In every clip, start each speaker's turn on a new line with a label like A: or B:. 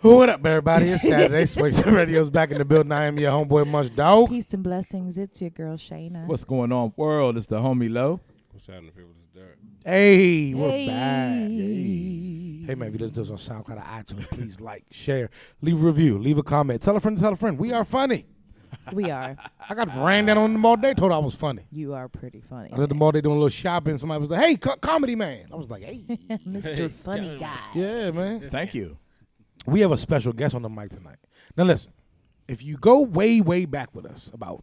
A: What up, everybody? It's Saturday. Space Radio's back in the building. I am your homeboy, Munch Dog.
B: Peace and blessings. It's your girl Shayna.
C: What's going on, world? It's the homie Low.
D: What's happening, people? It's Derek.
A: Hey, we're
B: Hey.
A: back. Hey. Hey, man, if you listen to us on SoundCloud or iTunes, please like, share, leave a review, leave a comment. Tell a friend to tell a friend. We are funny.
B: we are.
A: I got ran down on the mall today, told I was funny.
B: You are pretty funny,
A: I was at the mall, they doing a little shopping. Somebody was like, hey, co- comedy man. I was like, hey.
B: Mr. Funny Guy.
A: Yeah, man.
C: Thank you.
A: we have a special guest on the mic tonight. Now listen, if you go way, way back with us, about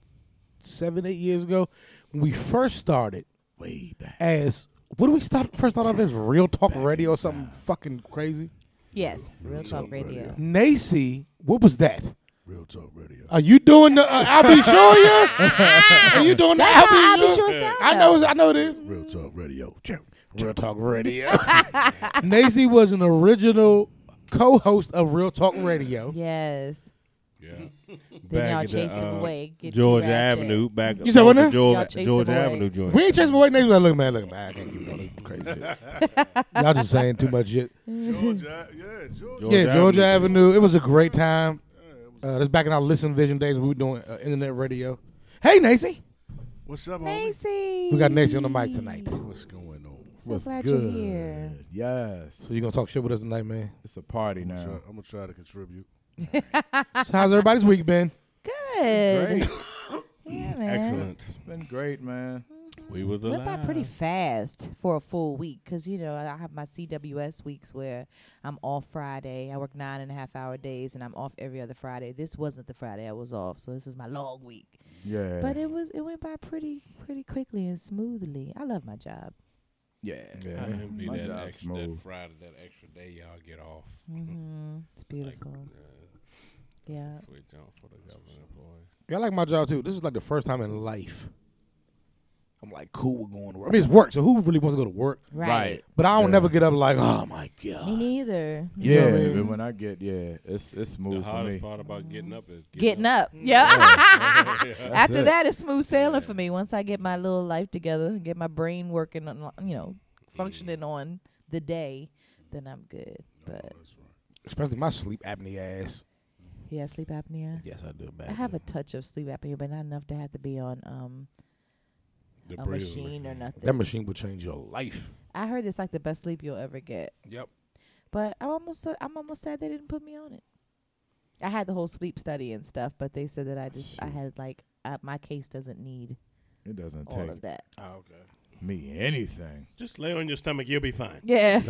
A: seven, eight years ago, when we first started
C: Way back.
A: as what did we start first thought of as Real Talk Radio or something fucking crazy?
B: Yes, Real Talk Radio.
A: Nacy, what was that?
D: Real Talk Radio.
A: Are you doing the uh, I'll be sure you? Are you doing
B: That's
A: the
B: how I
A: I'll
B: be
A: be
B: sure
A: sure?
B: sound.
A: I know, I know it is.
D: Real Talk Radio.
A: Real Talk Radio. Nacy was an original co-host of Real Talk Radio.
B: Yes.
D: Yeah.
B: Then y'all chased him away. Get you
D: Georgia
B: ratchet.
D: Avenue. Back
A: You said what now?
D: Georgia,
B: Y'all chased
D: Georgia
B: him away.
D: Avenue joint.
A: We ain't chasing away niggas. Like, look, man, look, man, I can't keep doing this crazy shit. Y'all just saying too much shit.
E: Georgia, yeah, Georgia.
A: yeah, Georgia Avenue. It was a great time. Uh, this back in our Listen Vision days when we were doing uh, internet radio. Hey, Nacy.
E: What's up, homie?
B: Macy.
A: We got Nacy on the mic tonight. So
E: What's going on?
B: So glad you're here.
C: Yes.
A: you going to talk shit with us tonight, man.
C: It's a party now.
E: I'm gonna try to contribute.
A: So how's everybody's week been?
B: Good.
C: Great.
B: Yeah, man.
D: Excellent.
C: It's been great, man.
D: We was
B: Went
D: alive.
B: by pretty fast for a full week because, you know, I have my CWS weeks where I'm off Friday. I work nine and a half hour days and I'm off every other Friday. This wasn't the Friday I was off, so this is my long week.
C: Yeah.
B: But it was it went by pretty pretty quickly and smoothly. I love my job.
C: yeah.
A: Yeah.
D: I envy
C: My
D: that
C: job's
D: extra that
C: smooth.
D: Friday, that extra day y'all get off.
B: Mm-hmm. It's beautiful. yeah.
D: Sweet jump for the government employees.
A: Yeah, I like my job, too. This is like the first time in life. I'm like, cool, we're going to work. I mean, it's work, so who really wants to go to work?
B: Right.
A: But I don't
C: Yeah.
A: never get up like, oh, my God.
B: Me neither.
A: You know
C: Yeah.
A: what I mean?
C: But when I get yeah, it's it's
D: The
C: smooth for
D: hardest
C: me.
D: part about getting up is
B: Getting up. Yeah.
D: yeah.
B: After
C: it.
B: that, it's smooth sailing for me. Once I get my little life together and get my brain working, on, you know, functioning on the day, then I'm good. But
A: Especially my sleep apnea ass.
B: yeah, sleep apnea.
A: Yes, I do. Bad
B: I have a touch of sleep apnea, but not enough to have to be on um
D: The
B: a
D: breathing.
B: machine or nothing.
A: That machine will change your life.
B: I heard it's like the best sleep you'll ever get.
A: Yep.
B: But I'm almost I'm almost sad they didn't put me on it. I had the whole sleep study and stuff, but they said that I just I had like uh, my case doesn't need
C: It doesn't
B: all of
C: take
B: that.
D: Oh, okay.
C: me anything.
D: Just lay on your stomach. You'll be fine.
B: Yeah,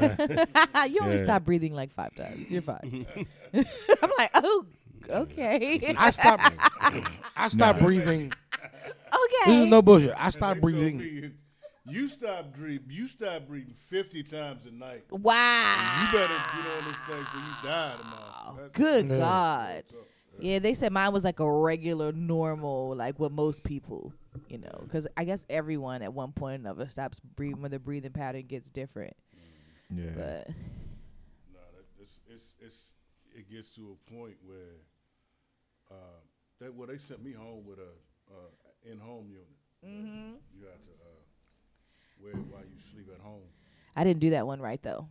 B: you only
D: Yeah.
B: stop breathing like five times. You're fine. I'm like, oh, okay, okay.
A: I stopped. I stopped breathing. This is no bullshit. I stopped breathing.
E: You stop breathing. You stop breathing 50 times a night. You
B: wow.
E: better get on this thing before you die tomorrow. That's-
B: Good
A: Yeah.
B: God. Yeah, they said mine was like a regular, normal, like what most people, you know, because I guess everyone at one point or another stops breathing when the breathing pattern gets different.
C: Yeah.
B: But
E: nah, that- it's, it's, it's, it gets to a point where, uh, they, well, they sent me home with a uh, in-home unit. Mm-hmm. You got to uh, wear it while you sleep at home.
B: I didn't do that one right though.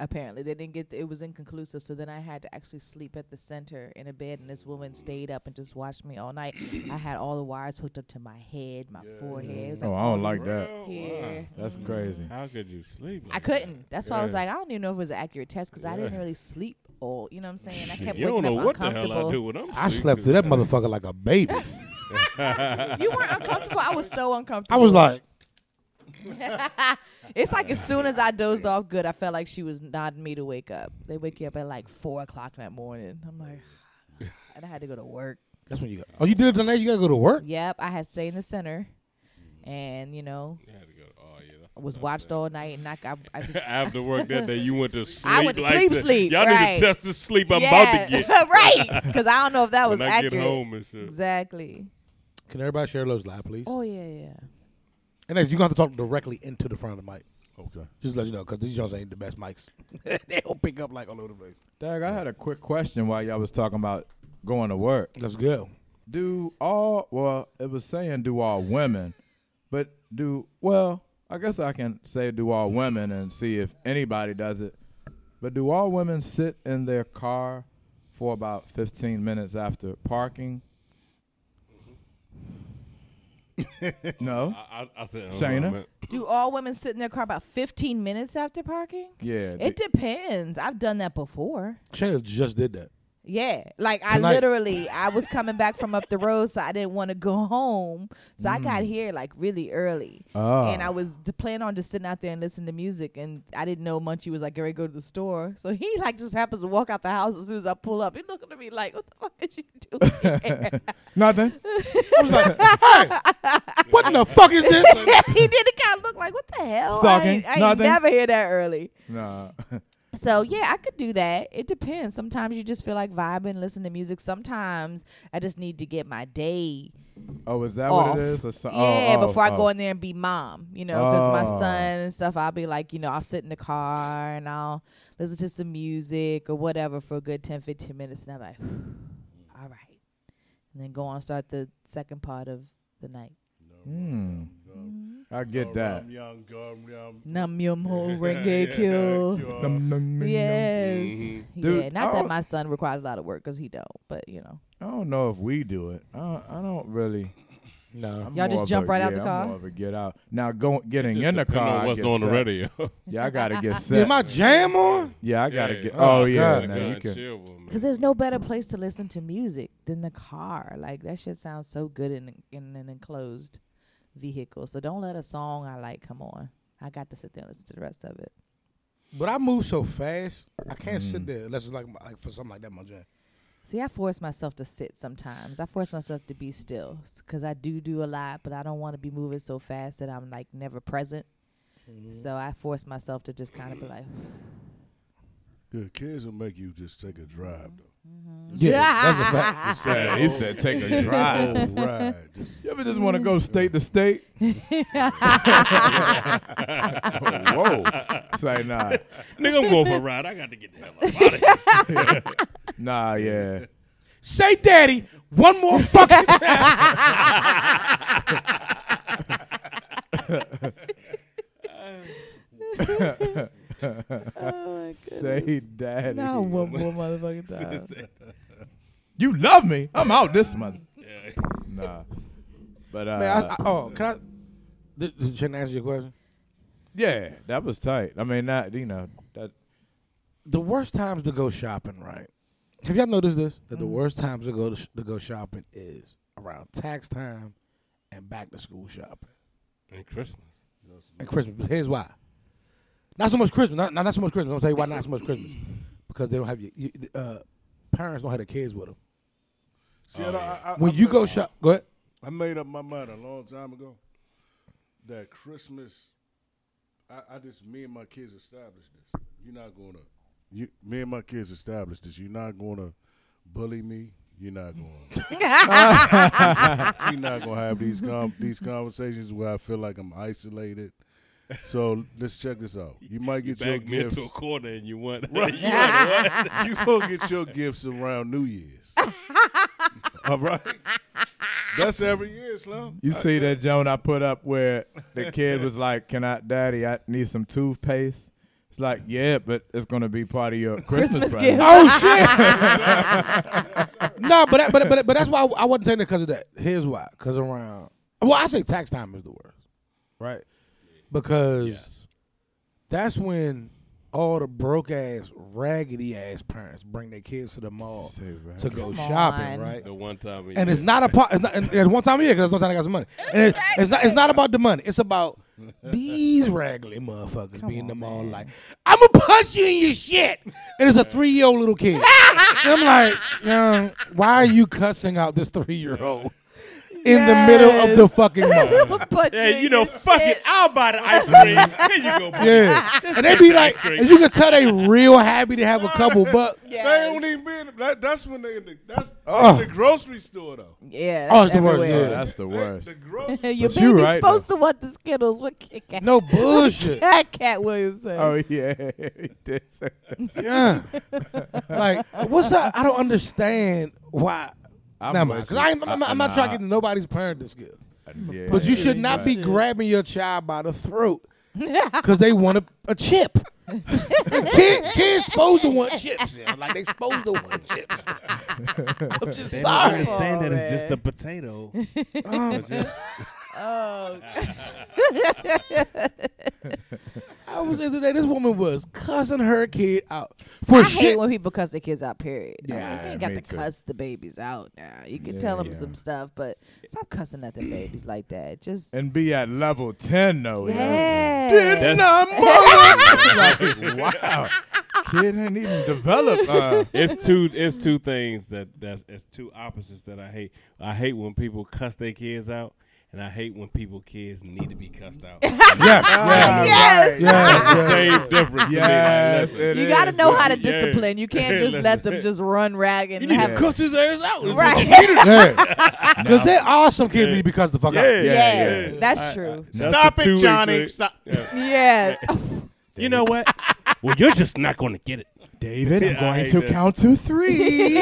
B: Apparently, they didn't get the, it was inconclusive. So then I had to actually sleep at the center in a bed, and this woman stayed up and just watched me all night. I had all the wires hooked up to my head, my forehead. It was
C: Oh,
B: like
C: I don't like that.
D: Well,
B: yeah.
C: That's crazy.
D: How could you sleep?
B: I
D: like
B: couldn't. That's why I was
D: Oh, Yeah.
B: like, I don't even know if it was an accurate test because I didn't
D: Yeah.
B: really sleep all. You know what I'm saying? I
D: Shit,
B: kept
D: you
B: waking
D: don't know
B: up
D: what the
B: uncomfortable.
D: hell I do when I'm
A: I
D: sleep,
A: slept
D: 'cause
A: through that motherfucker like a baby.
B: You weren't uncomfortable. I was so
A: I
B: uncomfortable.
A: was like,
B: it's like as soon as I dozed off good, I felt like she was nodding me to wake up. They wake you up at like four o'clock that morning. I'm like, and I had to go to work.
A: that's when you go. Oh, you did it tonight. You gotta go to work.
B: Yep, I had stayed in the center, and you know,
D: You had to go. Oh yeah. That's
B: I was watched all night, and I, I, I just.
D: After work that day, you went to sleep.
B: I went to
D: like
B: sleep,
D: that.
B: sleep,
D: Y'all
B: right.
D: need to test the sleep I'm about to get
B: right. Because I don't know if that was
D: when I
B: accurate.
D: get home and shit.
B: Exactly.
A: Can everybody share those live, please?
B: Oh yeah, yeah.
A: And next, you gonna have to talk directly into the front of the mic.
E: Okay.
A: Just to let you know, cause these Jones ain't the best mics. they don't pick up like all over the place.
C: Dag, I had a quick question while y'all was talking about going to work.
A: Let's go.
C: Do all well? It was saying do all women, but do well? I guess I can say do all women and see if anybody does it. But do all women sit in their car for about 15 minutes after parking.
B: Mm-hmm.
C: no.
D: I, I, I said, "Oh,
C: Shayna?
D: man.
B: Do all women sit in their car about 15 minutes after parking?
C: Yeah.
B: It depends. I've done that before.
A: Shayna just did that.
B: Yeah, like I
A: Tonight.
B: literally, I was coming back from up the road, so I didn't want to go home. So I
C: Mm.
B: got here like really early,
C: Ah.
B: and I was d- planning on just sitting out there and listening to music. And I didn't know Munchie was like, "Gary, go to the store." So he like just happens to walk out the house as soon as I pull up. He looking at me like, "What the fuck did you do?" here?"
C: Nothing.
A: I was like, hey, what in the fuck is this?
B: he did it kind of look like, "What the hell?" I ain't,
C: Stalking,
B: I ain't
C: nothing.
B: never hear that early.
C: Nah.
B: So yeah, I could do that. It depends. Sometimes you just feel like vibing, listen to music. Sometimes I just need to get my day
C: Oh, is that
B: off.
C: what it is? Or so- oh,
B: yeah,
C: oh,
B: before I
C: oh.
B: go in there and be mom, you know, because my
C: Oh.
B: son and stuff, I'll be like, you know, I'll sit in the car and I'll listen to some music or whatever for a good 10, 15 minutes, and I'm like, all right, and then go on and start the second part of the night.
C: Hmm. I get that.
E: Rum yum, gum yum.
B: Num yum ho
E: Yeah,
B: renge kill.
E: yeah,
C: Num, num, num, num.
B: Yes.
D: Mm-hmm.
C: Dude,
B: yeah, not
C: I
B: that
C: don't-
B: my son requires a lot of work 'cause he don't, but you know.
C: I don't know if we do it. I don't, I don't really.
A: No.
C: I'm
B: Y'all just
C: more of
B: jump
C: a-
B: right out
C: yeah,
B: the car?
C: I'm more of a get out. Now going getting
D: Just
C: in the
D: depend
C: car.
D: on
C: I
D: what's
C: get
D: on the
C: set.
D: radio.
C: Yeah, I gotta get set.
A: Is my jam on?
C: yeah, I gotta
D: Yeah.
C: get.
A: Oh,
C: Oh, yeah,
A: God.
C: now
D: God,
C: you can.
D: chill with me.
B: Cause there's no better place to listen to music than the car. Like that shit sounds so good in, in an enclosed vehicle. So don't let a song I like come on. I got to sit there and listen to the rest of it.
A: But I move so fast, I can't
C: Mm.
A: sit there unless it's like, my- like for something like that, my jam.
B: See, I force myself to sit sometimes. I force myself to be still s- cause I do do a lot, but I don't want to be moving so fast that I'm like never present. So I force myself to just kind of be like,
E: Good kids will make you just take a drive though.
A: Yeah, that's a fact.
D: Yeah, he said take a drive.
E: Whole ride, just
C: Oh. You ever just want to go state to state?
D: Whoa.
C: It's like nah,
D: Nigga, I'm going for a ride. I got to get the hell out of here.
C: nah, yeah.
A: Say daddy one more fucking time.
B: "Oh my
C: Say daddy.
B: No, one more motherfucking time.
C: You love me. I'm out this month. Nah. But uh,
A: Man, I, I, oh, can I? Did, did Shayna answer your question?
C: yeah, that was tight. I mean, that you know that.
A: The worst times to go shopping, right? Have y'all noticed this? That the worst times to go to, sh- to go shopping is around tax time and back to school shopping
D: And Christmas.
A: and Christmas. But here's why. Not so much Christmas. Not, not, not so much Christmas. I'm gonna tell you why not so much Christmas. Because they don't have your, you, uh, parents don't have their kids with them.
E: See, I- I- I-
A: When
E: I
A: you go
E: made-
A: shop, go ahead.
E: I made up my mind a long time ago that Christmas. I, I just me and my kids established this. You're not gonna. You, me and my kids established this. You're not gonna bully me. You're not gonna. you're not gonna have these com- these conversations where I feel like I'm isolated. So let's check this out. You might get your
D: Back me
E: gifts.
D: into a corner and you want.
E: you gonna get your gifts around New Year's. All right. That's every year, Slim.
C: You see that Joan I put up where the kid was like, "Can I, Daddy? I need some toothpaste." It's like, yeah, but it's gonna be part of your Christmas,
B: Christmas
C: present."
B: gift.
A: Oh shit! no, but that, but but but that's why I, I wasn't taking it because of that. Here's why: because around well, I say tax time is the worst, right? Because that's when all the broke ass, raggedy ass parents bring their kids to the mall
C: Say, right.
A: to go
B: Come on.
A: shopping, right?
D: The one time.
A: And it's not a part. It's not. And it's one time a year because one time I got some money. And it's, it's not. It's not about the money. It's about these raggedy motherfuckers being them all like, "I'm gonna punch you in your shit," and it's a three year old little kid. and I'm like, "Young, why are you cussing out this three year old in the middle of the
B: Yes.
A: fucking mall?"
B: But
D: Hey, you know, fuck it. I'll buy the ice cream. Here you go. boy.
A: Yeah, and they be like, and you can tell they real happy to have a couple bucks.
E: They don't even be in the, that, That's when they in the, that's
D: Oh.
A: Ugh.
E: in the grocery store though.
B: Yeah.
A: Oh,
B: that's
A: it's the worst,
C: Oh,
B: everywhere.
C: that's the worst.
E: The grocery.
B: Your
C: But you
B: baby's
C: right,
B: supposed to want the Skittles. What Kit Kat?
A: No bullshit.
B: Cat, Cat Williams said.
C: Oh yeah, he did say that.
A: Yeah. like, what's up? I don't understand why.
C: I'm
A: Nah,
C: with
A: man, 'cause
C: you.
A: I ain't- I'm, I'm,
C: I-
A: I'm not
C: nah,
A: trying to get nobody's parenting skill.
C: Yeah.
A: But you should not be
B: Shit.
A: grabbing your child by the throat because they want a, a chip. Kid, kids supposed to want chips. yo. Like they supposed to want chips.
B: I'm just
D: They
B: sorry.
D: don't understand that it's just a
B: Sorry.
D: potato. It's just-
B: Oh,
A: I was there today. This woman was cussing her kid out for
B: I hate
A: shit.
B: when people cuss their kids out. Period. I'm like,
C: Yeah,
B: you ain't got
C: me
B: to
C: too.
B: cuss the babies out now. You can
C: Yeah,
B: tell them
C: yeah.
B: some stuff, but stop cussing at the babies like that. Just
C: and be at level ten though. yo.
B: yeah.
C: Didn't I, mother? Like, wow, kid ain't even developed. Uh,
D: it's two it's two things that that's it's two opposites that I hate. I hate when people cuss their kids out, and I hate when people kids need to be cussed out. It's
A: Yes,
C: uh,
A: yes,
B: Yes.
D: the
A: yes,
D: same difference. to me. Like,
C: yes,
D: listen,
C: it
B: You got to
C: is.
B: know how to
D: Yeah.
B: discipline. You can't just let them just run ragged and
D: You need
B: have
D: to cuss his ass out. It's
B: right.
A: yes. Because there are some kids need because the fuck out.
D: Yeah.
B: Yeah,
D: Yeah, yeah.
B: that's
D: I-
B: true.
D: That's
F: Stop
D: the two
F: it, Johnny.
D: influence.
F: Stop.
B: yes. Oh,
D: You know what? well, you're just not going to get it.
C: David, I'm
D: Yeah, I
C: going
D: hate
C: to
D: that.
C: count to three.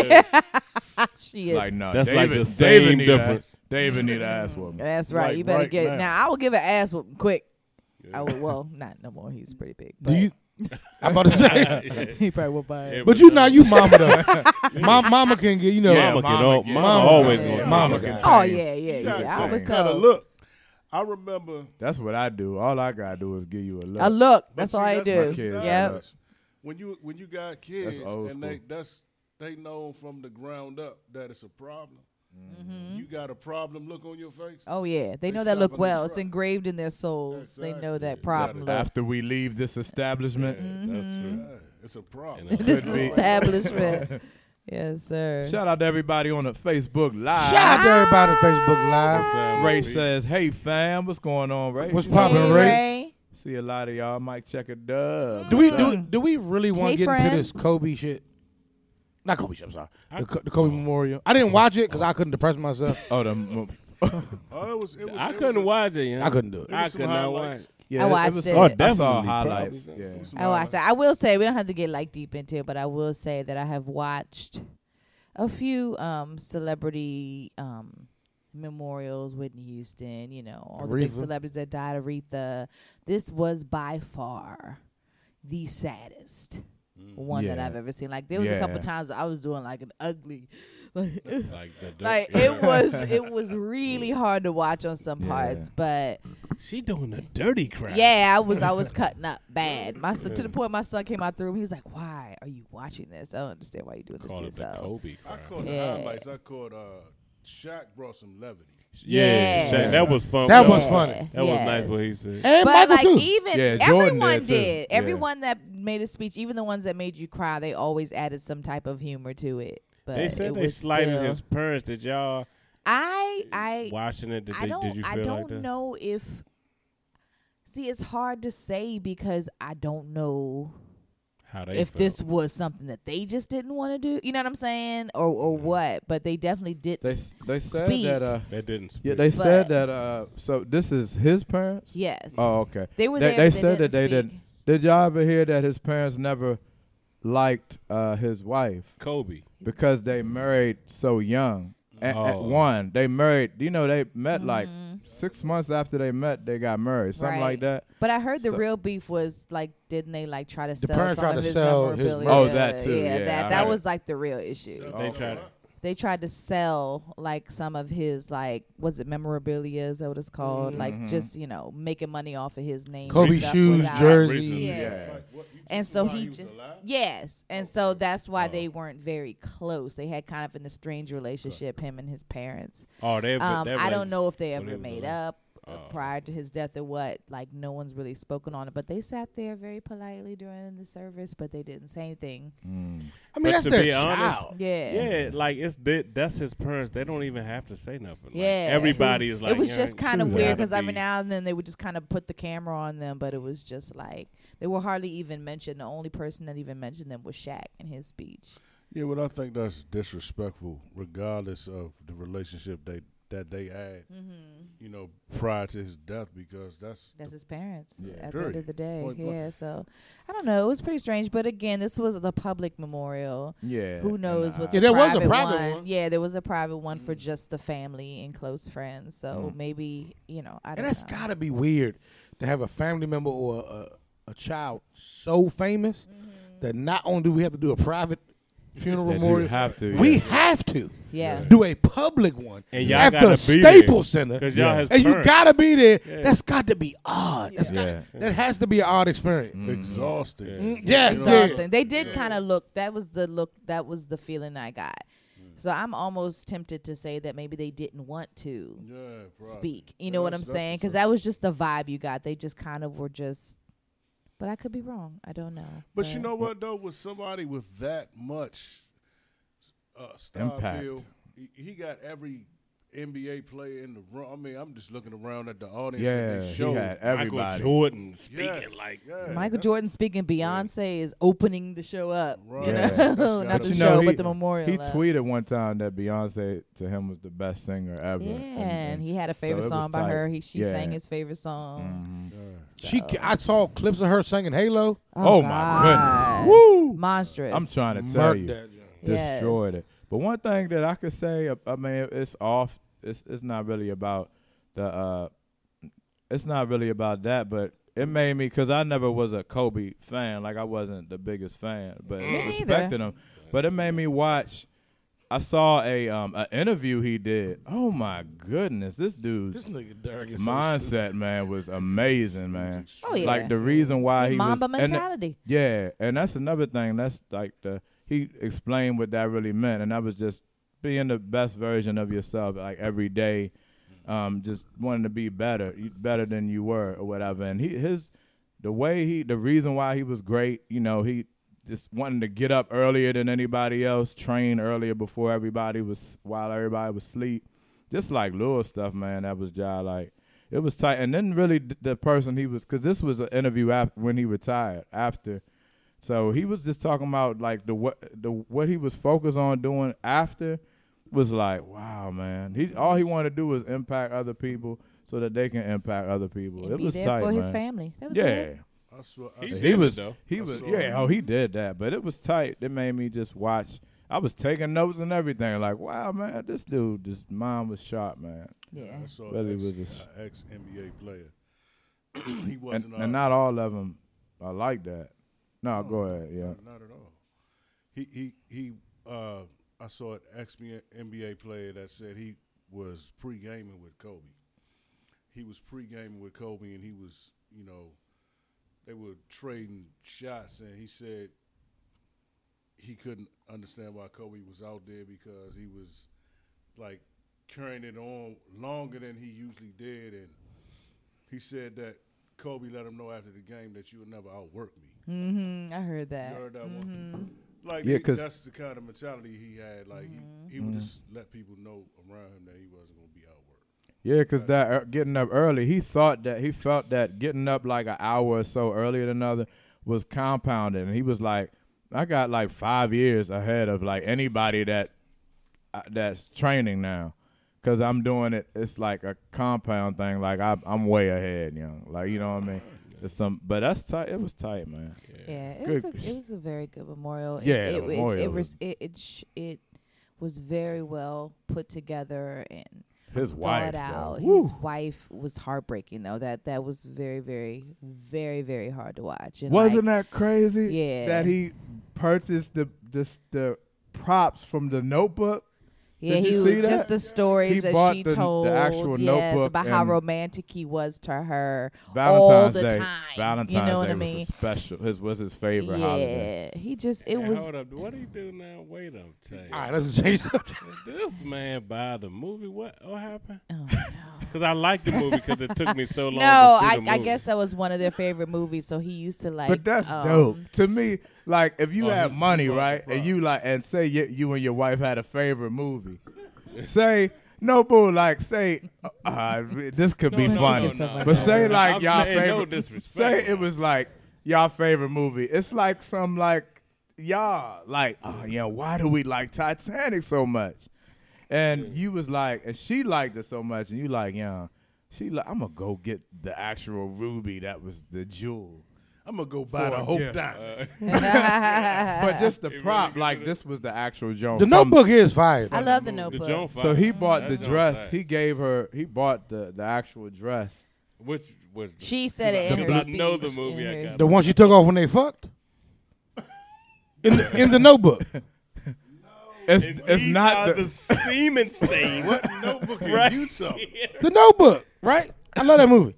B: she is.
C: no,
D: That's like the same
C: need a-
D: difference.
C: David need an ass woman.
B: That's right.
E: Like,
B: you better
E: right
B: get
E: now.
B: now. I will give an ass whooping quick. I would. Well, not no more. He's pretty big. But
A: Do you? I'm about to say,
B: he probably will buy it.
A: but you not you mama though. Mom, mama can get you know.
D: mama,
C: mama
D: can all,
C: can-
D: mama,
A: mama
D: always
B: can-
D: gonna-
A: mama
D: can-
A: can-
B: Oh
C: Same.
B: yeah, yeah,
E: gotta
B: yeah. I
C: come
B: was
C: and
E: Gotta
B: told.
E: look. I remember
C: That's what I do. All I gotta do is give you a look.
B: I look.
E: But
B: That's
E: see,
B: all I
E: my
B: do.
C: kids,
E: style.
B: Yep.
E: When you when you got kids
C: old
E: and they
C: school.
E: that's they know from the ground up that it's a problem. You got a problem look on your face.
B: Mm-hmm. Oh yeah, they
E: They
B: know that
E: stop
B: look
E: on the
B: well.
E: truck.
B: It's engraved in their souls. They know
E: Exactly.
B: that
E: Yeah,
B: problem. Look.
C: After we leave this establishment,
B: Mm-hmm.
E: Yeah, it's a problem.
D: And, uh,
B: This
C: Could be.
B: establishment. yes, sir.
C: uh, shout out to everybody on the Facebook Live.
A: Shout out to everybody on Facebook Live.
C: Ray says, "Hey fam, what's going on, Ray?
A: What's
B: Hey,
A: poppin', Ray?
B: Ray.
C: See a lot of y'all. Mike check a dub.
A: Do we do? Do we really want
B: Hey,
A: to get into
B: friend.
A: this Kobe shit? Not Kobe shit. I'm sorry. The, Co- the Kobe Memorial. I didn't watch it because I couldn't depress myself.
C: Oh, the
E: Oh, it was, it was, it
D: I
E: was
D: couldn't
E: a-
D: watch it. You know?
A: I couldn't do it.
D: I
E: There's some
D: could not watch.
E: highlights.
D: it.
C: yeah,
B: I watched
C: was,
B: it.
D: Oh,
C: I saw
D: definitely,
C: highlights.
D: probably.
C: Yeah,
E: some
B: Oh, I
E: highlights.
B: said I will say we don't have to get like deep into it, but I will say that I have watched a few um celebrity um memorials. Whitney Houston, you know, all the big
A: Aretha.
B: celebrities that died. Aretha. This was by far the saddest one that
C: Yeah.
B: I've ever seen. Like there was a couple
C: Yeah.
B: times I was doing like an ugly, like
D: Like, the,
B: like it was it was really hard to watch on some
C: Yeah.
B: parts, but.
D: she doing the dirty crap.
B: Yeah, I was I was cutting up bad. My son, to the point my son came out the room. He was like, "Why are you watching this? I don't understand why you're doing this
D: Call
B: to
D: it the
B: yourself."
D: Kobe
E: I
D: crap.
E: caught the
B: Yeah.
E: highlights. I caught uh, Shaq brought some levity.
B: Yeah.
D: Shaq, that was fun.
A: That
D: That
A: was
D: was
A: fun.
B: Yeah,
D: that was nice
B: yes.
D: what he said.
A: And
B: But
A: Michael
B: like e-
A: too.
B: even
C: Yeah, Jordan
B: everyone did,
C: did, too. Yeah.
B: everyone that made a speech, even the ones that made you cry, they always added some type of humor to it. But
D: They
B: it
D: said they
B: was
D: slighted
B: still-
D: his parents. Did y'all
B: I I
D: watching it? Did,
B: I
D: they,
B: don't
D: did you feel
B: I don't
D: like that?
B: know if see it's hard to say because I don't know
D: How they
B: if
D: felt.
B: this was something that they just didn't want to do. You know what I'm saying, or or what? But they definitely did.
C: Mm-hmm. they s- they said
B: Speak.
C: that. Uh,
D: that didn't. Speak.
C: yeah, they said
B: But-
C: that. Uh, so this is his parents.
B: yes,
C: Oh, okay.
B: they were
C: they,
B: there.
C: they
B: but
C: said that
B: didn't
C: they
B: speak.
C: didn't. Did y'all ever hear that his parents never liked uh, his wife
D: Kobe.
C: because they married so young? At, at
D: Oh.
C: one, they married. You know, they met like six months after they met. They got married, something like
B: Mm-hmm. Right.
C: that.
B: But I heard the
C: So-
B: real beef was like, didn't they like try to
A: The
B: sell
A: parents
B: some
A: tried to
B: of his
A: sell his
B: memorabilia?
C: merch. Oh, that too,
B: Yeah,
C: yeah, I
B: that that
C: heard.
B: was like the real issue.
D: They tried.
B: They tried to sell like some of his like was it memorabilia? Is that what it's called?
D: Mm-hmm.
B: Like just you know making money off of his name. and
A: Kobe
B: stuff
A: shoes,
B: without-
A: jerseys.
B: Yeah.
E: Like, what, you
B: and
E: just
B: so
E: why
B: he,
E: was
B: ju-
E: alive?
B: yes and so that's why they weren't very close they had kind of an estranged relationship him and his parents
D: Oh, they.
B: um,
D: they
B: i don't know if they
D: when they
B: ever
D: was Oh.
B: made
D: alive.
B: up uh, prior to his death or what like no one's really spoken on it but they sat there very politely during the service but they didn't say anything
C: Mm.
A: I mean,
D: But
A: that's
D: to
A: their
D: be honest-
A: child.
B: yeah
D: Yeah, like it's that, that's his parents. They don't even have to say nothing. Like,
B: Yeah.
D: everybody is like.
B: it was
D: "Yeah,
B: just kind
D: you
B: of weird
D: gotta
B: because every
D: be-
B: now and then they would just kind of put the camera on them, but it was just like they were hardly even mentioned. The only person that even mentioned them was Shaq in his speech.
E: Yeah, well, I think that's disrespectful, regardless of the relationship they that they had,
B: Mm-hmm.
E: you know, prior to his death, because that's
B: That's his parents at the end
E: period.
B: of the day.
E: Point blank.
B: yeah, so I don't know. It was pretty strange, but again, this was the public memorial.
C: Yeah.
B: Who
C: and
B: knows
C: I-
B: what?
A: Yeah,
B: the
A: there was a private one.
B: Yeah, there was a private one for just the family and close friends. So maybe you know, I don't
A: And that's
B: know.
A: gotta be weird to have a family member or
B: Mm-hmm.
A: a, a child so famous that not only do we have to do a private funeral
C: That you
A: memorial.
C: have to,
A: We
C: yeah.
A: have to
B: Yeah.
A: do a public one
D: And y'all
A: at
D: gotta
A: the
D: be
A: Staples
D: there.
A: Center,
D: Because y'all has
A: and you
D: parents.
A: gotta be there.
D: Yeah.
A: That's got to be odd. That's-
C: Yeah. Mm-hmm.
A: That has to be an odd experience.
E: Exhausting.
A: Mm, Yes,
B: exhausting.
A: yeah.
B: They did kind of look. That was the look. That was the feeling I got. So I'm almost tempted to say that maybe they didn't want to
E: Yeah, probably.
B: speak. You
E: Yeah,
B: know what I'm
E: that's- that's
B: saying?
E: what's
B: Because
E: up.
B: that was just the vibe you got. They just kind of were just. But I could be wrong. I don't know.
E: But you know what though, with somebody with that much uh, star
C: Impact.
E: appeal, he, he got every NBA player in the room. I mean, I'm just looking around at the audience.
C: Yeah,
E: and they
C: he
E: showed
C: had
D: Michael
C: everybody.
D: Jordan speaking
E: Yes,
D: like
E: yeah,
B: Michael
E: that's-
B: Jordan speaking. Beyonce is opening the show up.
E: Right.
B: You know,
C: Yeah.
B: not
C: That's
E: gotta
B: the
E: be-
B: show,
C: he-
B: but the memorial.
C: He
B: up.
C: tweeted one time that Beyonce to him was the best singer ever.
B: Yeah, and he had a favorite
C: it was
B: song by
C: tight.
B: her. He she
C: Mm-hmm. Yeah.
B: sang his favorite song.
A: She, I saw clips of her singing Halo.
C: Oh, my goodness. Woo!
B: Monstrous.
C: I'm trying to tell
A: Murdered
C: you.
A: that. joint.
C: destroyed
B: Yes.
C: it. But one thing that I could say, uh, I mean, it's off. It's it's not really about the. uh It's not really about that, but it made me because I never was a Kobe fan. Like I wasn't the biggest fan, but
B: neither.
C: respected him. But it made me watch. I saw a um an interview he did. Oh my goodness, this
A: This
C: dude's
A: nigga Derek is so stupid.
C: mindset, man, was amazing, man.
B: Oh yeah.
C: Like the reason why he
B: Mamba
C: was and the-
B: mentality.
C: yeah, and that's another thing. That's like the he explained what that really meant, and that was just being the best version of yourself, like every day, um, just wanting to be better, you- better than you were or whatever. And he his the way he the reason why he was great, you know, he just wanting to get up earlier than anybody else, train earlier before everybody was while everybody was asleep, just like little stuff, man. That was Jai like. It was tight, and then really th- the person he was, because this was an interview after when he retired. After, so he was just talking about like the what the what he was focused on doing after was like, wow, man. He all he wanted to do was impact other people so that they can impact other people.
B: And
C: it
B: be
C: was
B: there
C: tight,
B: for
C: man.
B: his family. That was
C: yeah,
B: it.
E: I swear, I
D: He
E: swear-
D: did
C: he
D: it,
C: was
D: though.
C: he
E: I
C: was
E: saw
C: yeah.
E: it.
C: Oh, he did that, but it was tight. It made me just watch. I was taking notes and everything. Like, wow, man, this dude, this mind was sharp, man.
B: Yeah.
E: I saw uh,
C: Really
E: an
C: was
E: ex,
C: just-
E: an ex NBA player. he wasn't
C: And,
E: uh, all-
C: and not all of them are like that. No, go ahead. Yeah.
E: Not, not at all. He he he. Uh, I saw an ex NBA player that said he was pre gaming with Kobe. He was pre gaming with Kobe, and he was you know, they were trading shots, and he said he couldn't understand why Kobe was out there because he was like carrying it on longer than he usually did, and he said that Kobe let him know after the game that you will never outwork me.
B: Mm-hmm. I heard
E: You
B: that.
E: heard that one? Like,
C: Yeah,
E: he-
C: 'cause- Mm-hmm.
E: that's the kind of mentality he had. Like, he, he would just let people know around him that he wasn't going to be outworked.
C: Yeah, because that er, getting up early, he thought that he felt that getting up like an hour or so earlier than another was compounded, and he was like, "I got like five years ahead of like anybody that uh, that's training now, because I'm doing it. It's like a compound thing. Like I, I'm way ahead, you know. Like you know what I mean? It's some, but that's tight. It was tight, man.
B: Yeah. It
C: Good
B: was
C: g-
B: a it was a very good memorial. It-
C: Yeah, the
B: It, it,
C: memorial
B: it
C: was-
B: was it it, sh- it was very well put together and
C: His
B: thought
C: wife,
B: out.
C: though.
B: His
C: Woo.
B: wife was heartbreaking though. That that was very very very very hard to watch. And
C: wasn't
B: like,
C: that crazy?
B: Yeah.
C: that he purchased the this the props from the Notebook.
B: Yeah,
C: Did
B: he
C: you
B: was
C: see that?
B: just the
C: He
B: stories that
C: bought
B: she
C: the- the
B: told.
C: actual
B: yes,
C: notebook
B: about how
C: and-
B: romantic he was to her all
C: Valentine's
B: the
C: Day.
B: time.
C: Valentine's
B: you know
C: Day
B: what I
C: was
B: mean?
C: a special. His was his favorite
B: yeah,
C: holiday.
B: he just it
D: Hey,
B: was
D: Hold up. What do you do now? Wait up. Tay.
A: All right, let's change subject.
D: Did this man buy the movie? What? What happened?
B: Oh,
D: Because I like the movie because it took me so long.
B: no,
D: to see
B: I,
D: the
B: I
D: movie.
B: guess that was one of their favorite movies. So he used to like.
C: But that's
B: um,
C: dope to me. Like if you
D: Oh,
C: had
D: he-
C: money,
D: he bought
C: right,
D: the
C: and
D: prop.
C: you like, and say you, you and your wife had a favorite movie, say. No, boo, like, say, uh, uh, this could be
B: no,
C: funny.
B: no, no,
C: but
B: no.
C: say, like,
D: I'm
C: y'all
D: saying no
C: favorite.
D: disrespect.
C: say it was, like, y'all favorite movie. It's like some, like, y'all, like, oh, yeah, why do we like Titanic so much? And you was like, and she liked it so much, and you like, yeah, she like, I'm gonna go get the actual ruby that was the jewel.
E: I'm going to go buy the Hope
C: yeah.
E: Diamond.
C: But just the
D: really
C: prop,
D: good.
C: like this was the actual joint.
A: The
C: from-
A: Notebook is fire.
B: I love the
D: The
B: Notebook.
D: Joan
C: So he
D: Fire.
C: bought the
D: That's Joan
C: dress.
D: Fire.
C: He gave her. He bought the the actual dress.
D: Which was
B: she said it in her
D: Because I know the
B: speech,
D: movie
B: in
D: I
B: her-
D: got.
A: The one she took off when they fucked. In the, in the Notebook.
C: It's
D: And
C: it's
D: these
C: not
D: are
C: the,
D: the, semen stains.
E: What notebook is
D: Uh, Right.
E: you talking?
A: The Notebook, right? I love that movie.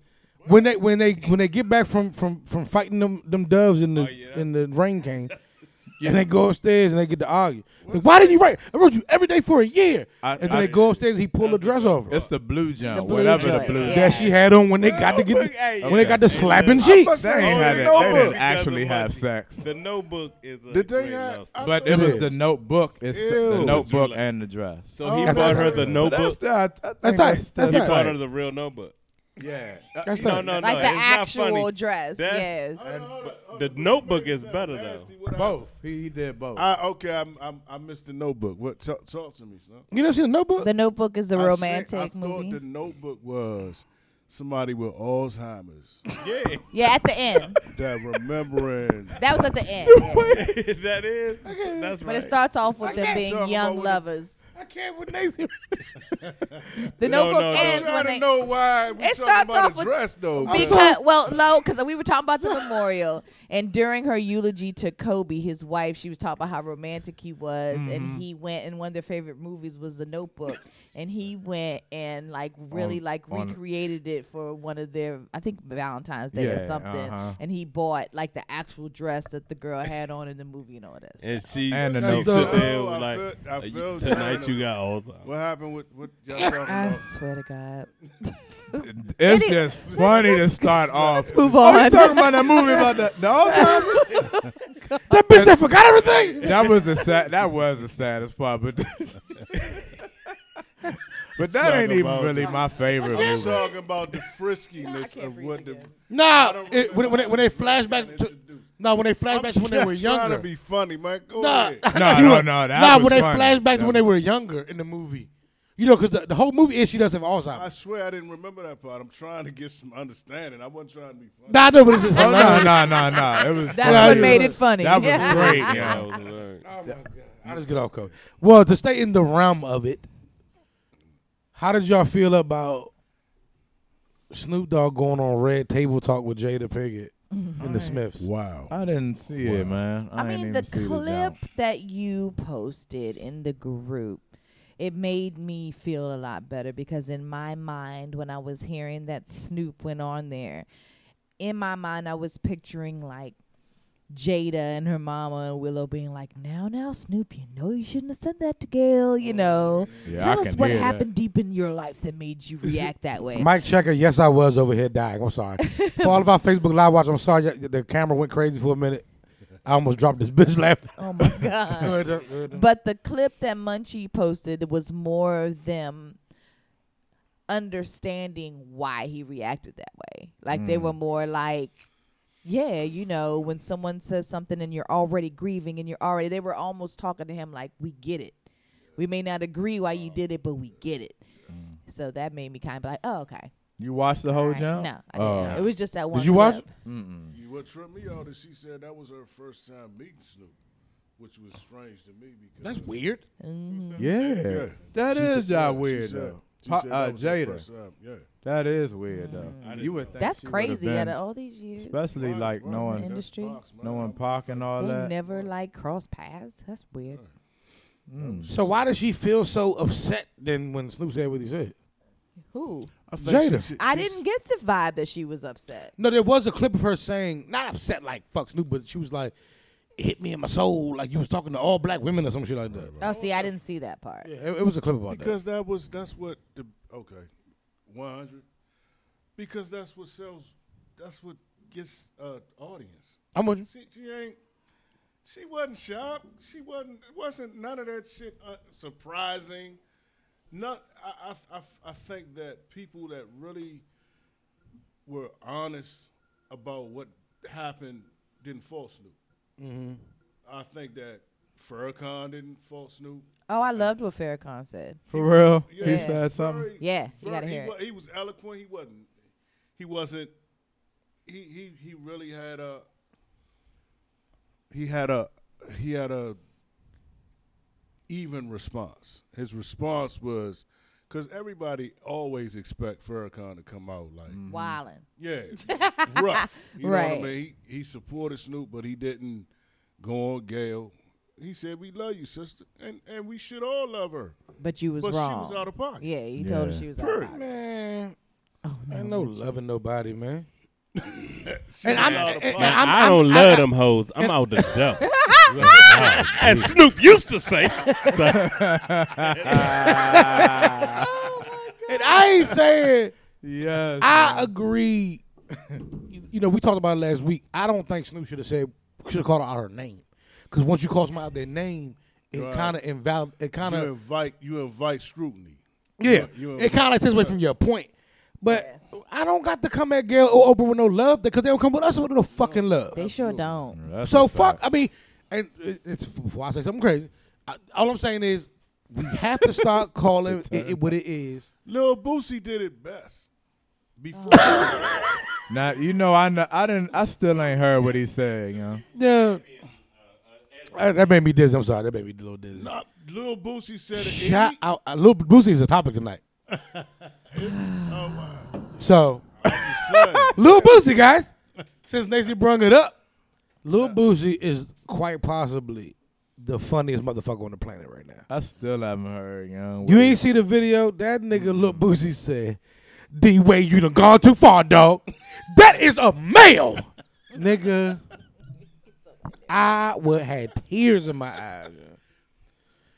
A: When they when they when they get back from from from fighting them them doves in the
D: Oh, yeah.
A: in the rain cane, and they go upstairs and they get to argue. Like, Why didn't you write? I wrote you every day for a year,
C: I-
A: and then
C: I-
A: they go upstairs. He pull a dress over. her
C: it's the blue jump,
B: The blue
C: whatever the
B: joint,
C: blue.
B: yeah.
A: that she had on when they got to get
D: Notebook, hey,
A: when they got to
D: yeah.
A: slapping
D: I
A: cheeks.
C: They ain't
E: Oh,
C: had
E: the
C: it. They
E: notebook.
C: didn't actually have sex.
D: The notebook is a
E: Did they
D: great
E: have-
D: love
E: I-
D: story.
C: But it was
A: Yes.
C: the notebook. It's
E: Ew.
C: the notebook
D: July.
C: and the dress.
D: So he
E: Oh,
D: bought her
E: that's-
D: the notebook.
C: That's
A: That's tight. That's
D: He
A: tight.
D: bought her the real notebook.
E: Yeah.
A: That's
D: No,
A: not-
D: no, no.
B: like the
D: it's not funny.
B: actual dress.
D: That's-
B: yes.
E: Hold on, hold on,
D: but
E: hold
D: the
E: on. Wait a
D: notebook
E: minute,
D: is
E: that
D: better,
E: nasty,
D: though.
E: what I-
C: Both. He, he did both.
E: I, okay, I'm, I'm, I missed the notebook. What? Talk, talk to me, son.
A: You never seen the Notebook?
B: The Notebook is a
E: I said-
B: romantic
E: I
B: movie.
E: thought the notebook was somebody with Alzheimer's
D: Yeah,
B: yeah, at the end.
E: that remembering.
B: That was at the end. yeah.
D: that is. That's right.
B: But it starts off with them
E: sure
B: being
E: I'm
B: young
E: going with
B: lovers.
A: I can't with Nancy.
B: The
D: No,
B: Notebook
D: no, no.
E: I'm
B: ends
E: trying
B: when
E: to
B: they
E: know why we
B: It
E: talking
B: starts
E: about
B: off
E: a
B: with-
E: dress though. man.
B: Because well, no, because we were talking about the memorial, and during her eulogy to Kobe, his wife, she was talking about how romantic he was,
C: Mm-hmm.
B: and he went. And one of their favorite movies was The Notebook, and he went and like really
C: On-
B: like
C: on-
B: recreated it for one of their, I think Valentine's Day or
C: Yeah,
B: something.
C: uh-huh.
B: And he bought like the actual dress that the girl had on in the movie and all that. stuff.
D: And she,
C: And the
D: she
C: notebook.
D: sit there
E: Oh, I
D: like,
E: feel- I
D: "Uh, you-
E: feel
D: tonight
E: that.
D: you got all the.
E: what happened with what y'all talking
B: I
E: about?
B: swear to God.
C: it's
B: it is-
C: just funny to start off.
B: Move
C: Oh, you
B: on.
C: talking about that movie about the, the Alzheimer's?
A: That bitch that forgot everything.
C: that was the sad. That was the saddest part, but but that
E: Talk
C: ain't even
E: about
C: really
E: it.
C: my favorite
E: I'm
C: movie.
E: talking about the friskiness of what the.
A: Nah,
E: don't
A: it, when, when they, when they flashback to no, when they flashback to when they
E: I'm
A: were
E: trying
A: younger.
E: to be funny, man. Go
A: Nah,
E: ahead.
C: No,
A: you
C: no,
A: know-
C: no, that
A: nah,
C: was
A: when they
C: funny.
A: flash back
C: That
A: to when they
C: was-
A: were younger in the movie, you know, because the, the whole movie is she doesn't have
E: I
A: Alzheimer's.
E: swear I didn't remember that part. I'm trying to get some understanding. I wasn't trying to be funny.
A: Nah, I know, but it's just
C: Oh no,
A: hilarious.
C: no, no, no! It was.
B: That's
A: Nah,
B: what
A: you-
B: made it funny.
C: That was great.
D: Yeah,
C: Yeah.
D: that was hilarious.
A: Oh my god, I just get off coach. Well, to stay in the realm of it, how did y'all feel about Snoop Dogg going on Red Table Talk with Jada Pinkett
E: Mm-hmm.
A: and the Smiths?
E: Wow.
C: I didn't see it, man. I,
B: I,
C: ain't
B: mean, the
C: even see
B: clip
C: jump.
B: that you posted in the group, it made me feel a lot better because in my mind, when I was hearing that Snoop went on there, in my mind, I was picturing like Jada and her mama and Willow being like, "Now, now, Snoop, you know you shouldn't have said that to Gail. You know,
C: Mm. Yeah,
B: tell
C: I
B: us
C: can
B: what
C: hear that.
B: happened deep in your life that made you react that way."
A: Mike Checker, yes, I was over here dying. I'm sorry. For all of our Facebook live watch, I'm sorry y- the camera went crazy for a minute. I almost dropped this bitch laughing.
B: oh my god.
E: Uh-huh.
C: Mm.
A: But
B: But the clip that Munchie posted was more of them understanding why he reacted that way. Like
C: Mm.
B: they were more like, yeah, you know, when someone says something and you're already grieving and you're already, they were almost talking to him like, we get it. We may not agree why you did it, but we get it.
C: Mm.
B: So that made me kind of like, oh, okay.
C: You watched the whole
B: All right.
C: jump? Oh,
B: No, I didn't. It was just that one.
A: you watch
B: clip.
E: You- What tripped me out is she said that was her first time meeting Snoop, which was strange to me because
A: that's weird.
C: yeah. That
E: She
C: is
E: said-
C: y'all
E: yeah,
C: weird
E: she said-
C: though.
E: she
C: Pa-
E: said
C: uh,
E: that was her first
C: Jada,
E: time, Yeah.
C: that is weird though. You would think
B: That's
C: she would've
B: crazy.
C: been-
B: Out of all these years,
C: especially
E: Right,
C: like
E: right.
C: knowing
E: That's
B: Industry?
E: Fox, man.
C: knowing Pac and all
B: they
C: that.
B: never like cross paths. That's weird.
A: So why does she feel so upset then when Snoop said what he said?
B: Who?
E: I think she-
A: Jada.
E: she-
B: I
E: she-
B: didn't get the vibe that she was upset.
A: No, there was a clip of her saying, not upset like fuck Snoop, but she was like, it hit me in my soul, like you was talking to all black women or some shit like that.
B: Oh, see, I didn't see that part.
A: Yeah, it, it was a clip about
E: Because that was that's what the okay, one hundred. Because that's what sells. That's what gets uh, audience.
A: that. I'm with you.
E: She, she ain't. She wasn't shocked. She wasn't. It wasn't none of that shit uh, surprising. Not. I, I, I. I think that people that really were honest about what happened didn't fault Snoop. I think that Farrakhan didn't fault Snoop.
B: Oh, I loved what Farrakhan said.
C: For real, he
B: Yeah.
C: said something.
E: Very-
B: Yeah, you
E: very-
B: gotta hear
E: he,
B: it.
E: wa- he was eloquent. He wasn't. He wasn't. He he he really had a. He had a he had a even response. His response was because everybody always expect Farrakhan to come out like
B: Mm. Wildin'.
E: yeah, rough. You know what
B: Right.
E: I mean? He, he supported Snoop, but he didn't go on Gail. He said, "We love you, sister," and and we should all love her.
B: But you was
E: but
B: wrong.
E: she was out of pocket.
B: Yeah, you told her
C: Yeah.
B: she was out
E: Period.
B: of pocket.
A: Man,
B: Oh, no.
A: ain't no loving nobody, man.
E: She
A: And
E: was
A: I'm,
E: out
A: and,
E: of
A: and
E: pocket.
A: I'm,
D: I don't
A: I'm-
D: love
A: I-
D: them hoes. I'm out the devil. As Snoop used to say.
A: And I ain't saying
C: Yes.
A: I agree. you, you know, we talked about it last week. I don't think Snoop should have said should have called her out her name, because once you call somebody out their name, it
E: Right.
A: kind of invalid. It kind
E: you
A: of
E: invite you invite scrutiny.
A: yeah.
E: you-
A: it kind of takes away from your point. But I don't got to come at Gail or Oprah with no love because they don't come with us with no fucking love.
B: They sure don't.
C: That's
A: So
C: a
A: fuck.
C: fact.
A: I mean, and it- it's before I say something crazy. I, all I'm saying is we have to start calling it, it what it is.
E: Lil Boosie did it best. Before
A: Uh.
C: Now you know I kn- I didn't I still ain't heard what he said. You know.
A: Yeah. Uh, that made me dizzy. I'm sorry. That made me a little dizzy.
E: Nah, Lil Boosie said it.
A: Shout
E: and
A: out, uh, Lil Boosie is a topic tonight.
B: Oh,
A: So,
E: he said it.
A: Lil Boosie, guys, since Nancy brung it up, Lil Boosie is quite possibly the funniest motherfucker on the planet right now.
C: I still haven't heard. You know.
A: You ain't see the video? That nigga Lil Boosie said, D Way, you done gone too far, dog. That is a male. nigga, I would have tears in my eyes.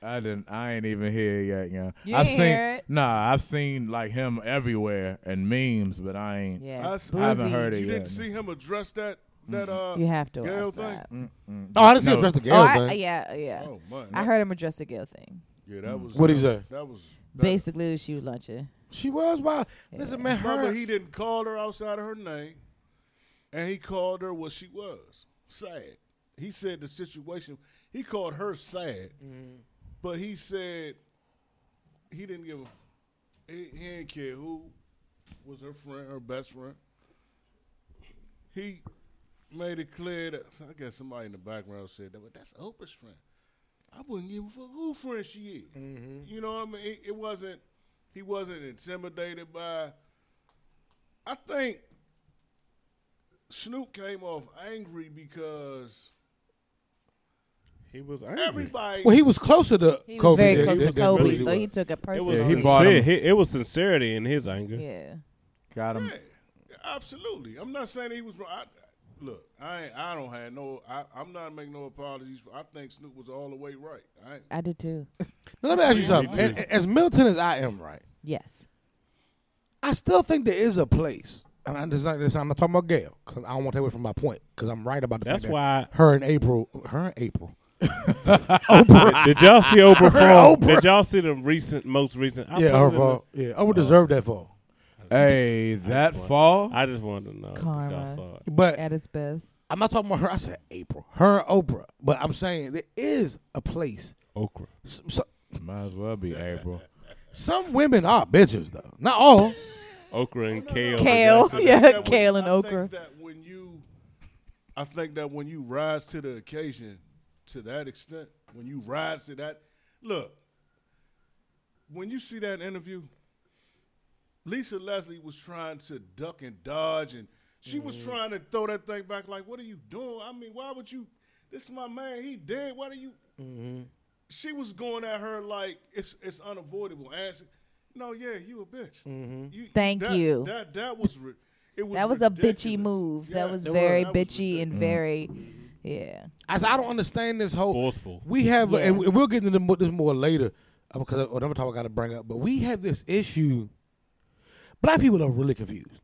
C: I didn't. I ain't even hear it yet. You know.
B: You
C: I
B: ain't
C: seen.
B: hear it?
C: Nah, I've seen like him everywhere and memes, but I ain't.
B: Yeah.
E: I s-
C: I haven't
B: Boozy,
C: heard it
E: You
C: yet.
E: didn't see him address that that uh
B: Mm-hmm. You have to.
E: Gayle
B: watch
E: thing.
B: that.
A: Oh, I didn't see
C: No.
A: him dress the
B: Oh,
A: girl,
B: I,
A: thing.
B: yeah, yeah.
E: Oh man.
B: I heard him address the Gail thing.
E: yeah, that was
A: Mm. What'd
E: that
A: he
E: was-
A: say?
E: That was that-
B: Basically, she was lunching.
A: She was wild. Listen, man, her.
E: Remember, he didn't call her outside of her name, and he called her what she was sad. He said the situation, he called her sad, but he said he didn't give a, he, he didn't care who was her friend, her best friend. He made it clear that, I guess somebody in the background said that, but that's Oprah's friend. I wouldn't give a fuck who friend she is. You know what I mean? It, it wasn't, he wasn't intimidated by, I think Snoop came off angry because
D: He was
E: everybody.
A: Well, he was closer to
B: He was
A: Kobe.
B: very
A: than-
B: close to
A: than- than
B: Kobe,
A: Boosie
B: so
A: was.
B: he took it
D: It
B: personal.
D: was,
C: Yeah, he
D: sincere.
C: bought him.
D: He- it was sincerity in his anger.
B: yeah.
C: Got him.
E: Yeah, absolutely. I'm not saying he was wrong. I, look, I ain't, I don't have no. I, I'm not making no apologies. For, I think Snoop was all the way right. I ain't,
B: I did too.
A: Now, let me ask you something. As, as Milton as I am, right?
B: Yes.
A: I still think there is a place. And I'm, just, like this, I'm not talking about Gail because I don't want to take away from my point because I'm right about the
D: That's
A: fact
D: why-
A: that her and April, her and April.
D: Did y'all see Oprah perform?
A: Oprah.
D: Did y'all see the recent, most recent? I
A: yeah, her
D: posted it.
A: fault. Yeah, Oprah deserved that fault.
C: Hey, that fall.
D: I just wanted to know. if Y'all
B: Karma.
D: saw it.
A: But
B: At its best.
A: I'm not talking about her. I said April, her and Oprah. But I'm saying there is a place.
D: Okra.
A: S- so-
C: Might as well be April.
A: some women are bitches though. Not all.
D: Okra and kale.
B: Kale.
D: Did y'all see that?
B: Yeah,
E: that was-
B: kale and
E: I
B: okra.
E: Think that when you, I think that when you rise to the occasion, to that extent, when you rise to that, look. When you see that interview, Lisa Leslie was trying to duck and dodge, and she was trying to throw that thing back. Like, what are you doing? I mean, why would you? This is my man. He dead. Why do you? She was going at her like it's it's unavoidable. As no, yeah, you a bitch. You,
B: Thank
E: that-
B: you.
E: That that was ri- it was
B: That was a bitchy
E: ridiculous.
B: move.
E: Yeah,
B: that was
E: it
B: very
E: that was
B: bitchy and
D: Mm.
B: very, yeah.
A: As I don't understand this whole
D: Forceful.
A: We have,
B: Yeah.
A: and we'll get into mo- this more later uh, because I- another topic I got to bring up. But we have this issue. Black people are really confused,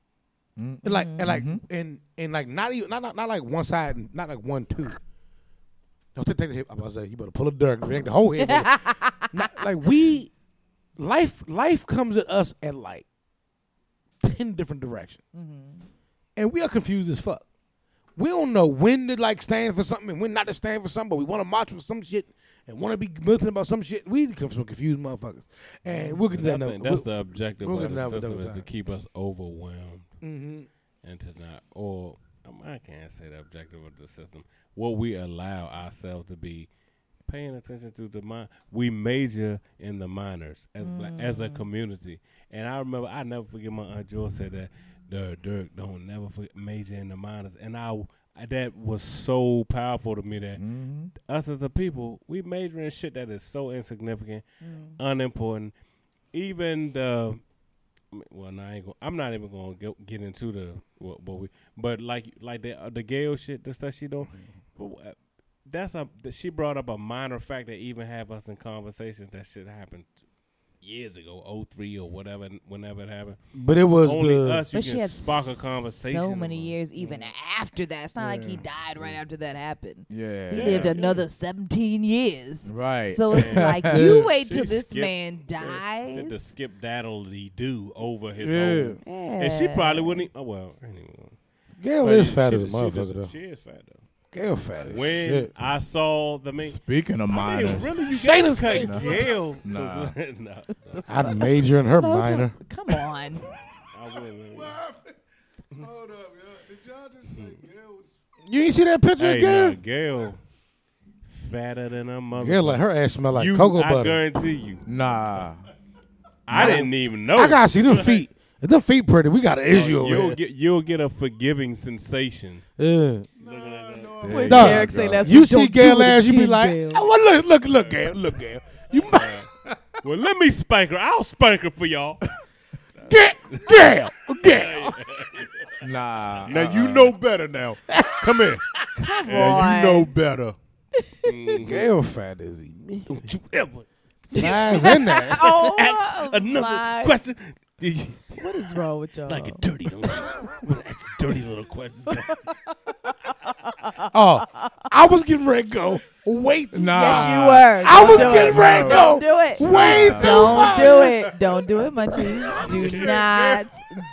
A: and like and like and and like not even not, not not like one side, and not like one two. Don't take the hip. I was like, you better pull a dirk, drink the whole head. not, like we, life life comes at us at like ten different directions, and we are confused as fuck. We don't know when to like stand for something and when not to stand for something, but we want to march for some shit and want to be militant about some shit. We come from confused motherfuckers, and we'll get to that.
D: And I think
A: another-
D: that's
A: we'll-
D: the objective
A: we'll get
D: of
A: to
D: the
A: that with
D: system
A: those
D: is to
A: times.
D: keep us overwhelmed and to not, or um, I can't say the objective of the system. What we allow ourselves to be paying attention to the mind, we major in the minors as black, as a community. And I remember, I never forget my aunt Joy said that the Dirk don't never forget, major in the minors, and I I- that was so powerful to me that
C: Mm-hmm.
D: us as a people, we major in shit that is so insignificant,
E: Mm.
D: unimportant. Even the well, no, I ain't gonna, I'm not even gonna get, get into the what, what we, but like like the uh, the Gail shit, the stuff she do. But wha- that's a that she brought up a minor fact that even have us in conversations that shit happened years ago, 03 or whatever, whenever it happened.
A: But it was
D: Only
A: the
D: us you
B: But
D: can
B: she had
D: spark a conversation.
B: so many
D: about.
B: years even after that. It's not like he died right after that happened. He
C: Yeah.
B: lived another 17 years.
C: Right.
B: So it's like you
D: Yeah.
B: wait till
D: She
B: this
D: skipped
B: man
D: Did the
B: dies.
D: skip daddly do over his
A: Yeah.
D: own.
B: Yeah.
D: And she probably wouldn't. e- Oh well, anyway.
A: Gail
D: But
A: is fat
D: she-
A: as a
D: she-
A: motherfucker though.
D: She is fat though.
A: Gail fat as
D: When
A: shit.
D: I saw the main,
C: Speaking of
D: I mean,
C: minors,
D: really, you
A: Shane
D: gotta
A: is
D: cut
A: fake.
D: Gail.
C: Nah.
D: So- nah.
A: I'd major in her
B: Hello,
A: minor.
B: Tom- Come on.
D: I wouldn't.
E: What happened? Hold up, y'all. Did y'all just say Gail was
A: You ain't see that picture
D: Hey,
A: of Gail?
D: nah, Gail, fatter than a mother.
A: Gail, like her ass smell like
D: you,
A: cocoa
D: I
A: butter.
D: guarantee you.
C: nah.
D: I didn't even know.
A: I gotta see them feet. If them feet pretty, we got an issue over
D: You'll
A: here.
D: get you'll get a forgiving sensation.
A: Yeah.
C: There
A: Dog.
C: you
A: Derek
C: go.
A: You see Gail ass, you be like, oh, well, look, look, look, Gail, look, Gail. You might
D: Well, let me spank her. I'll spank her for y'all.
A: get Gail, Gail.
C: nah.
E: Now you know better now. Come in.
B: Come
E: Now
B: on.
E: you know better.
A: Gail fat is he?
D: Don't you ever
A: Thighs in there.
B: oh,
D: another
B: my.
D: question. Did you
B: What is wrong with y'all?
D: like it dirty, don't you? Well, that's dirty little questions.
A: Oh, I was getting ready to go. Wait,
C: Nah.
B: yes, you were.
A: Ah. I
B: Don't
A: was
B: do
A: getting
B: it.
A: ready to
B: Don't
A: go.
B: do it.
A: Way too
B: Don't
A: far.
B: do it. Don't do it, Munchie. Do not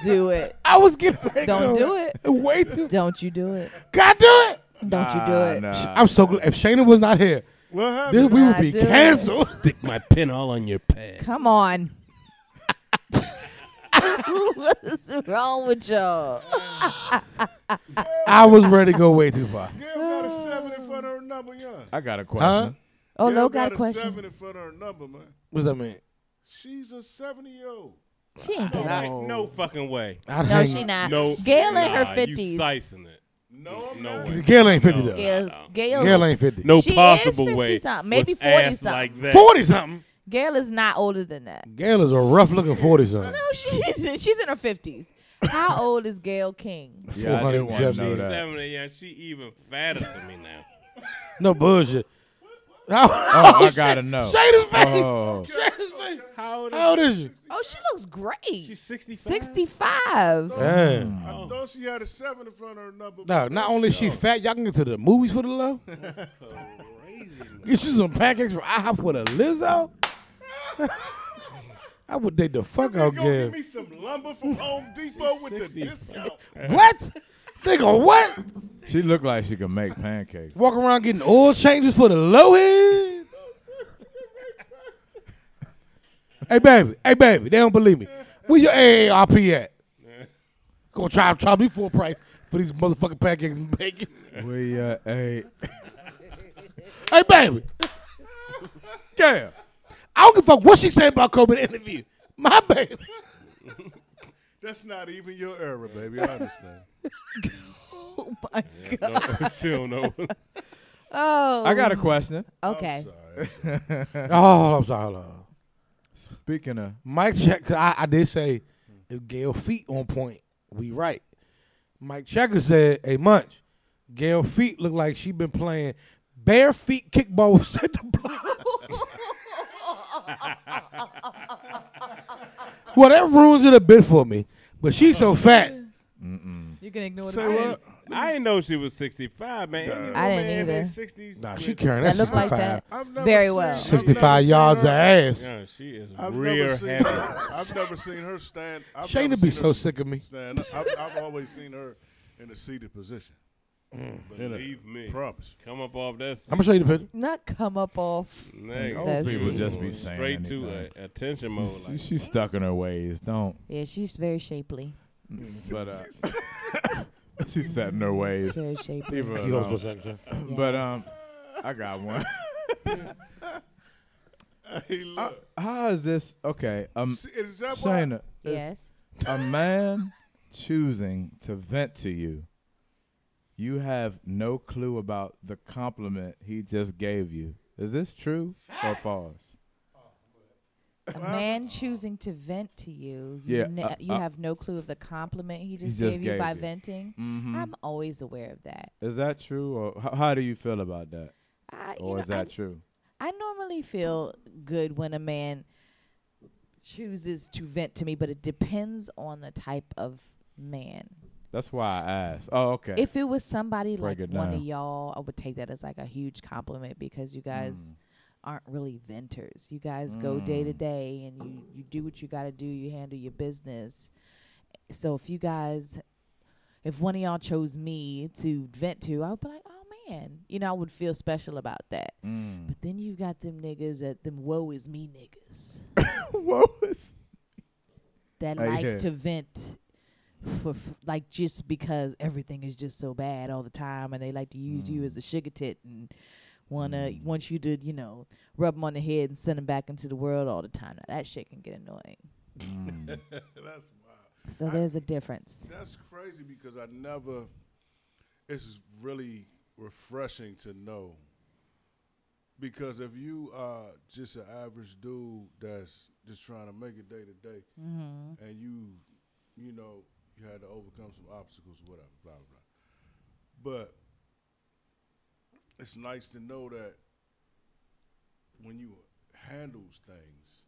B: do it.
A: I was getting ready to
B: Don't
A: go.
B: do it.
A: Way too.
B: Don't you do it.
A: God do it.
B: Don't you do
A: Ah,
B: it.
C: Nah.
A: I'm so glad. If Shana was not here,
D: what
A: this, we would
B: Nah,
A: be
B: do it.
A: canceled.
D: Stick my pin all on your pad.
B: Come on. what is wrong with y'all?
A: I was ready to go way too far.
E: Gail got a seven in front of her number, young.
C: I got a
A: Huh?
C: question.
B: Oh,
E: Gail
B: no, got a
E: seven
B: question.
E: in front of her number, man.
A: What's that mean?
E: She's a 70 year old.
B: She ain't that old.
D: No fucking way.
A: I
B: No, she not.
D: No.
B: Gail in her
D: nah, You
B: 50s.
D: slicing it.
E: No, I'm
D: No
E: not.
D: way.
A: Gail ain't fifty though.
B: Gail, Gail,
A: Gail ain't fifty.
D: No
B: She is
D: possible way.
B: 50-something, maybe
D: with ass
B: 40-something.
D: Like that.
A: forty something.
B: Gail is not older than that.
A: Gail is a rough looking forty something.
B: No, she, she's in her 50s. How old is Gail King?
C: Yeah, I didn't want to know
A: 470.
C: that.
D: 70, yeah, she even fatter than me now.
A: No bullshit.
C: Oh, I gotta know.
A: Shada's face.
C: Oh.
A: Shada's face.
D: How old is
A: How old is she?
B: Oh, she looks great.
D: she? 65?
B: 65.
C: Mm.
A: Damn.
E: I thought she had a seven in front of her number.
A: No,
E: but
A: not only is she fat, y'all can get to the movies for the low. Get you some pancakes from IHOP for the Lizzo. I would date the fuck
E: They
A: out
E: gonna
A: Gail.
E: give me some lumber from Home Depot with the discount.
A: What? They gonna what?
C: She looked like she could make pancakes.
A: Walk around getting oil changes for the low end. hey baby, hey baby, they don't believe me. Where your AARP at? Gonna try try me full price for these motherfucking pancakes and bacon.
C: We uh, hey,
A: hey baby,
C: yeah.
A: I don't give a fuck what she said about Kobe in the interview. My baby.
E: That's not even your era, baby. I understand.
B: Oh, my God.
D: No, she don't know.
B: Oh,
C: I got a question.
B: okay.
A: Oh, I'm sorry. hold on.
C: Speaking of,
A: Mike check. 'cause I, I did say if Gail feet on point, we right. Mike Checker said a munch. Gail feet look like she been playing bare feet kickball with Santa Claus. well, that ruins it a bit for me. But she's so fat.
B: You can ignore
D: I, didn't, I didn't know she was 65, man. Any
B: I didn't
D: woman in
B: either.
D: their 60s,
A: Nah,
D: with-
A: she carrying that,
B: That looks
A: 65,
B: like that
E: I've never
B: very
E: seen-
B: well.
E: I've
A: 65
E: never
A: yards
E: seen
A: of
E: her-
A: ass.
D: Yeah, she is
E: I've
D: rear
E: never seen her.
D: heavy.
E: I've never seen her stand. I've never
A: Shayna be
E: seen
A: so
E: her
A: sick of me.
E: Stand. up. I've, I've always seen her in a seated position.
D: Believe me.
E: Promise.
D: Come up off that
A: I'm gonna show you the picture.
B: Not come up off.
D: neck.
C: Old
B: That's-
C: people just be saying
D: straight to
C: anything.
D: a, attention mode.
C: She-
D: Like,
C: she's stuck in her ways. Don't.
B: Yeah, she's very shapely.
C: But uh, she's set in her ways.
B: Very shapely.
C: Leave her
A: You also
C: alone.
A: check, check.
C: But um, I got one.
E: Hey, look.
C: Uh, How is this? Okay, um,
E: See, is that why?
C: Shayna, is
B: Yes.
C: a man choosing to vent to you, You have no clue about the compliment he just gave you. Is this true or false?
B: A man choosing to vent to you, you,
C: Yeah,
B: ne-
C: uh,
B: you
C: uh,
B: have no clue of the compliment he just,
C: just
B: gave, you
C: gave
B: by
C: you.
B: venting.
C: Mm-hmm.
B: I'm always aware of that.
C: Is that true or how, how do you feel about that?
B: I, you
C: Or
B: know,
C: is that
B: I,
C: true?
B: I normally feel good when a man chooses to vent to me, but it depends on the type of man.
C: That's why I asked. Oh, okay.
B: If it was somebody
C: Break
B: like
C: it
B: one of
C: down.
B: y'all, I would take that as like a huge compliment because you
C: Mm.
B: guys aren't really venters. You guys go day to day and you, you do what you got to do, you handle your business. So if you guys, if one of y'all chose me to vent to, I would be like, oh man, you know, I would feel special about that.
C: Mm.
B: But then you've got them niggas that them woe is me niggas that
C: Oh,
B: like
C: yeah.
B: to vent for f- like just because everything is just so bad all the time, and they like to use
E: Mm.
B: you as a sugar tit and wanna want you to you know rub them on the head and send them back into the world all the time. Now, that shit can get annoying.
E: That's wild.
B: So there's a difference.
E: That's crazy because I never. It's really refreshing to know. Because if you are just an average dude that's just trying to make it day to day, and you, you know, you had to overcome some obstacles, whatever, blah blah. blah. But it's nice to know that when you handles things,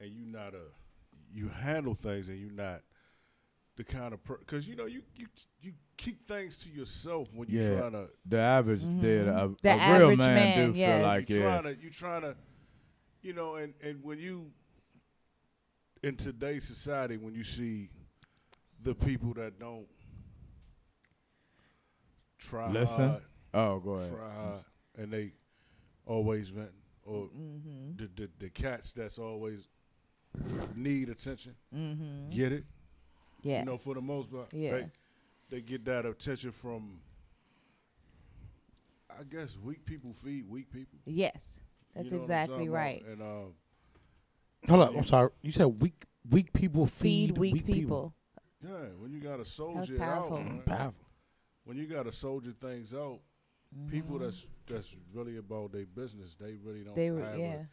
E: and you not a, you handle things, and you not the kind of because you know you you you keep things to yourself when you
C: Yeah.
E: trying to
C: The average did a,
B: Mm-hmm. The
C: a real
B: average
C: man,
B: man,
C: do
B: yes.
C: feel like
E: you
C: yeah.
E: trying to you trying to you know and and when you in today's society when you see the people that don't try
C: Listen.
E: hard,
C: Oh, go ahead.
E: try hard and they always vent or
B: Mm-hmm.
E: the, the the cats that's always need attention get it
B: Mm-hmm. Yeah.
E: you know for the most part
B: Yeah.
E: they, they get that attention from i guess weak people feed weak people
B: Yes, that's
E: you know what I'm
B: exactly
E: talking
B: right.
E: about? And um,
A: Hold up. I'm sorry. You said weak weak people feed,
B: Feed, weak, people.
E: yeah, when you got a soldier it
B: powerful.
E: out, man.
A: Powerful.
E: when you got a soldier things out, people that's that's really about their business, they really don't
B: Mm-hmm. They were
E: have
B: yeah.
E: an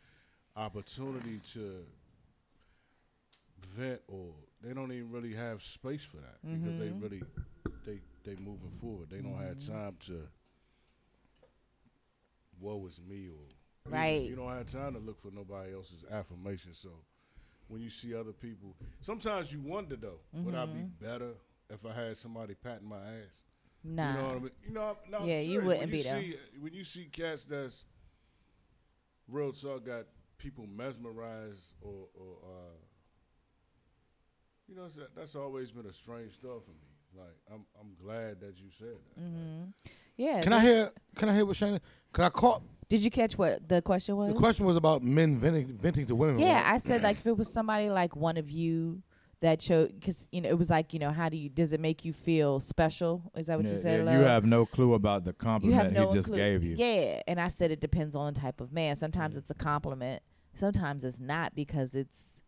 E: opportunity to vent or they don't even really have space for that because they really they they moving forward. They don't have time to woe is me or you know,
B: Right.
E: You don't have time to look for nobody else's affirmation. So when you see other people, sometimes you wonder though, would I be better if I had somebody patting my ass?
B: Nah.
E: You know what I mean? You know, no, I'm
B: Yeah, you
E: serious.
B: wouldn't
E: when
B: be, though.
E: see, When you see cats that's real talk got people mesmerized or, or uh, you know, that, that's always been a strange thought for me. Like, I'm I'm glad that you said that. Like,
B: Mm-hmm. Yeah.
A: Can I
B: that's-
A: hear? Can I hear what Shana? Cause I caught.
B: Did you catch what the question was?
A: The question was about men venting, venting to women.
B: Yeah, I said like if it was somebody like one of you that chose, because you know it was like you know how do you does it make you feel special? Is that what you
C: Yeah,
B: said?
C: yeah,
B: love?
C: you have no clue about the
B: You
C: compliment
B: have no
C: he just
B: clue.
C: gave you.
B: Yeah, and I said it depends on the type of man. Sometimes it's a compliment, sometimes it's not because it's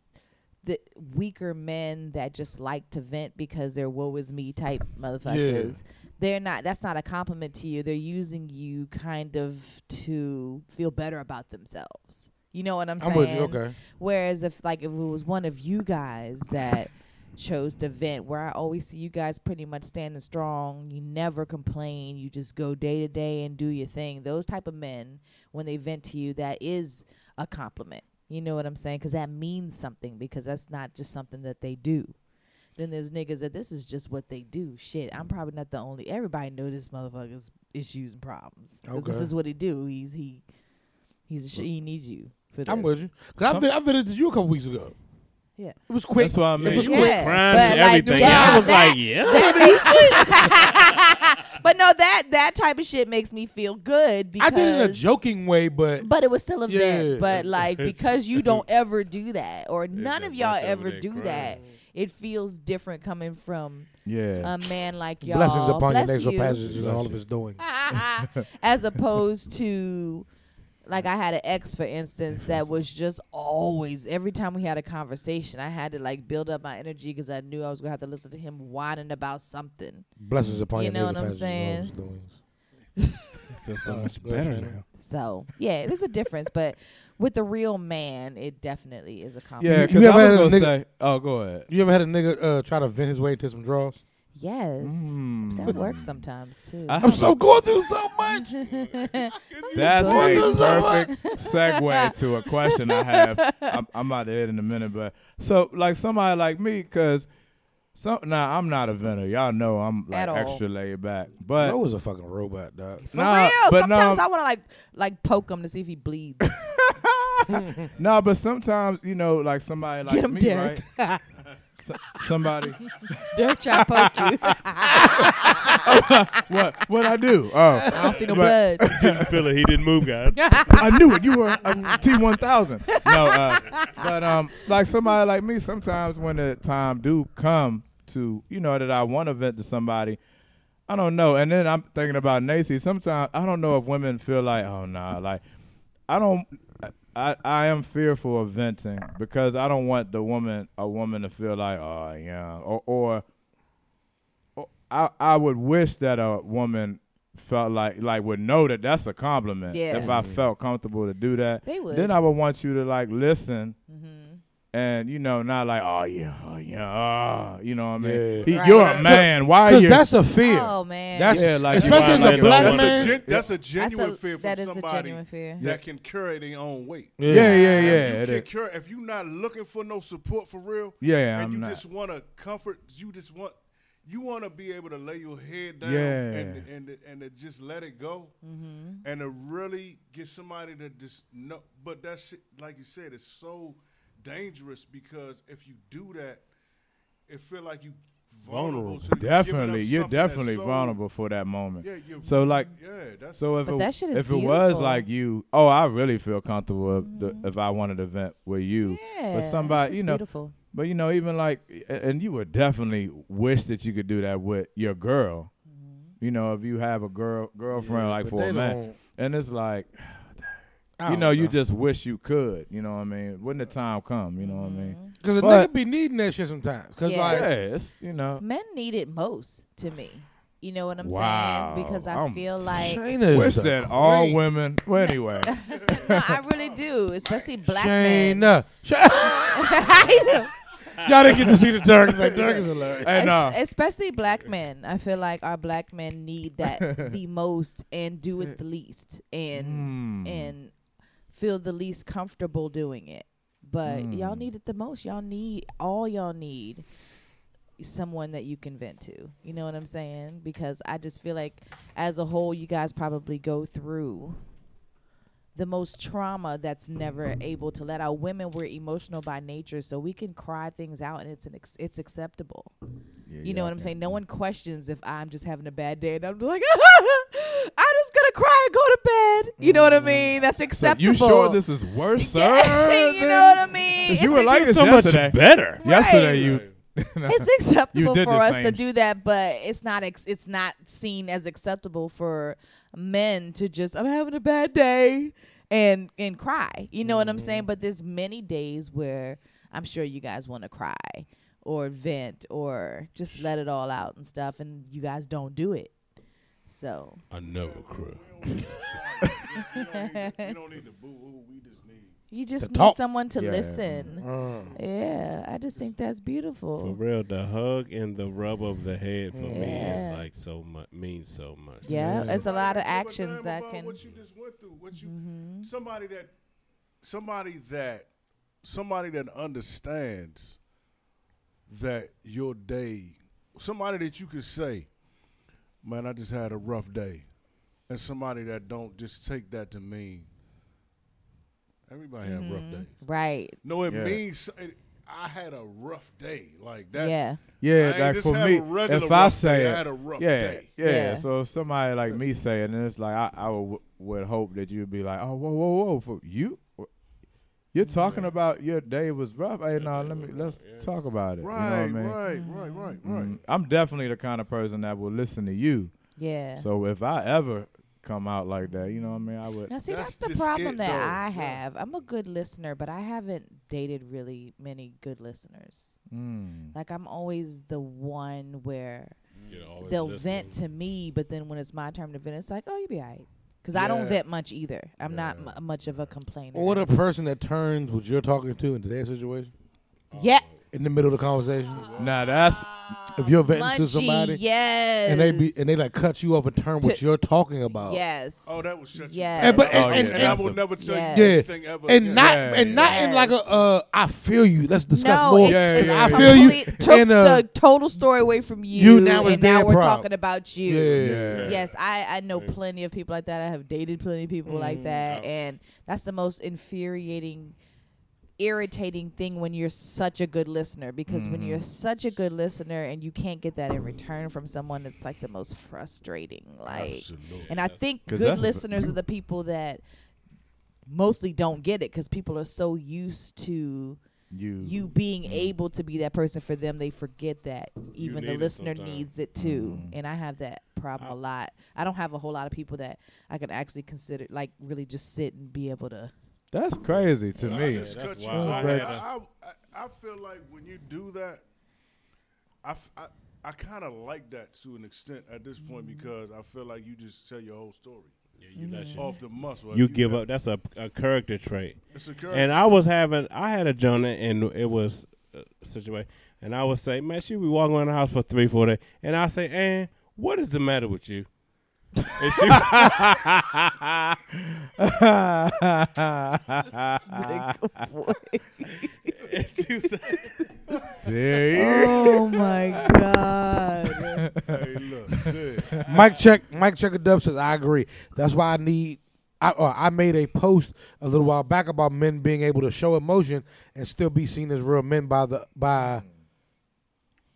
B: the weaker men that just like to vent because they're woe is me type motherfuckers. They're not. That's not a compliment to you. They're using you kind of to feel better about themselves. You know what I'm saying?
A: I'm with you. Okay.
B: Whereas if like if it was one of you guys that chose to vent, where I always see you guys pretty much standing strong, you never complain, you just go day to day and do your thing. Those type of men, when they vent to you, that is a compliment. You know what I'm saying? Because that means something. Because that's not just something that they do. Then there's niggas that this is just what they do. Shit, I'm probably not the only. Everybody know this motherfucker's issues and problems. 'Cause This
A: Okay.
B: is what he do. He's he, he's a sh- he needs you for this.
A: I'm with you. Cause I, vid- I visited you a couple weeks ago.
B: Yeah.
A: It was quick.
C: That's what I mean.
A: It was
D: You
A: quick.
D: were
B: Yeah,
D: crimes
B: but
D: and
B: like,
D: everything.
B: yeah,
D: I was
B: that-
D: like, yeah.
B: That makes- but no, that that type of shit makes me feel good
A: I
B: because.
A: did it in a joking way, but
B: but it was still a
A: Yeah,
B: vent.
A: yeah,
B: But like
D: It's-
B: because you don't ever do that, or none
D: that
B: of y'all
D: voice over
B: ever
D: there
B: do
D: crying.
B: that, it feels different coming from
C: Yeah.
B: a man like y'all.
A: blessings upon
B: Bless
A: your next
B: you.
A: passages and all of his doing.
B: as opposed to Like I had an ex, for instance, that was just always every time we had a conversation, I had to like build up my energy because I knew I was gonna have to listen to him whining about something.
A: Blessings upon
B: You
A: your
B: know
A: knees and
B: what I'm
A: passages,
B: saying?
A: robes, doings.
D: Feels so much better now.
B: So yeah, there's a difference, but with the real man, it definitely is a
C: Yeah,
B: compliment.
A: You
C: because
A: ever
C: I was
A: had a
C: gonna
A: nigga-
C: say. Oh, go ahead.
A: You ever had a nigga uh, try to vent his way into some draws?
B: Yes,
C: Mm.
B: that works sometimes too.
C: I
A: I'm so going through so much.
B: Mm-hmm.
C: That's
A: What
C: a
A: is that?
C: perfect segue to a question I have. I'm, I'm out of it in a minute, but so like somebody like me, because some now I'm not a vendor. Y'all know I'm like
B: At all.
C: extra laid back,
A: I
C: but
A: was a fucking robot, dog.
B: for
C: nah,
B: real,
C: but
B: sometimes
C: nah.
B: I want to like like poke him to see if he bleeds.
C: no, but sometimes you know, like somebody like
B: Get him,
C: me,
B: Derek.
C: right? So- somebody,
B: Dirt try to poke you.
C: what what I do? Oh,
B: I don't see no
C: But-
B: blood.
D: Didn't feel it. He didn't move, guys.
C: I knew it. You were a T one thousand. No, uh, but um, like somebody like me, sometimes when the time do come to, you know, that I want to vent to somebody, I don't know. And then I'm thinking about Nacy. Sometimes I don't know if women feel like, oh nah, like I don't. I, I am fearful of venting because I don't want the woman a woman to feel like oh yeah or or I I would wish that a woman felt like like would know that that's a compliment.
B: Yeah.
C: If I felt comfortable to do that,
B: They would.
C: Then I would want you to like listen.
B: Mhm.
C: And you know, not like oh yeah, oh yeah, oh, you know what I mean.
A: Yeah.
C: He-
B: Right.
C: You're a man. Why are
A: Because
C: you?
A: that's a fear.
B: Oh man,
A: That's
C: Yeah, like,
A: especially
C: you
A: as
C: violated
A: a black
C: our-
E: That's
A: man.
E: a, gen- that's a
B: That's
E: genuine
B: a-
E: fear from
B: that is a
E: somebody
B: genuine fear.
E: that can curate their own weight.
C: yeah, yeah, yeah.
E: If
C: it
E: you
C: is.
E: can cure, if you're not looking for no support for real,
C: Yeah,
E: and
C: I'm
E: you
C: not.
E: just want to comfort, you just want, you want to be able to lay your head down
C: Yeah.
E: and and and to just let it go, and to really get somebody to just know. But that shit, like you said, is so dangerous because if you do that, it feel like you vulnerable.
D: Vulnerable.
E: to giving up
C: Definitely, you're
E: something that's
C: definitely
E: so-
C: vulnerable for that moment.
E: Yeah, you're,
C: So, like-
E: yeah, that's
C: So if
B: But
C: it,
B: that shit is
C: if it was
B: beautiful. Mm-hmm.
C: like you, oh, I really feel comfortable if, the, if I wanted to vent with you.
B: yeah,
C: but somebody,
B: shit's
C: you know,
B: beautiful.
C: but you know, even like, a- and you would definitely wish that you could do that with your girl.
B: Mm-hmm.
C: You know, if you have a girl girlfriend
A: Yeah,
C: like
A: but
C: for
A: they
C: a man,
A: don't-
C: and it's like,
A: I
C: you
A: don't
C: know, you just wish you could. You know what I mean? When the time come, you know what I mean?
B: Mm-hmm.
A: Because a
C: But-
A: nigga be needing that shit sometimes. Because
B: Yeah.
A: like,
C: Yeah, it's you know,
B: Men need it most to me. You know what I'm
C: Wow,
B: saying? Because I
C: I'm-
B: feel like
A: Shayna's
C: wish
A: a
C: that all
A: great-
C: women. Well, anyway,
B: No, I really do, especially black men.
A: Shayna. Shay- Y'all didn't get to see the Dirk. Like Dirk is hilarious.
C: and uh,
B: Es- especially black men. I feel like our black men need that the most and do it the least and
C: mm,
B: and feel the least comfortable doing it. But
C: Mm.
B: y'all need it the most. Y'all need all y'all need someone that you can vent to. You know what I'm saying? Because I just feel like as a whole you guys probably go through the most trauma that's never able to let out. Women we're emotional by nature, so we can cry things out and it's an ex- it's acceptable.
C: yeah,
B: You know
C: y'all
B: what I'm
C: can-
B: saying? No one questions if I'm just having a bad day and I'm like, I'm just gonna cry and go to bed. You know what I mean? That's
C: So
B: acceptable.
C: Mm-hmm. you sure this is worse, sir?
B: you know what I mean?
C: you were
B: ac-
C: like this
D: so much
C: yesterday.
D: better.
C: Yesterday you.
B: it's acceptable
C: did
B: for
C: the
B: us to
C: same.
B: do that, but it's not ex- it's not seen as acceptable for men to just I'm having a bad day and and cry. You know what I'm saying? But there's many days where I'm sure you guys want to cry or vent or just let it all out and stuff, and you guys don't do it. So
D: I never cry.
E: we don't need to, we don't need to boo hoo. We just need.
B: you just
A: To
B: need
A: talk.
B: someone to
C: Yeah.
B: listen. Yeah, I just think that's
D: For
B: beautiful.
D: real, the hug and the rub of the head for me
B: Yeah.
D: is like so much means so much.
B: Yeah, it's a lot of
E: Give
B: actions
E: damn
B: that
E: about
B: can. Mm-hmm.
E: What you just went through, what you somebody that somebody that somebody that understands that your day, somebody that you can say, man, I just had a rough day, and somebody that don't just take that to mean everybody had rough
B: Mm-hmm.
E: days.
B: Right.
E: No, it
C: Yeah.
E: means it, I had a rough day like that.
B: yeah.
C: Yeah,
E: ain't
C: like
E: just
C: for
E: have a
C: me,
E: regular
C: if I
E: rough
C: say
E: day,
C: it,
E: I had a rough
C: yeah,
E: day.
C: yeah,
B: Yeah.
C: So if somebody like me say it, and it's like I, I would, would hope that you'd be like, oh, whoa, whoa, whoa, for you, you're talking about your day was rough. Hey, no, let me let's talk about it.
E: Right,
C: you know what I mean?
E: right, right,
B: Mm-hmm.
E: right, right.
C: Mm, I'm definitely the kind of person that will listen to you.
B: Yeah.
C: So if I ever come out like that. You know what I mean? I would.
B: Now, see,
E: That's
B: that's, the
E: just
B: problem
E: it,
B: that
E: though.
B: I
E: Yeah.
B: have. I'm a good listener, but I haven't dated really many good listeners.
C: Mm.
B: Like, I'm always the one where
D: You know, always
B: they'll
D: listening.
B: vent to me, but then when it's my turn to vent, it's like, oh, you be all right. Because I don't
E: Yeah.
B: vent much either. I'm not
E: Yeah.
B: m- much of a complainer.
A: Or the person that turns what you're talking to into their situation
B: yeah.
A: in the middle of the conversation.
C: Now that's
A: If you're venting to
B: Munchie,
A: somebody
B: yes.
A: and they be and they like cut you off and turn what
B: To-
A: you're talking about.
B: yes.
E: Oh, that was shut you
B: Yes.
E: down.
A: And, but, and,
C: Oh, yeah,
A: and,
E: And I
A: and,
C: that's
E: will
C: a-
E: never tell
B: Yeah.
E: you
A: Yeah.
E: anything ever.
A: and
E: again.
A: not
C: Yeah.
A: and not in like a
B: Yes.
A: uh I feel you. Let's discuss
B: no,
A: more.
B: it's,
C: Yeah,
B: it's
C: yeah, yeah.
A: I feel you.
B: complete- Took
A: And, uh,
B: the total story away from you.
A: you now is
B: and now
A: their
B: we're
A: problem.
B: talking about you.
A: Yeah.
B: Yes, I, I know plenty of people like that. I have dated plenty of people like that. And that's the most infuriating, irritating thing when you're such a good listener. Because when you're such a good listener and you can't get that in return from someone, it's like the most frustrating. Like,
E: Absolutely.
B: and I think good
C: 'Cause that's-
B: listeners are the people that mostly don't get it because people are so used to
C: you.
B: you being able to be that person for them, they forget that even
D: need
B: the
D: it
B: listener
D: sometimes.
B: needs it too. And I have that problem a lot. I don't have a whole lot of people that I can actually consider, like, really just sit and be able to.
C: That's crazy to me.
E: Just cut you
D: wild.
E: off.
C: Right.
E: I, I, I feel like when you do that, I, f- I, I kind of like that to an extent at this point because I feel like you just tell your whole story
D: Yeah, you let shit-
E: off the muscle.
D: You give up. That's a, a character trait.
E: It's a curve.
D: And I was having, I had a Jonah, and it was a situation. And I would say, man, she be walking around the house for three, four days. And I say, and what is the matter with you? And she, and she was like,
C: There you
B: oh my God.
E: hey, look, yeah.
A: Mike check Mike check a dub says I agree. That's why I need. I, uh, I made a post a little while back about men being able to show emotion and still be seen as real men by the by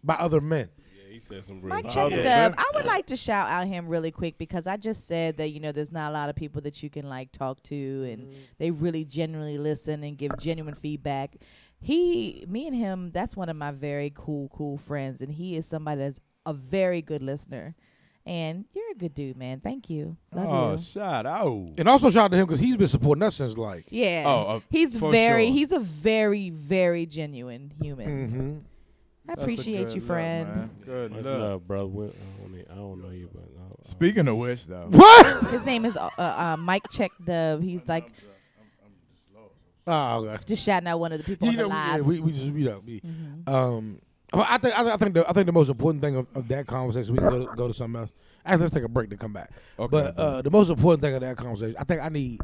A: by other men.
D: yeah, he said some real
B: Mike
D: shit.
B: Check
E: Okay.
B: Dub, I would like to shout out him really quick because I just said that, you know, there's not a lot of people that you can, like, talk to and
C: Mm.
B: they really genuinely listen and give genuine feedback. He, me and him, that's one of my very cool, cool friends. And he is somebody that's a very good listener. And you're a good dude, man. Thank you.
C: go.
B: Love
C: Oh,
B: you.
C: shout out.
A: And also shout out to him because he's been supporting us since like.
B: yeah.
C: Oh, uh,
B: he's
C: for
B: very,
C: sure. Mm.
B: he's a very, very genuine human.
A: Mm-hmm.
B: I appreciate you, friend.
C: Good
D: Much
C: love.
D: love, bro. We- I don't need- I don't know you, but I- I-
C: Speaking of which, though,
A: What?
B: His name is uh, uh, Mike Check Dub. He's like
A: Oh, okay.
B: just shouting out one of the people
A: You
B: on
A: know,
B: the
A: yeah,
B: live.
A: we, we just you know. We, um, well, I think I, think- I think the I think the most important thing of, of that conversation we can go to, go to something else. Actually, let's take a break to come back.
C: Okay.
A: But uh, the most important thing of that conversation, I think I need.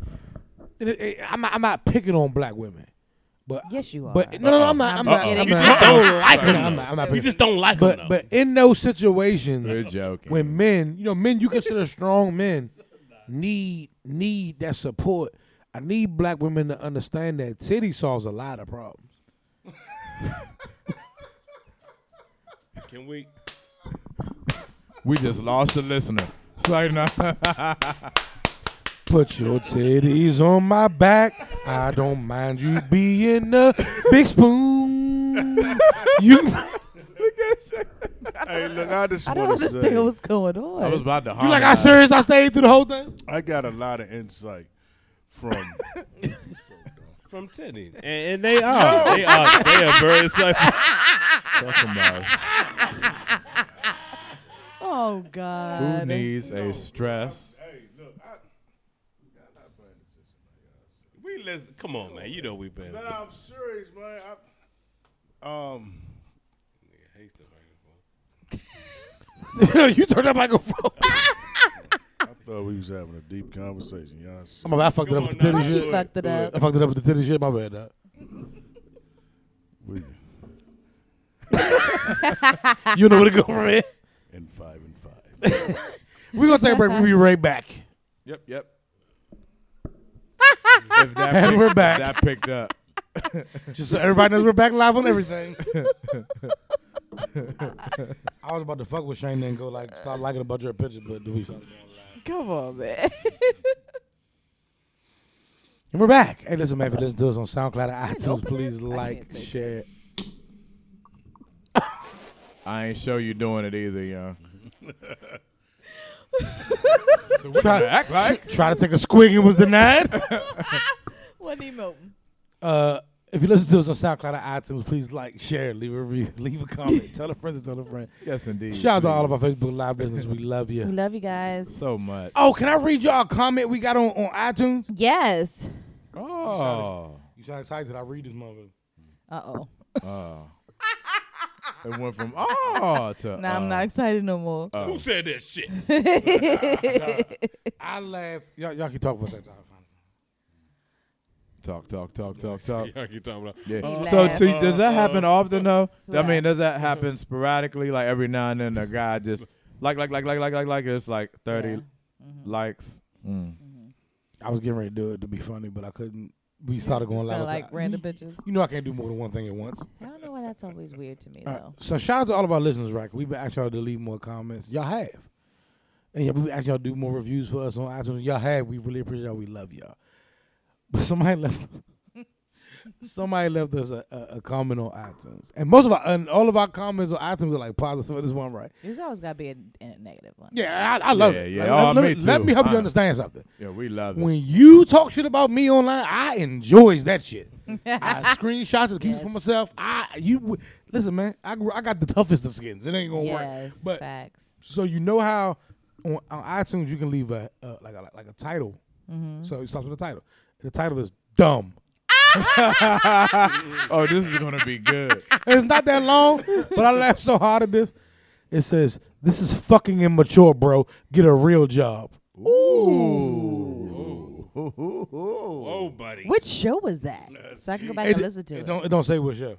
A: and it- it- I'm not, I'm not picking on black women, but
B: yes, you are.
A: but no, no, I'm not. I'm
B: I'm
A: not. I'm
B: kidding.
A: not.
B: You
A: I'm not-
D: don't like
A: I'm
D: them,
A: not- I'm
D: though.
A: not- I'm not
D: We
A: picking-
D: just don't like him,
A: But
D: though.
A: but in those
C: we're
A: situations
C: joking.
A: when men, you know, men you consider strong men need need that support. I need black women to understand that titty solves a lot of problems.
D: can we?
C: we just lost a listener. It's like, nah.
A: Put your titties on my back. I don't mind you being a big spoon. You,
E: hey, look, I just
B: I don't
E: wanna
B: understand
E: say,
B: what's going on.
C: I was about to.
A: you like I serious? I stayed through the whole thing.
E: I got a lot of insight from.
D: From Teddy. And, and they are. They are. They are very insightful.
B: oh
C: Who
B: God.
C: needs a stress?
E: hey, look, I, I'm not paying attention.
D: We listen. Come on, man. You know we better.
E: Nah, I'm serious, man. I, um,
D: Nigga hates the microphone.
A: you turned that microphone.
E: I thought we was having a deep conversation. Y'all see?
A: I'm about, I fucked it up with the
D: Come on
A: titty
B: But
D: now.
B: you
A: shit.
B: fucked it
A: I
B: up.
A: fucked it up with the titty shit. My bad. dog.
E: We-
A: You know where to go from here.
E: and five and five.
A: We're gonna take a break. We'll be right back.
C: Yep, yep. if that
A: And
C: picked-
A: we're
C: if
A: back.
C: That picked up.
A: Just so everybody knows we're back live on everything. I was about to fuck with Shane and go like stop liking about your picture, but do we? stop?
B: Come on, man.
A: And we're back. Hey, listen, man, if you listen to us on SoundCloud or
B: didn't
A: iTunes,
B: open
A: please
B: that. I
A: like,
B: can't take
A: share.
C: I ain't sure you doing it either, young.
A: try,
C: act like.
A: try to take a squig and was denied.
B: What emoting?
A: Uh, if you listen to us on SoundCloud or iTunes, please like, share, leave a review, leave a comment, tell a friend to tell a friend.
C: Yes, indeed.
A: Shout out to all of our Facebook Live business. We love
B: We
A: you.
B: love you guys.
C: so much.
A: Oh, can I read y'all a comment we got on, on iTunes?
B: Yes.
C: Oh,
A: You sound excited. I read this mother.
B: Uh oh.
C: oh. It went from oh to
B: Now I'm
C: uh. oh,
B: not excited no more.
D: Who said that shit?
A: I laugh. Y'all, y'all can talk for a second. I'll find it.
C: Talk, talk, talk, talk, talk.
D: Y'all keep talking about.
C: Yeah.
B: He
C: So,
B: laughed.
C: see, does that happen
A: Oh.
C: often though? I
B: Laugh.
C: mean, does that happen sporadically? Like every now and then, a guy just like, like, like, like, like, like, like, it's like thirty
B: Yeah. Mm-hmm.
C: likes. Mm.
A: I was getting ready to do it to be funny, but I couldn't. We started
B: Just
A: going live.
B: kinda
A: with
B: like
A: that.
B: random
A: You-
B: bitches.
A: You know I can't do more than one thing at once.
B: I don't know why that's always weird to me
A: All right.
B: though.
A: So shout out to all of our listeners, right? We've been asking y'all to leave more comments. Y'all have. And yeah, we've been asking y'all to do more reviews for us on iTunes. Y'all have. We really appreciate y'all. We love y'all. But somebody left somebody left us a, a, a comment on iTunes. And most of our and all of our comments on iTunes are like positive. This one right.
B: There's always gotta be a, a negative one.
A: Yeah, I, I love
C: Yeah,
A: it.
C: yeah.
A: Like,
C: Oh,
A: let,
C: me
A: let let
C: too.
A: me help you
C: Uh.
A: understand something.
C: Yeah, we love it.
A: When you talk shit about me online, I enjoys that shit. I screenshots and keep it for
B: Yes.
A: myself. I you w- listen, man. I grew, I got the toughest of skins. It ain't gonna work.
B: Yes.
A: But
B: facts.
A: so you know how on, on iTunes you can leave a uh, like a like a title.
B: Mm-hmm.
A: So it starts with a title. The title is dumb.
C: Oh, this is gonna be good.
A: And it's not that long, but I laughed so hard at this. It says, "This is fucking immature, bro. Get a real job."
D: Oh, buddy.
B: What show was that? So I can go back
A: It,
B: and listen to
A: it
B: it.
A: don't it don't say what show.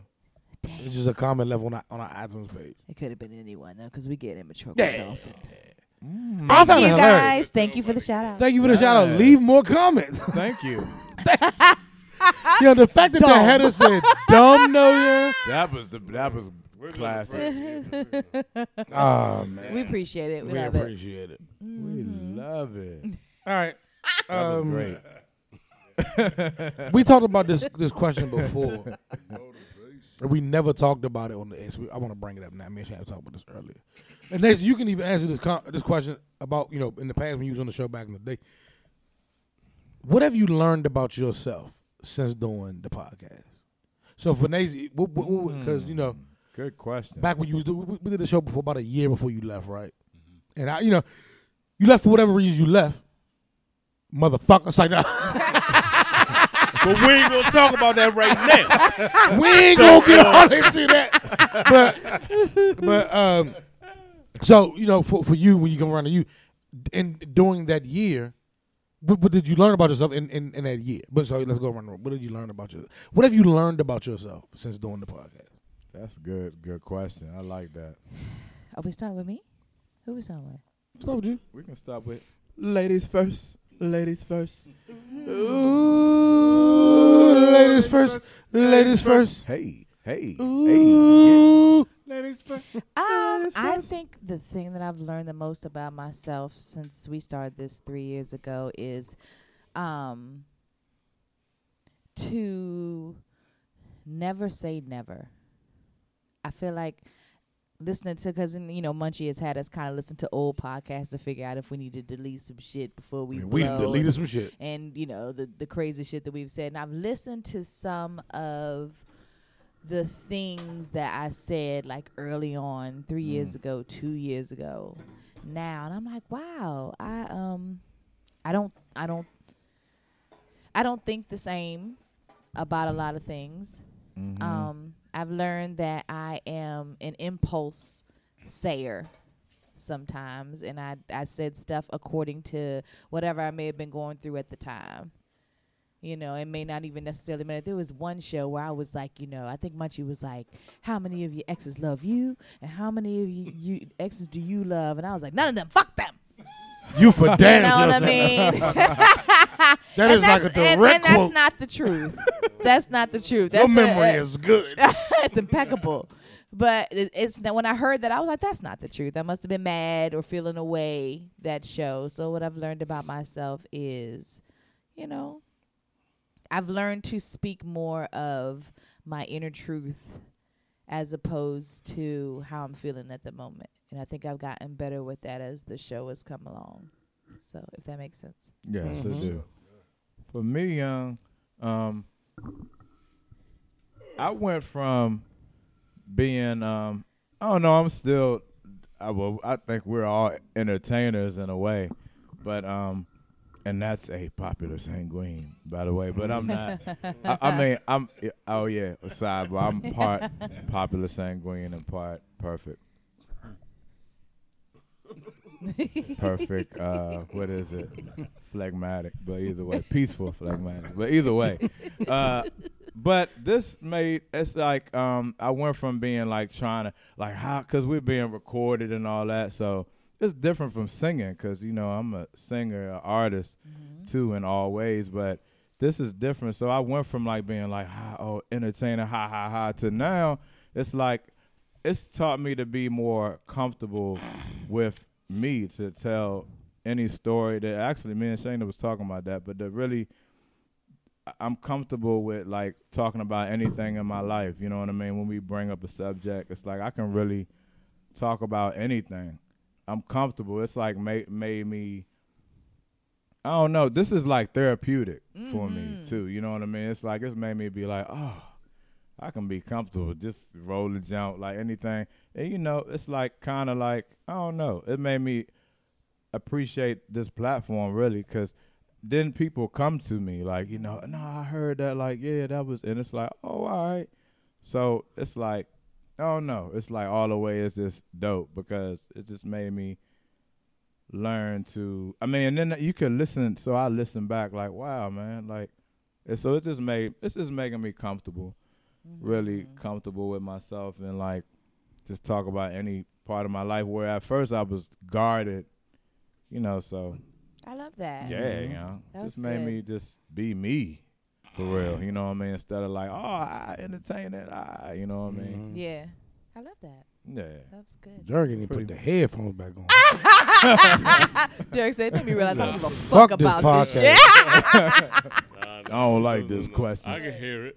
B: Dang.
A: It's just a comment left on our, on our iTunes page.
B: It could have been anyone though, because we get immature
A: Yeah. Mm.
B: quite often.
A: I found it
B: Thank you
A: hilarious.
B: guys. Thank you for the shout out.
A: Thank you for the shout out.
C: Yes.
A: Leave more comments.
C: Thank you.
A: you know, the fact that the
B: Dumb.
A: header said dumb no yeah.
C: That was the that was classic.
A: Oh man.
B: We appreciate it. We, love it.
A: appreciate it.
C: We
B: Mm-hmm.
C: love it.
A: All right.
C: That was
A: Um,
C: great.
A: We talked about this this question before. And we never talked about it on the air. So we- I want to bring it up now. Me and Shane talked about this earlier. And next, you can even answer this con- this question about you know in the past when you was on the show back in the day. What have you learned about yourself since doing the podcast? So for Nazy, because you know
C: Good question.
A: back when you was do, we, we did the show before about a year before you left, right? And I, you know, you left for whatever reason you left, motherfucker. It's like, nah,
D: But we ain't gonna talk about that right now.
A: we ain't gonna get all into that. But, but um, so you know, for for you when you come around to you, and during that year. What, what did you learn about yourself in, in, in that year? But so let's go around the room. What did you learn about yourself? What have you learned about yourself since doing the podcast?
C: That's good. Good question. I like that.
B: Are we starting with me? Who we starting with?
A: What's up with you?
C: We can start with ladies first. Ladies first.
A: Ooh, ladies first, ladies first.
C: Hey, hey, hey.
A: Ooh.
C: Ladies first.
B: Um,
C: that's
B: I
C: nice.
B: think the thing that I've learned the most about myself since we started this three years ago is um, to never say never. I feel like listening to, because, you know, Munchie has had us kind of listen to old podcasts to figure out if we need to delete some shit before we
A: We
B: blow
A: done deleted some shit.
B: and you know the the crazy shit that we've said. And I've listened to some of the things that I said like early on, three years ago, two years ago, now, and I'm like, wow, I um, I don't, I don't, I don't think the same about a lot of things. Um, I've learned that I am an impulse sayer sometimes and I, I said stuff according to whatever I may have been going through at the time. You know, it may not even necessarily matter. There was one show where I was like, you know, I think Munchie was like, How many of your exes love you? And how many of you, you exes do you love? And I was like, None of them, fuck them.
A: You for
B: You
A: damn
B: know what I
A: yourself.
B: mean?
A: That
B: and
A: is like a direct
B: that's- and, and that's
A: quote.
B: not the truth. That's not the truth.
A: Your
B: That's
A: memory
B: a, uh,
A: is good.
B: it's impeccable. But it, it's that when I heard that, I was like, that's not the truth. I must have been mad or feeling away that show. So what I've learned about myself is, you know, I've learned to speak more of my inner truth as opposed to how I'm feeling at the moment. And I think I've gotten better with that as the show has come along. So if that makes sense.
C: Yes,
A: Mhm.
C: it do. For me, young, um, I went from being, um, I don't know, I'm still, I will, I think we're all entertainers in a way, but, um, and that's a popular sanguine, by the way. But I'm not. I, I mean, I'm. Oh yeah, sidebar. I'm part popular sanguine and part perfect. perfect. Uh, what is it? Phlegmatic, but either way, peaceful phlegmatic. But either way, uh, but this made it's like um, I went from being like trying to like how because we're being recorded and all that, so it's different from singing because you know I'm a singer, an artist too in all ways, but this is different. So I went from like being like ha, oh entertainer ha ha ha to now it's like it's taught me to be more comfortable with me to tell any story that actually me and Shayna was talking about that, but to really I- I'm comfortable with like talking about anything in my life. You know what I mean? When we bring up a subject, it's like I can really talk about anything. I'm comfortable. It's like made made me. I don't know. This is like therapeutic for me too. You know what I mean? It's like it's made me be like, oh, I can be comfortable just roll the jump like anything. And you know, it's like kind of like I don't know. It made me appreciate this platform really because then people come to me like you know no i heard that like yeah that was and it's like oh all right so it's like i don't know it's like all the way is just dope because it just made me learn to i mean and then you can listen so i listen back like wow man like and so it just made it's just making me comfortable really
B: Mm-hmm.
C: comfortable with myself and like just talk about any part of my life where at first i was guarded you know so
B: I love that.
C: yeah, you know,
B: That was
C: just made
B: good.
C: me just be me for real. You know what I mean? Instead of like, oh, I entertain it, I, you know what I mean?
B: Yeah. I love that.
C: Yeah.
B: That was good.
A: Jergen even
C: Pretty
A: put the
C: much.
A: headphones back on.
B: Ah! Derek said, "Made me realize I don't give a
A: Fuck
B: fuck
A: this
B: about this
A: podcast.
B: shit."
D: Nah,
C: I don't like this
D: I
C: question.
D: can hear it.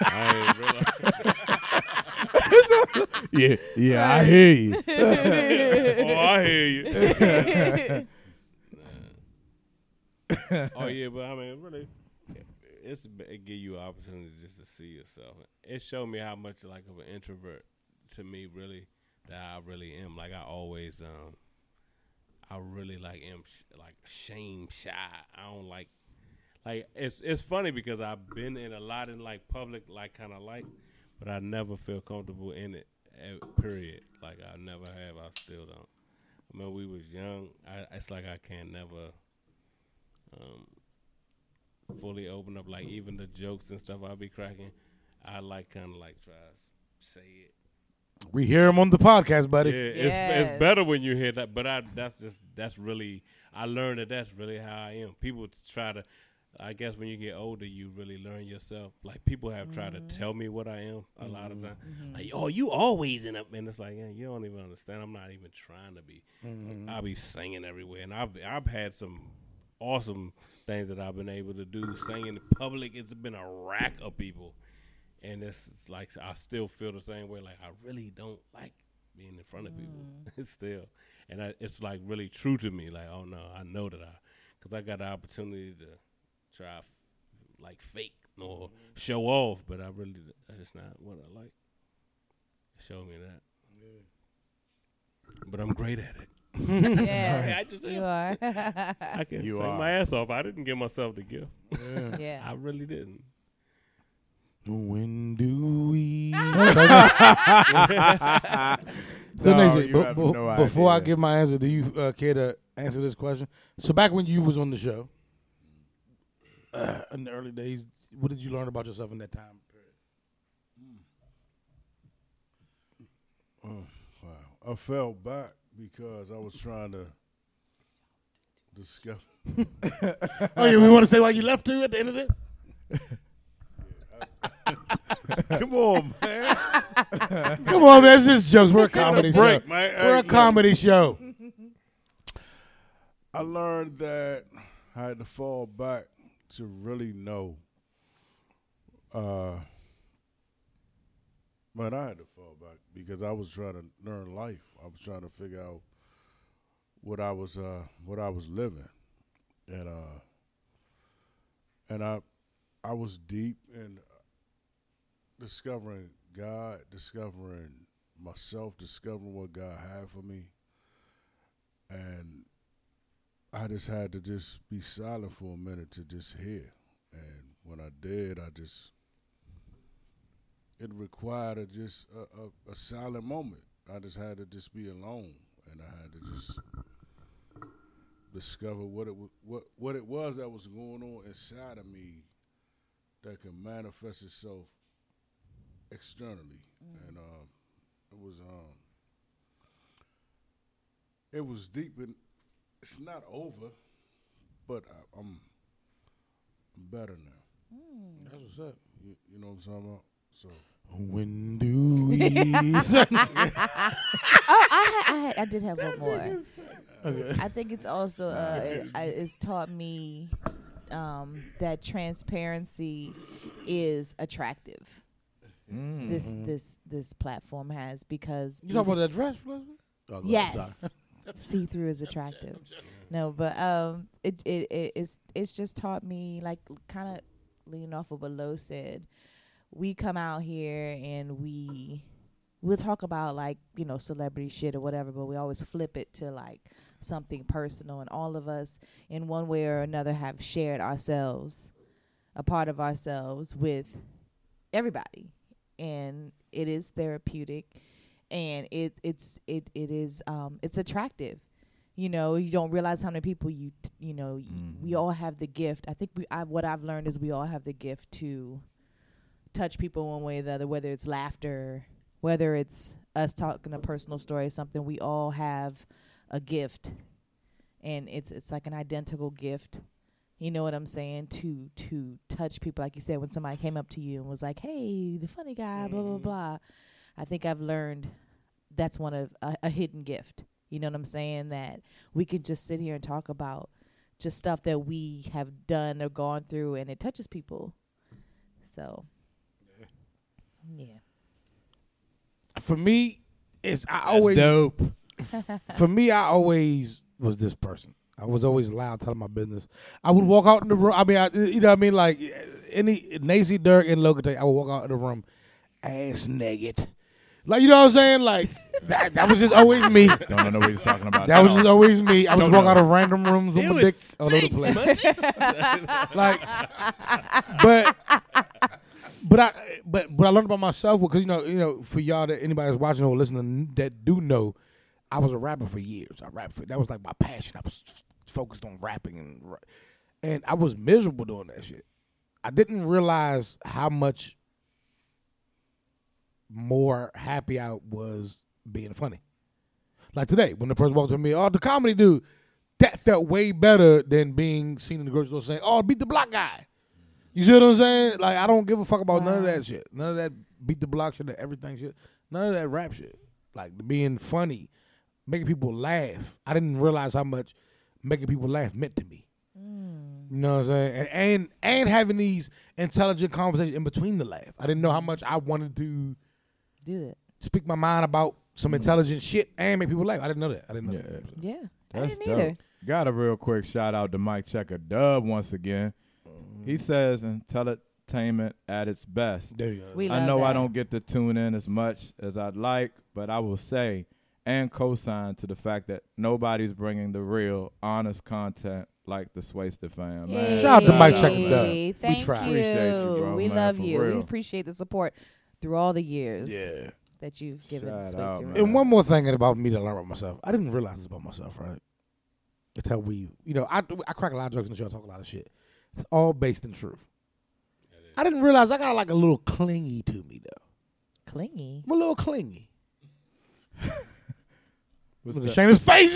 D: I ain't realize.
C: yeah, yeah, I hear you.
D: Oh, I hear you. oh yeah, but I mean, really, it's it give you an opportunity just to see yourself. It showed me how much like of an introvert to me, really, that I really am. Like I always, um, I really like am sh- like shame shy. I don't like. Like it's it's funny because I've been in a lot in like public like kind of like, but I never feel comfortable in it. eh, Period. Like I never have. I still don't. I mean, we was young. I it's like I can never um, fully open up. Like even the jokes and stuff I be cracking, I like kind of like try to say it.
A: We hear him on the podcast,
D: Yeah,
A: buddy.
D: it's
B: Yes.
D: it's better when you hear that. But I that's just that's really I learned that that's really how I am. People try to. I guess when you get older, you really learn yourself. Like people have tried to tell me what I am a lot of times. Like, oh, you always in a and it's like, yeah, you don't even understand. I'm not even trying to be. I'll be singing everywhere, and I've I've had some awesome things that I've been able to do singing in public. It's been a rack of people, and it's, it's like I still feel the same way. Like I really don't like being in front of people still, and I, it's like really true to me. Like oh no, I know that I because I got the opportunity to try like fake or show off, but I really that's just not what I like. Show me that. But I'm great at it. I
B: Yes,
D: just-
B: you are.
D: I can
C: You
D: take
C: are.
D: my ass off. I didn't give myself the gift. I
B: yeah.
D: really didn't.
A: When do we? so
C: No,
A: Nation,
C: you
A: be-
C: have
A: be-
C: no
A: before I
C: idea.
A: give my answer, do you uh, care to answer this question? So back when you was on the show, uh, in the early days, what did you learn about yourself in that time?
E: Wow. I fell back because I was trying to discover.
A: oh yeah, we want to say why you left too at the end of this.
E: Come on, man.
A: Come on, man, it's just jokes. We're a
E: Give it a
A: comedy
E: break,
A: show.
E: man.
A: We're
E: Hey,
A: a
E: look,
A: comedy show.
E: I learned that I had to fall back to really know uh, But I had to fall back because I was trying to learn life. I was trying to figure out what I was uh, what I was living, and uh, and I I was deep in discovering God, discovering myself, discovering what God had for me, and I just had to just be silent for a minute to just hear. And when I did, I just it required a just a, a, a silent moment. I just had to just be alone, and I had to just discover what it wa- what what it was that was going on inside of me that could manifest itself externally, and um, it was um, it was deep and it's not over, but I, I'm I'm better now.
A: That's what's up.
E: You, you know what I'm talking about? So
A: When do we?
B: Oh, I had, I, had, I did have one more. I think it's also uh, it, I, it's taught me um, that transparency is attractive.
C: Mm.
B: This this this platform has because
A: Mm-hmm. you talk about that dress, Leslie?
F: Oh, sorry.
B: yes, see through is attractive. No, but um, it, it it it's it's just taught me like kind of leaning off of what Lo said. We come out here and we we'll talk about like you know celebrity shit or whatever, but we always flip it to like something personal. And all of us, in one way or another, have shared ourselves, a part of ourselves, with everybody, and it is therapeutic, and it it's it it is um it's attractive. You know, you don't realize how many people you t- you know. y We all have the gift. I think we I, what I've learned is we all have the gift to touch people one way or the other, whether it's laughter, whether it's us talking a personal story or something, we all have a gift. And it's it's like an identical gift. You know what I'm saying? To to touch people. Like you said, when somebody came up to you and was like, Hey, the funny guy, blah, blah, blah. I think I've learned that's one of a, a hidden gift. You know what I'm saying? That we can just sit here and talk about just stuff that we have done or gone through and it touches people. So yeah.
A: For me, it's I always
F: dope.
A: for me, I always was this person. I was always loud, telling my business. I would walk out in the room. I mean, I, you know, what I mean, like any Nacy Dirk and Logan, Tate, I would walk out in the room, ass naked, like you know what I'm saying. Like that, that was just always me.
C: Don't know what he's talking about.
A: That was just
C: now.
A: always me. I was
C: Don't
A: walk
C: know.
A: out of random rooms with my dick all over the place. like, but, but I, but but I learned about myself because you know you know for y'all that anybody that's watching or listening that do know, I was a rapper for years. I rapped for that was like my passion. I was f- focused on rapping and ra- and I was miserable doing that shit. I didn't realize how much more happy I was being funny. Like today, when the person walked up to me, oh, the comedy dude, that felt way better than being seen in the grocery store saying, oh, beat the block guy. You see what I'm saying? Like, I don't give a fuck about none of that shit. None of that beat the block shit, that everything shit. None of that rap shit. Like, being funny, making people laugh. I didn't realize how much making people laugh meant to me. You know what I'm saying? And, and and having these intelligent conversations in between the laugh. I didn't know how much I wanted to
B: Do that.
A: speak my mind about some intelligent shit and make people laugh. I didn't know that. I didn't know that.
B: Yeah. I
C: That's
B: didn't
C: dope.
B: either.
C: Got a real quick shout out to Mike Checker Dub once again. He says entertainment at its best.
A: There you go.
B: We love
C: I know I
B: that.
C: don't get to tune in as much as I'd like, but I will say and co-sign to the fact that nobody's bringing the real, honest content like the Swayster fam. Man,
A: Shout out to Mike
C: shout out
A: Checker
C: to
A: Dub.
C: them.
A: We
B: Hey, Thank
A: tried.
B: you.
C: Appreciate you, bro,
B: we
C: man,
B: love
C: for
B: you.
C: real.
B: We appreciate the support through all the years
A: Yeah.
B: that you've given
C: Shout
B: Space
C: out,
B: to
C: man.
B: Real.
A: And one more thing about me that I learned about myself. I didn't realize this about myself, right? Until we, you know, I, I crack a lot of jokes and the show, I talk a lot of shit. It's all based in truth. I didn't realize I got like a little clingy to me though.
B: Clingy.
A: I'm a little clingy.
C: What's
A: Look at
C: that?
A: Shayna's face.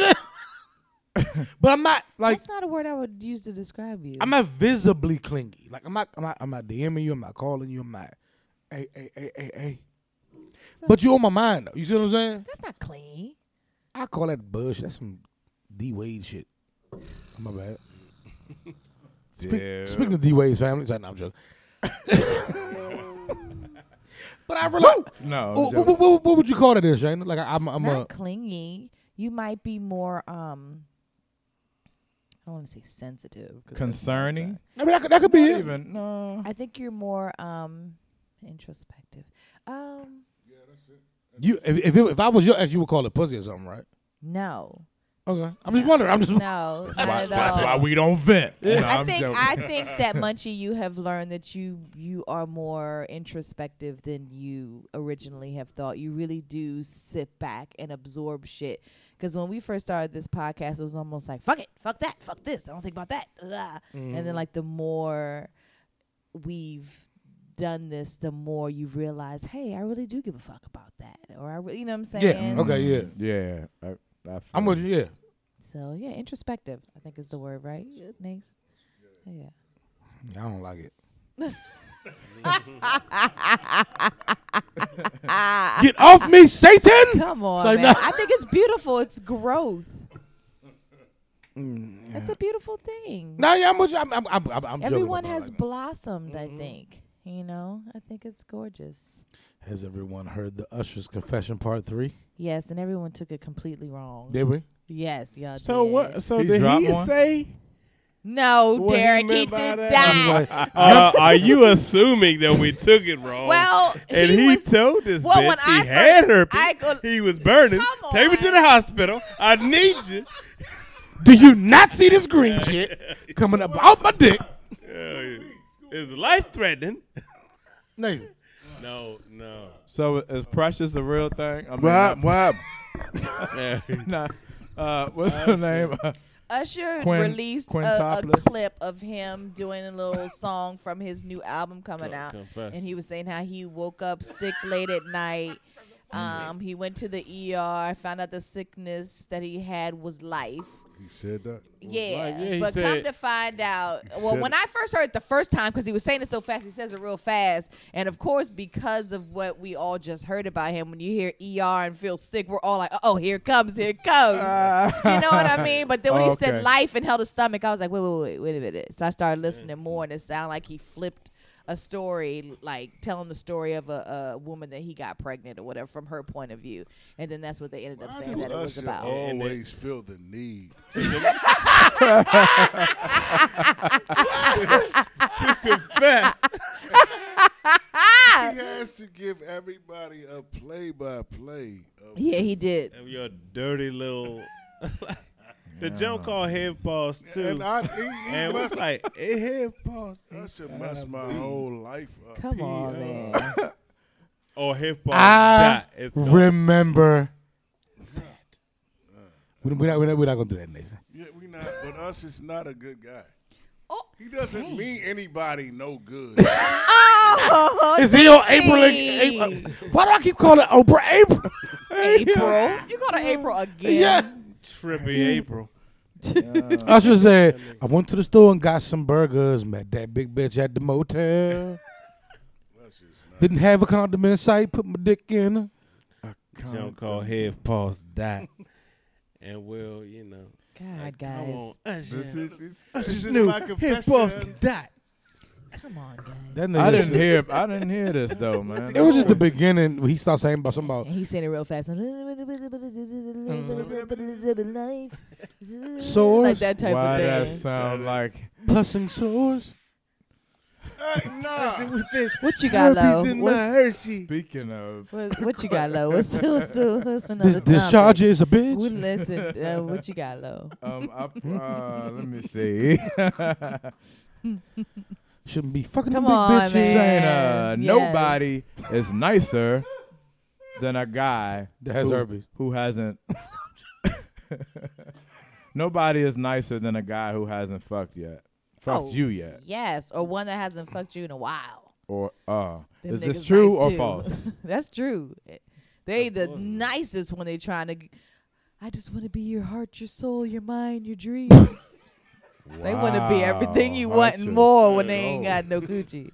A: but I'm not like
B: That's not a word I would use to describe you.
A: I'm not visibly clingy. Like I'm not I'm not I'm not DMing you, I'm not calling you, I'm not hey, hey, hey, hey, hey.
B: So-
A: But you on my mind though. You see what I'm saying?
B: That's not clingy.
A: I call that bush. That's some D Wade shit. My bad. Speak,
C: Yeah.
A: Speaking of D Wade's family, sorry, no, I'm joking. But I realize.
C: No,
A: What,
C: I'm joking.
A: what would you call it, is Shane? Like I- I'm, I'm a.
B: not clingy. You might be more um. I don't want to say sensitive. 'cause that's not what I'm
C: Concerning?
B: saying.
A: I mean, that could, that could be
C: Not
A: it.
C: even no.
B: I think you're more um introspective. Um,
A: You, if if, it, if I was your ex, you would call it pussy or something, right?
B: no,
A: Okay, I'm just wondering. I'm just.
B: no, not
C: Why-
B: at
C: that's
B: all.
C: why we don't vent. No,
B: I
C: I'm
B: think
C: joking.
B: I think that Munchie, you have learned that you you are more introspective than you originally have thought. You really do sit back and absorb shit. Because when we first started this podcast, it was almost like fuck it, fuck that, fuck this. I don't think about that. blah."
A: Mm.
B: And
C: Mm-hmm.
B: then like the more we've done this, the more you realize, hey, I really do give a fuck about that, or I, re- you know what I'm saying?
A: Yeah, Okay, yeah.
C: yeah. I, I feel
A: I'm with you. Yeah.
B: So yeah, introspective, I think is the word, right? Nace? Yeah.
A: I don't like it. Get off me, Satan!
B: Come on,
A: So
B: man.
A: now-
B: I think it's beautiful. It's growth. That's a beautiful thing.
A: Mm, No, yeah, I'm with you. I'm, I'm, I'm, I'm joking about
B: Everyone
A: Mm-hmm.
B: has
A: like that.
B: blossomed. I think you know. I think it's gorgeous.
A: Has everyone heard the Usher's confession part three?
B: Yes, and everyone took it completely wrong.
A: Did we?
B: yes, y'all.
D: So
B: did.
D: what? So
C: He
D: did
C: dropped
D: he
C: one?
D: say?
B: No,
D: What he
B: Derek, he, did
D: meant by that?
B: that.
D: Uh, are you assuming that we took it wrong?
B: well,
D: and
B: he,
D: he,
B: was.
D: told this
B: well, when
D: bitch he
B: I
D: had
B: first-
D: herpes.
B: I go-
D: he was burning.
B: Come
D: Take me to
B: on.
D: the hospital. I need you.
A: Do you not see this green shit coming up out my dick?
D: Uh, It's life threatening.
A: Nathan.
D: No, no.
C: So is precious a real thing? I mean,
E: What happened? What happened?
C: nah, uh, what's her name?
B: Usher
C: Quin-
B: released a, a
C: quintuplets.
B: clip of him doing a little song from his new album coming
D: Con-
B: out,
D: confess.
B: and he was saying how he woke up sick late at night. Um, he went to the ER, found out the sickness that he had was life.
E: He said that.
B: Yeah,
D: like, yeah, he
B: but come
D: said-
B: to find out, well,
E: said
B: when
E: it.
B: I first heard it the first time, because he was saying it so fast, he says it real fast, and of course, because of what we all just heard about him, when you hear ER and feel sick, we're all like, "Oh, here it comes, here it comes," you know what I mean? But then when he
C: Okay.
B: said life and held his stomach, I was like, "Wait, wait, wait, wait a minute." So I started listening
D: Mm-hmm.
B: more, and it sounded like he flipped a story, like telling the story of a, a woman that he got pregnant or whatever from her point of view, and then that's what they ended up saying that it was
E: Usher
B: about.
E: always feel the need.
D: Confess.
B: Ah.
E: He has to give everybody a play-by-play. Of
B: Yeah, he did.
D: Of your dirty little. the jump call head paws too.
E: And I, he, he
D: And
E: must,
D: was like, it head paws.
E: Usher messed my whole life up.
B: Come
E: He-
B: on, man.
D: Or Oh, head paws.
A: I
D: dot. It's gone.
A: remember that. We're not, we're not, we're not gonna do that, Nathan.
E: Yeah, we not. But Usher's not a good guy.
B: Oh,
E: He doesn't
B: dang.
E: mean anybody no good.
B: Oh,
A: Is he on April?
B: Nancy.
A: April? Why do I keep calling Oprah April?
B: April? You go to April again?
A: yeah.
D: Trippy April.
A: Usher said, I went to the store and got some burgers, met that big bitch at the motel. Didn't have a condom in sight, put my dick in her.
D: Jump call head paws. Dot. And we'll, you know.
B: God,
D: Come on.
B: guys,
D: Usher.
E: this is
D: New
E: my
D: head
E: confession.
D: paws. Dot.
B: come on, guys.
A: That nigga
C: I didn't
A: said-
C: hear. I didn't hear this though, man.
A: It was just the beginning. when He started saying about something about Mm.
B: And he's saying it real fast. like
A: Source?
B: that type
C: Why
B: of
C: that
B: thing.
C: sound like?
A: pussing sores.
E: Hey, nah.
B: What you got, Lo?
D: Herpes in my
B: What's-
D: Hershey.
C: Speaking of,
B: What, what you got, Lo? What's, what's, what's another
A: This
B: topic?
A: discharge is a bitch.
B: We listen. Uh, what you got, Lo?
C: um, I, uh, let me see.
A: Shouldn't be fucking
B: Come
A: them big
B: on,
A: bitches.
C: She's saying uh,
B: Man, yes.
C: nobody is nicer than a guy
A: That has
C: who,
A: herpes.
C: who hasn't. nobody is nicer than a guy who hasn't fucked yet, fucked
B: Oh.
C: you yet,
B: Yes, or one that hasn't fucked you in a while.
C: or uh,
B: Them
C: is this
B: niggas
C: true
B: nice
C: or
B: too.
C: false?
B: That's true. They the nicest when they trying to. g- I just want to be your heart, your soul, your mind, your dreams. They want to be everything you
C: Wow,
B: want and
C: Hutchins.
B: more when they ain't got no Gucci.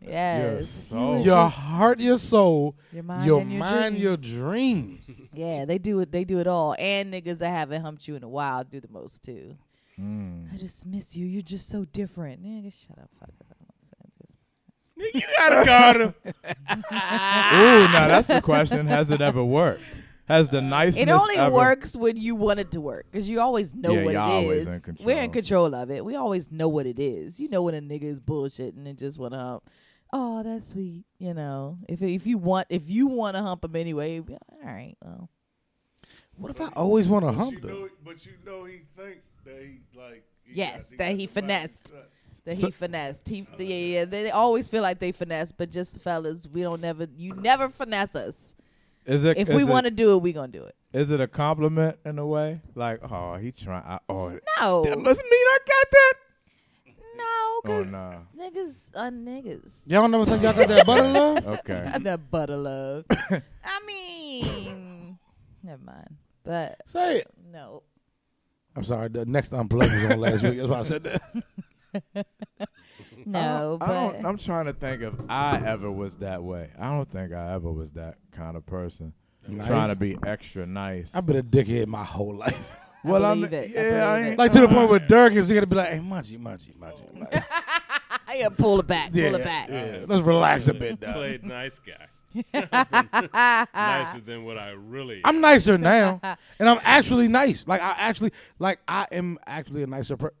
B: Yes. You
C: soul.
B: was
A: Your
B: just-
A: heart, your soul,
B: your mind,
A: your
B: and your
A: mind, your
B: dreams.
A: dreams.
B: yeah, they do it. They do it all. And niggas that haven't humped you in a while do the most too. I just miss you. You're just so different. Nigga, shut up. Fuck it. I don't wanna say it. Just-
D: Nigga, you gotta guard him.
C: Ooh, now that's the question. Has it ever worked? Has the niceness
B: It only
C: ever-
B: works when you want it to work because you always know
C: Yeah,
B: what
C: you're
B: it
C: always
B: is.
C: in
B: We're in
C: control.
B: control of it. We always know what it is. You know when a nigga is bullshitting and just want to hump. Oh, that's sweet. You know, if if you want if you want to hump him anyway, you'd be like, all right. Well,
A: What if I always want to
E: But
A: hump
E: you
A: though?
E: know, but you know, he think that he like. he
B: Yes,
E: got-
B: that
E: got
B: he
E: the body
B: finessed.
E: touch.
B: that he finessed. He, yeah, yeah. They, they always feel like they finesse, but just fellas, we don't never. You never finesse us.
C: Is it
B: If
C: is
B: we
C: it-
B: want to do it, we gonna do it.
C: Is it a compliment in a way? Like, oh, he trying. I, oh,
B: No,
C: no. Let's mean I got that.
B: no, cause
C: Oh, nah.
B: niggas are niggas.
A: Y'all never think y'all got that butter love?
C: Okay.
B: that butter love. I mean, never mind. But
A: Say it.
B: no,
A: I'm sorry. The next unplugged was on last week. That's why I said that.
B: no.
C: I
B: but
C: don't, I'm trying to think if I ever was that way. I don't think I ever was that kind of person.
A: Nice.
C: Trying to be extra nice.
A: I've been a dickhead my whole life.
C: well, I
B: believe
C: mean,
B: it. I
C: Yeah, I
B: believe it.
C: ain't-
A: Like to the point where Dirk is gonna be like, "Hey, Munchie, Munchie, Munchie." Like,
B: I gotta pull it back. Pull it back.
A: yeah. Let's relax a bit, dog.
D: Played nice guy. Nicer than what I really.
A: I'm nicer now, and I'm actually nice. Like I actually, like I am actually a nicer person.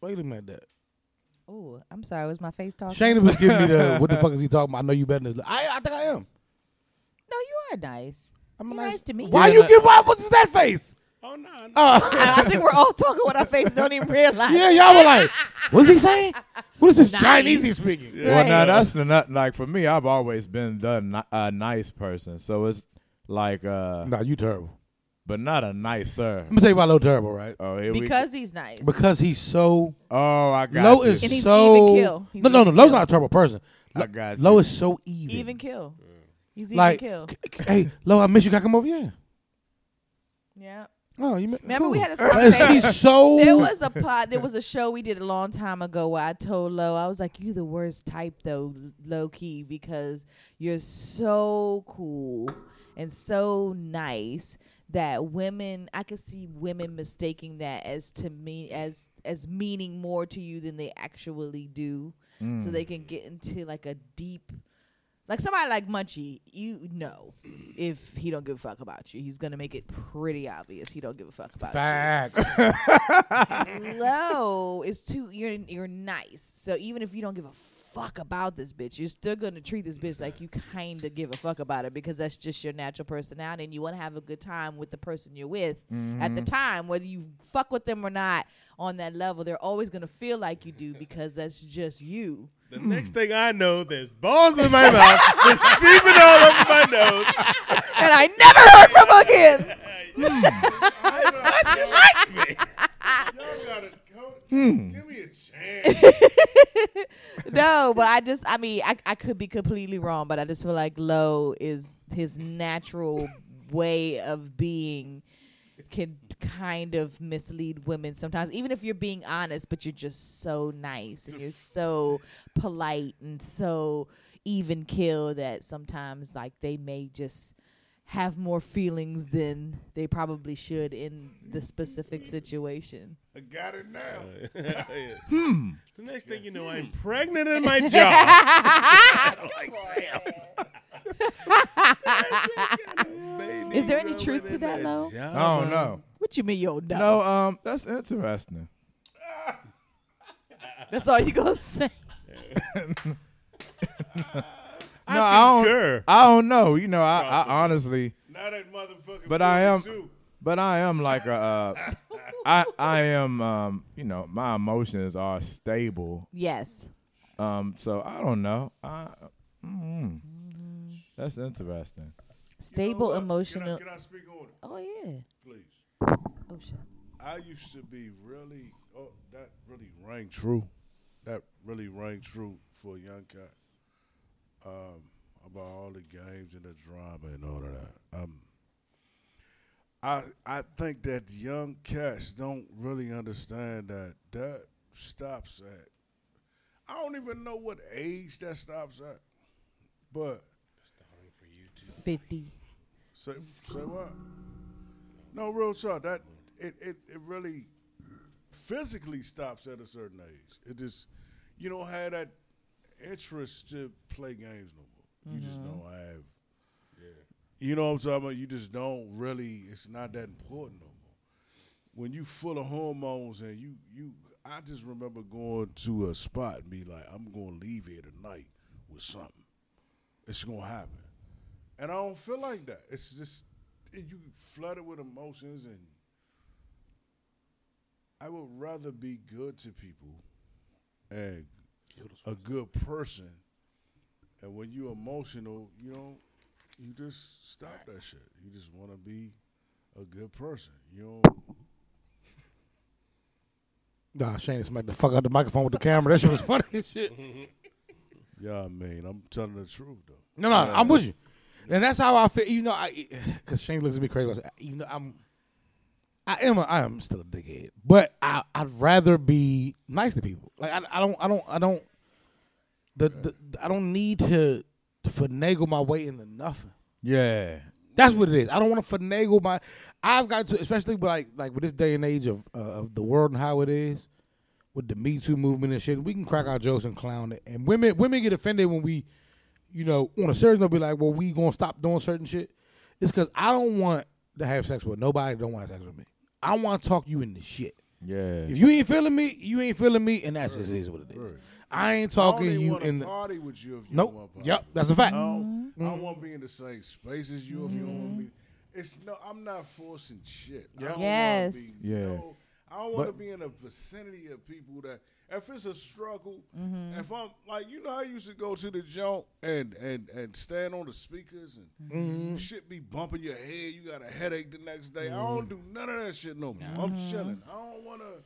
A: Wait a minute. That.
B: Oh, I'm sorry. Was my face talking?
A: Shana was giving me the what the fuck is he talking about? I know you better than this. I I think I am.
B: No, you are nice.
A: I'm
B: You're
A: nice-
B: nice. to me.
A: Why you give? Why what's that face?
D: oh no, no.
A: Uh,
B: I think we're all talking with our face. Don't even realize.
A: yeah, y'all were like, what's he saying? What is this Chinese he's speaking?
C: Well, now
B: Right.
C: that's the nut. Like for me, I've always been the ni- a nice person. So it's like, uh,
A: No, you terrible.
C: but not a nicer.
A: I'm gonna tell you why Low terrible, right?
C: Oh, here
B: Because he's nice.
A: Because he's so
C: we. Oh, I got
A: Low
C: you.
A: is
B: And he's
A: so
B: even kill. He's
A: no no no.
B: even
A: Low's
B: kill.
A: not a terrible person.
C: I got
A: Low
C: you.
A: is so even.
B: even kill. He's even
A: like
B: kill.
A: c- c- hey Low, I miss you. Gotta come over here.
B: Yeah.
A: Oh, you mi-
B: Remember we
A: cool.
B: had this
A: But
B: conversation.
A: He's so
B: There was a pod. There was a show we did a long time ago where I told Lo, I was like, "You the worst type though, low key, because you're so cool and so nice that women, I could see women mistaking that as to me as as meaning more to you than they actually do, so they can get into like a deep." Like somebody like Munchie, you know, if he don't give a fuck about you, he's gonna make it pretty obvious he don't give a fuck about you
A: fact.
B: low is too you're you're nice. So even if you don't give a fuck about this bitch, you're still gonna treat this bitch like you kinda give a fuck about it because that's just your natural personality and you wanna have a good time with the person you're with at the time, whether you fuck with them or not on that level, they're always gonna feel like you do because that's just you.
D: The next thing I know, there's balls in my mouth, just seeping all over my nose.
B: and I never heard from her again.
E: Y'all gotta go-
C: Hmm.
E: give me a chance.
B: No, but I just I mean I I could be completely wrong, but I just feel like low is his natural way of being can kind of mislead women sometimes even if you're being honest but you're just so nice and you're so polite and so even kill that sometimes like they may just have more feelings than they probably should in the specific situation
E: I got it now.
D: hmm. The next thing you know, I'm pregnant in my jaw.
B: is there any truth to that low
C: I don't know.
B: what you mean you don't know
C: No, um, that's interesting.
B: That's all you gonna say.
C: No, I don't.
D: concur.
C: I don't know. You know, I, I honestly,
E: Now that motherfucker.
C: But I am-
E: 42.
C: but I am like a, uh, I I am um, you know, my emotions are stable.
B: Yes.
C: Um, so I don't know. I, mm, that's interesting.
B: Stable
E: Look,
B: emotional.
E: Can I, can I speak on it,
B: oh yeah.
E: please?
B: Oh shit.
E: I used to be really, oh, that really rang true. That really rang true for a young cat. Um, about all the games and the drama and all of that. Um, I I think that young cats don't really understand that that stops at. I don't even know what age that stops at, but
B: Fifty.
E: Say, say what? No, real talk. That it, it, it really physically stops at a certain age. It just you don't have that interest to play games no more. You just don't have. You know what I'm talking about? You just don't really. It's not that important no more. When you full of hormones and you you, I just remember going to a spot and be like, I'm gonna leave here tonight with something. It's gonna happen, and I don't feel like that. It's just you flooded with emotions, and I would rather be good to people and a good person. And when you emotional, you know, you just stop that shit. You just want to be a good person. You don't.
A: Nah, Shane smacked the fuck out the microphone with the camera. That shit was funny as shit.
E: Yeah, I mean, I'm telling the truth though.
A: No, no, I'm with you. And that's how I feel. You know, I because Shane looks at me crazy. You know, I'm, I am, a, I am still a dickhead, but I, I'd rather be nice to people. Like I, I don't, I don't, I don't. The, the I don't need to finagle my way into nothing.
C: Yeah.
A: That's what it is. I don't want to finagle my. I've got to, especially with like like with this day and age of uh, of the world and how it is, with the Me Too movement and shit. We can crack our jokes and clown it, and women women get offended when we, you know, on a serious note, be like, "Well, we gonna stop doing certain shit." It's because I don't want to have sex with nobody. that Don't want to have sex with me. I want to talk you into shit.
C: Yeah.
A: If you ain't feeling me, you ain't feeling me, and that's just is what it is. I ain't talking
E: I don't even
A: you
E: wanna Oh.
A: in. The,
E: party with you if you don't
A: nope.
E: want to party.
A: Yep. That's a fact.
E: I don't, I
B: Mm.
E: don't want to be in the same space as you if you don't want to be. It's no, I'm not forcing shit. I don't
B: Yes.
E: Wanna be,
C: Yeah.
E: No, I don't want to
C: But-
E: be in a vicinity of people that if it's a struggle,
B: Mm-hmm.
E: if I'm like you know I used to go to the joint and and and stand on the speakers and
B: Mm-hmm.
E: shit be bumping your head, you got a headache the next day. I
B: Mm.
E: don't do none of that shit no more.
B: Mm-hmm.
E: I'm chilling. I don't want to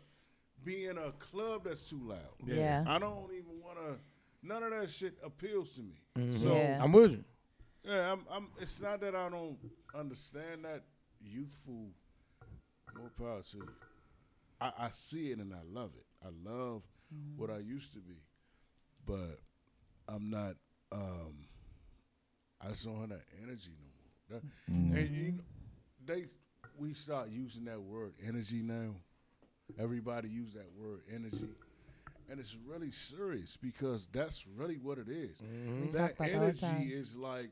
E: be in a club that's too loud.
B: Yeah.
E: I don't even want to. None of that shit appeals to me.
B: Mm.
E: So
B: Yeah.
A: I'm with you.
E: yeah, I'm, I'm. It's not that I don't understand that youthful. More power to you. I, I see it and I love it. I love what I used to be, but I'm not. um I just don't have that energy no more. That- And you, know, they, we start using that word energy now. Everybody use that word energy. And it's really serious because that's really what it is. That
B: Mm-hmm. talk about it all the time.
E: energy is like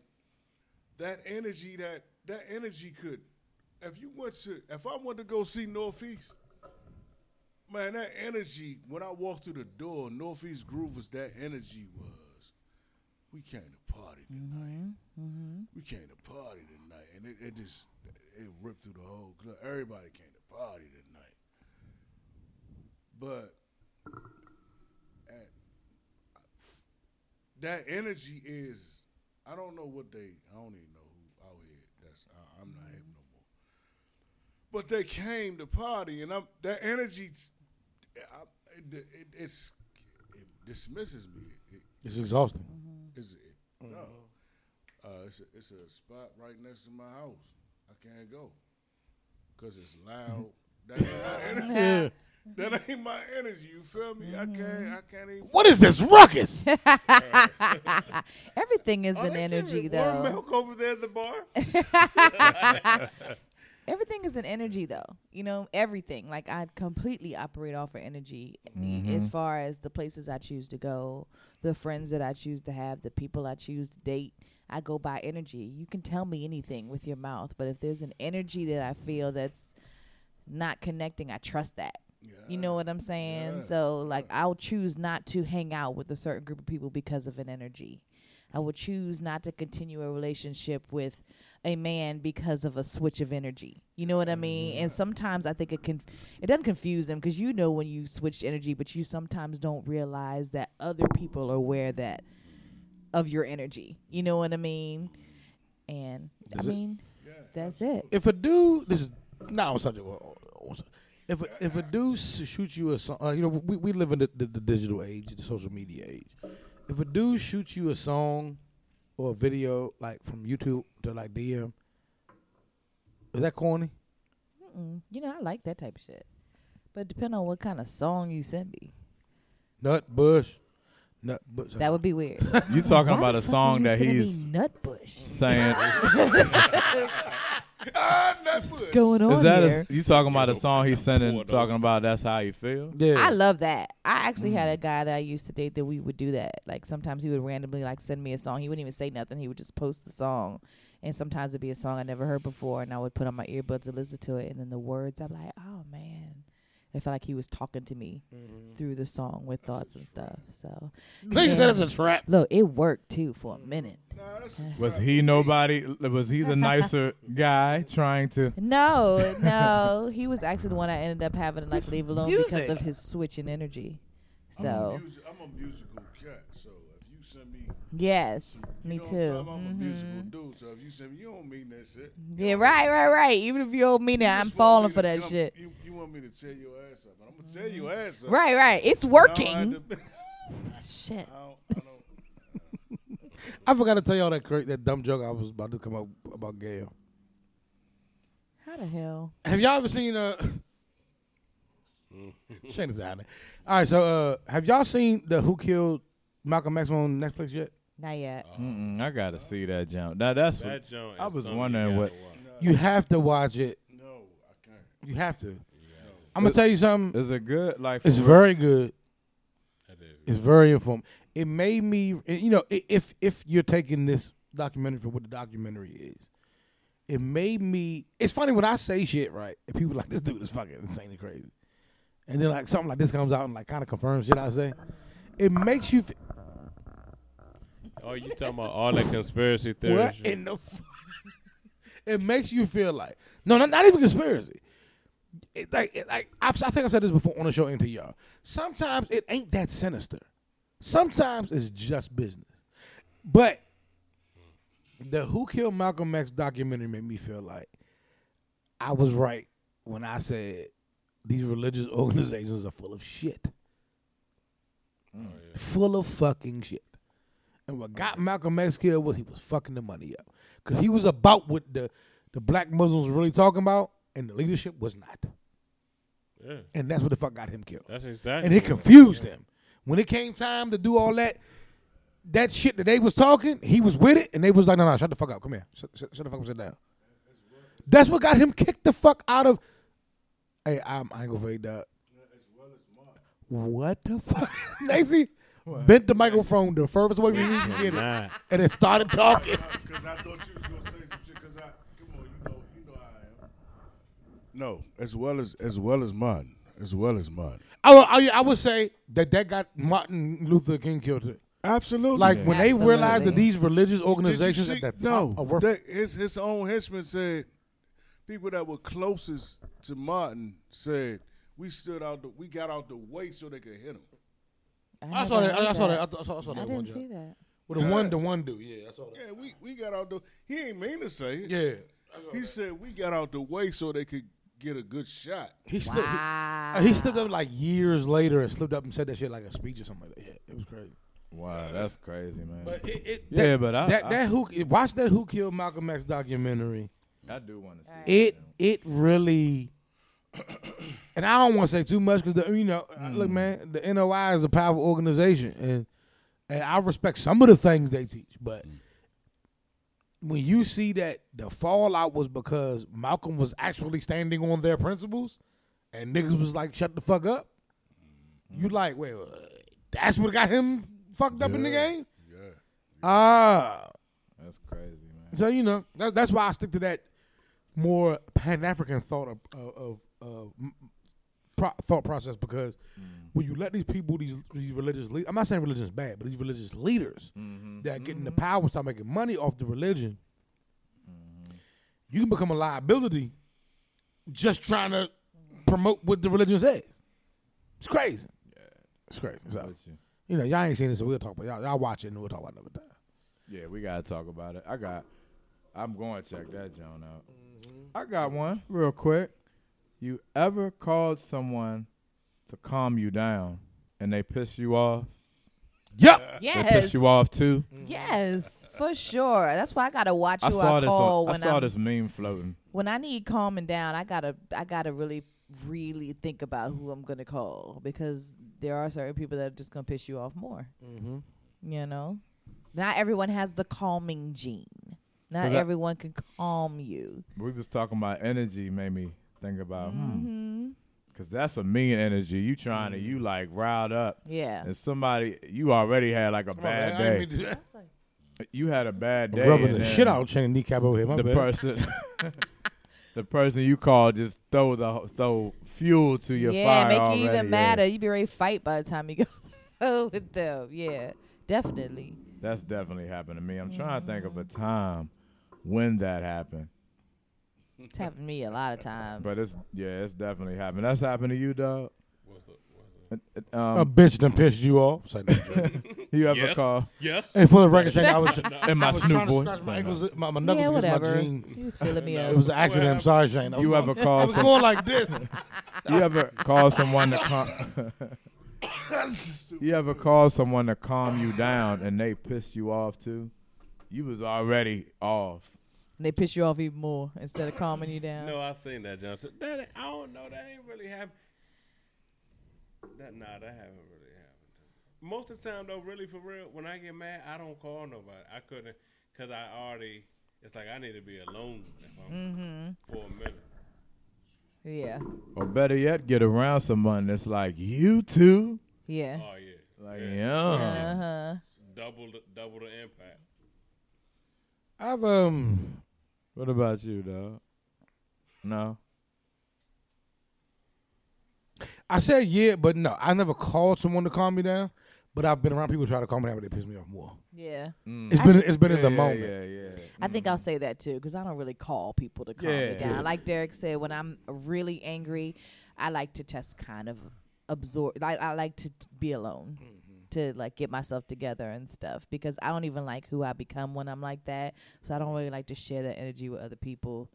E: that energy that that energy could if you went to if I went to go see Northeast, man, that energy when I walked through the door, Northeast Groove was that energy was. We came to party tonight. We came to party tonight, and it, it just it ripped through the whole club. Everybody came to party tonight, but at, that energy is I don't know what they I don't even know who out here. That's I, I'm not hip no more. But they came to party, and I'm that energy. I, it, it, it's it dismisses me. It,
A: It's exhausting.
E: is it? No. Uh, it's, a, it's a spot right next to my house. I can't go because it's loud. That ain't my energy.
A: Yeah.
E: That ain't my energy. You feel me?
B: Mm-hmm.
E: I can't. I can't even.
A: What is this ruckus?
B: Everything is
E: Oh,
B: an
E: they
B: energy,
E: serving
B: though.
E: warm milk over there at the bar.
B: Everything is an energy, though. You know, everything. Like I completely operate off of energy,
E: Mm-hmm.
B: as far as the places I choose to go, the friends that I choose to have, the people I choose to date. I go by energy. You can tell me anything with your mouth, but if there's an energy that I feel that's not connecting, I trust that. You know what I'm saying? So like I'll choose not to hang out with a certain group of people because of an energy. I will choose not to continue a relationship with a man because of a switch of energy. You know what I mean? And sometimes I think it can it doesn't confuse them because you know when you switch energy, but you sometimes don't realize that other people are aware that of your energy. You know what I mean? And I mean that's it.
A: if a dude, this is not on subject. well, on subject. If a, if a dude s- shoots you a song, uh, you know we, we live in the, the, the digital age, the social media age. If a dude shoots you a song or a video like from YouTube to like DM, is that corny?
B: Mm, You know, I like that type of shit. But depending on what kind of song you send me.
A: Nut bush, nut bush.
B: That would be weird.
C: You talking
B: Why
C: about
B: the
C: a
B: fuck
C: song
B: you
C: that
B: sending
C: he's
B: me Nutbush.
C: saying
E: Ah, not much.
B: going on
C: Is that
B: here?
C: a, you talking about a song he's sending?
D: Pulled
C: Talking about that's how you feel?
A: Yeah.
B: I love that. I actually had
C: Mm.
B: a guy that I used to date that we would do that. Like sometimes he would randomly like send me a song. He wouldn't even say nothing. He would just post the song, and sometimes it'd be a song I never heard before, and I would put on my earbuds and listen to it. And then the words, I'm like, oh man, I felt like he was talking to me through the song with thoughts and stuff. So
A: They said it's a trap.
B: look, it worked too for a minute.
E: Nah, that's a
C: Was
E: trap.
C: he nobody? Was he the nicer guy trying to?
B: No, no, he was actually the one I ended up having to like leave alone because of his switching energy.
E: I'm a
B: So
E: music- I'm a musical cat, so if you send me,
B: yes, me
E: you know
B: too.
E: what I'm saying? I'm a musical
B: Mhm.
E: dude, so if you send me, you don't mean that shit.
B: Yeah, right, right, right. Even if you don't mean it,
E: You
B: I'm
E: just want
B: falling
E: me
B: for
E: to
B: that
E: come-
B: shit.
E: You, you want me to tear your ass up, and I'm gonna tear your ass up.
B: Right, right. It's
E: I don't have
B: working.
E: to-
B: Shit.
E: I don't. I don't
A: I forgot to tell y'all that cra- that dumb joke I was about to come up about Gail.
B: How the hell?
A: Have y'all ever seen uh Shane is out. All right, so uh have y'all seen the Who Killed Malcolm X on Netflix yet?
B: Not yet.
E: Uh-huh.
C: Mm-mm, I gotta see that jump. Now that's what,
D: That joint.
C: I
D: is
C: was
D: something
C: wondering
D: you
C: what-
D: gotta watch.
A: You have to watch it.
E: no, I can't.
A: You have to. I'm gonna tell you something.
C: is it good? Like
A: It's
C: for-
A: very good.
D: That is-
A: It's very informative. It made me, it- you know, i- if if you're taking this documentary for what the documentary is, it made me. It's funny when I say shit, right? And people like this dude is fucking insanely crazy, and then like something like this comes out and like kind of confirms shit I say. It makes you. F-
D: Oh, you talking about all that conspiracy theory?
A: what
D: shit?
A: in the? F- it makes you feel like no, not, not even conspiracy. It, like it, like I've, I think I've said this before on the show and to y'all. Sometimes it ain't that sinister. Sometimes it's just business. But the Who Killed Malcolm X documentary made me feel like I was right when I said these religious organizations are full of shit. Full of fucking shit. And what got Malcolm X killed was he was fucking the money up. Because he was about what the, the black Muslims were really talking about, and the leadership was not.
D: Yeah,
A: And that's what the fuck got him killed
D: that's exactly.
A: and it
D: what-
A: confused him. When it came time to do all that, that shit that they was talking, he was with it, and they was like, "No, no, shut the fuck up, come here, shut, shut, shut the fuck up, sit down." That's what got him kicked the fuck out of. Hey, I'm, I ain't gonna fade that. What the fuck, Nacy? Bent the microphone the furthest away from me can get it,
D: Nah,
A: and then started talking.
E: Because I thought you was gonna say some shit. Because I, come on, you know, you know I am. No, as well as as well as mine, as well as mine.
A: I, would- I, I would say that that got Martin Luther King killed. Too.
E: Absolutely.
A: Like when they realized that
B: Absolutely.
A: these religious organizations
E: Did you see-
A: at the top
E: no,
A: are worth
E: that- his his own henchman said, people that were closest to Martin said, we stood out, the, we got out the way so they could hit him.
A: I
B: never
A: saw that.
B: heard
A: I saw that. I saw, I saw that.
B: I
A: one
B: didn't
A: job.
B: see that.
A: With the one, the one dude. Yeah, I saw that.
E: Yeah, we, we got out the. He ain't mean to say it.
A: Yeah,
E: He said we got out the way so they could get a good shot.
A: he slipped.
C: Uh,
B: Wow.
A: He, he slipped up like years later and slipped up and said that shit like a speech or something like that. Yeah, it was crazy.
C: wow, that's crazy, man.
A: But it, it
C: Yeah,
A: that-
C: but I-
A: that
C: I-
A: that who watch that Who Killed Malcolm X documentary.
C: I do want to see.
A: It it really, and I don't want to say too much because you know,
E: Mm.
A: look, man, the NOI is a powerful organization, and and I respect some of the things they teach, but.
E: Mm.
A: When you see that the fallout was because Malcolm was actually standing on their principles, and niggas was like, "Shut the fuck up,"
E: Mm-hmm.
A: you like, wait, what? that's what got him fucked up in the game.
E: Yeah.
A: Ah,
C: That's crazy, man.
A: so you know that, that's why I stick to that more Pan African thought of of, of, of m- pro- thought process because when you let these people these these religious leaders I'm not saying religion is bad but these religious leaders that get in the power and start making money off the religion you can become a liability just trying to promote what the religion says it's crazy it's crazy so
C: With you.
A: you know y'all ain't seen this so we'll talk about y'all y'all watch it and we'll talk about it another time
C: Yeah, we gotta talk about it. I got. I'm going to check that joint out.
B: Mm-hmm.
C: I got one real quick. You ever called someone to calm you down and they piss you off?
A: yep
B: Yes.
C: They piss you off too.
B: Yes, for sure. That's why I gotta watch
C: I
B: who
C: saw
B: I
C: this.
B: call
C: On, I
B: when
C: saw
B: I'm
C: this meme floating.
B: when I need calming down, I gotta I gotta really really think about who I'm gonna call because there are certain people that are just gonna piss you off more. Mm-hmm. You know, not everyone has the calming gene. Not
C: 'Cause I-
B: everyone can calm you.
C: We was talking about energy made me think about hmm.
B: Mm-hmm.
C: Cause that's a mean energy. You trying to you like riled up,
B: Yeah.
C: and somebody you already had like a bad day. you had a bad day.
A: Rubbing
C: and
A: the
C: then
A: shit out, chain kneecap over here. My
C: the
A: bad.
C: person. the person you call just throw the throw fuel to your
B: yeah,
C: fire.
B: make
C: already,
B: you even
C: yeah.
B: madder. You be ready to fight by the time you go with them. Yeah, definitely.
C: That's definitely happened to me. I'm trying to think of a
B: Mm-hmm.
C: time when that happened,
B: It's happened to me a lot of times.
C: but it's yeah, it's definitely happened. That's happened to you, dog. Uh, uh,
A: a
C: Um,
A: bitch done pissed you off. It's like,
C: you ever
D: Yes.
C: call
D: Yes.
A: hey, for the record, Shane, I was,
C: in my
A: I was trying to
C: Snoop voice?
A: scratch my ankles, my, my knuckles against
B: yeah, whatever.
A: my
B: You
A: jeans.
B: just filling me up.
A: It was an accident. I'm sorry, Shane. I was
C: You
A: going-
C: ever call
A: I was
C: some,
A: going like this.
C: you ever call someone to calm You ever call someone to calm you down and they piss you off too? You was already off.
B: And they piss you off even more instead of calming you down.
D: No, I seen that Johnson. That ain't- I don't know. That ain't really happened. That nah, that haven't really happened. To me. Most of the time, though, really for real, when I get mad, I don't call nobody. I couldn't, cause I already. It's like I need to be alone if I'm- for a minute.
B: Yeah,
C: Or better yet, get around someone that's like you too.
B: yeah.
C: Uh,
D: Oh yeah,
C: Like yeah.
B: Uh huh.
D: double the, double the impact.
A: I've um,
C: What about you, dog? No.
A: I said yeah, but no, I never called someone to calm me down. But I've been around people who try to calm me down, but they piss me off more.
B: Yeah.
A: It's been it's been in the
C: Hmm. yeah,
A: moment.
C: Yeah, yeah.
B: I think I'll say that too because I don't really call people to calm
C: Yeah.
B: me down.
C: Yeah.
B: Like Derek said, when I'm really angry, I like to just kind of absorb. Like I like to t- be alone to like get myself together and stuff because I don't even like who I become when I'm like that. So I don't really like to share that energy with other people.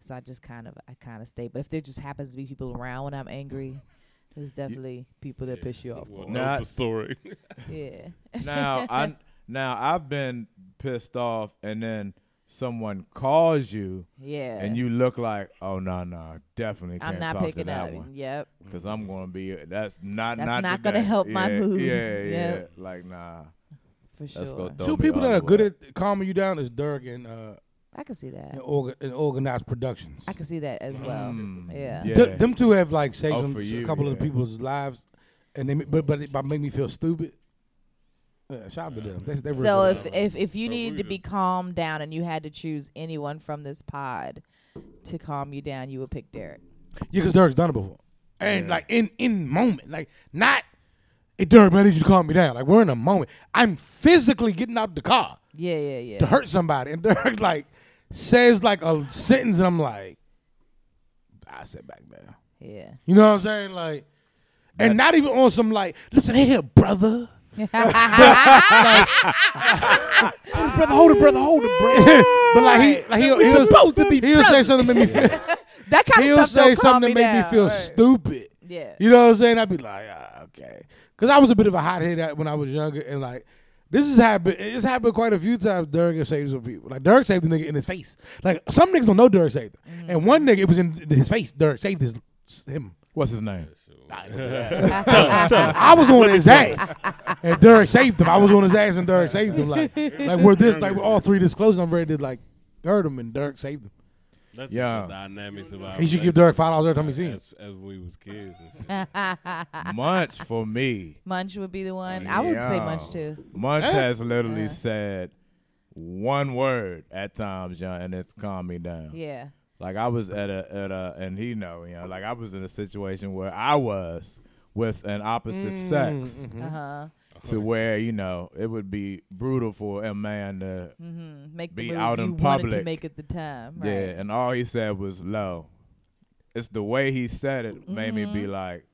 B: So I just kind of I kind of stay. But if there just happens to be people around when I'm angry, there's definitely people that piss you off
D: Well,
B: more.
C: no.
D: that's
C: Not-
D: the story.
B: Yeah.
C: Now I now I've been pissed off and then someone calls you
B: Yeah.
C: and you look like, oh no, no, I definitely can't
B: I'm not
C: talk
B: picking
C: to that
B: up.
C: one.
B: Yep.
C: Cause I'm gonna be. That's not.
B: That's
C: not,
B: not
C: today.
B: gonna help my
C: Yeah,
B: mood.
C: Yeah, yeah.
B: Yep.
C: Like nah.
B: For
C: Let's go.
B: sure.
C: throw
A: Two
C: me
A: people that
C: all
A: are
C: the
A: good
C: way.
A: at calming you down is Dirk and uh
B: I can see that.
A: and, orga- and organized productions.
B: I can see that as well.
C: Mm,
B: Yeah.
C: yeah.
A: Th- them two have like saved
C: Oh,
A: some,
C: for
A: s- a
C: you,
A: couple of
C: yeah.
A: people's lives, and they ma- but but it, but make me feel stupid. Yeah, shout out to them. They, they really
B: So
A: good.
B: if if if you
D: But
B: needed
D: we
B: to be
D: just-
B: calmed down and you had to choose anyone from this pod to calm you down, you would pick Derek.
A: yeah, because Dirk's done it before, and like in in moment, like not. Hey, Dirk, man, I need you to calm me down. Like we're in a moment. I'm physically getting out the car
B: Yeah, yeah, yeah.
A: to hurt somebody, and Dirk like says like a sentence, and I'm like, I sit back down.
B: Yeah.
A: You know what I'm saying? Like, and not even on some like, listen here, brother.
F: brother, hold it, brother, hold it, brother.
A: but like he, like he'll, he'll,
F: supposed to be
A: he'll say something that make me feel,
B: That kind
A: he'll
B: of stuff
A: say
B: don't calm me
A: something that make
B: down.
A: me feel
B: Right.
A: stupid.
B: Yeah.
A: You know what I'm saying? I'd be like, ah, okay, because I was a bit of a hothead at- when I was younger, and like. This has happened. It's happened quite a few times. Derek has saved some people. Like Derek saved the nigga in his face. Like some niggas don't know Derek saved him,
F: Mm-hmm.
A: and one nigga it was in his face. Derek saved his him.
C: What's his name?
A: I was on his ass, and Derek saved him. I was on his ass, and Derek saved him. Like, like we're this, like we're all three this close. I'm ready to like hurt him, and Derek saved him.
D: That's
C: Yeah.
D: just the dynamics of our.
A: He should give Derek five dollars every time he sees him.
D: as, as we was kids. And shit.
C: Munch for me.
B: Munch would be the one. I would say Munch
C: Yeah.
B: too.
C: Munch has literally
B: Yeah.
C: said one word at times, John, and it's calmed me down.
B: Yeah.
C: Like I was at a at a, and he know, you know, like I was in a situation where I was with an opposite sex
B: Uh huh.
C: to where you know it would be brutal for a man to
B: Make the
C: Be
B: move
C: out
B: you
C: in
B: wanted to
C: public.
B: make at the time. Right.
C: Yeah, and all he said was low. It's the way he said it made me
B: Mm-hmm.
C: be like,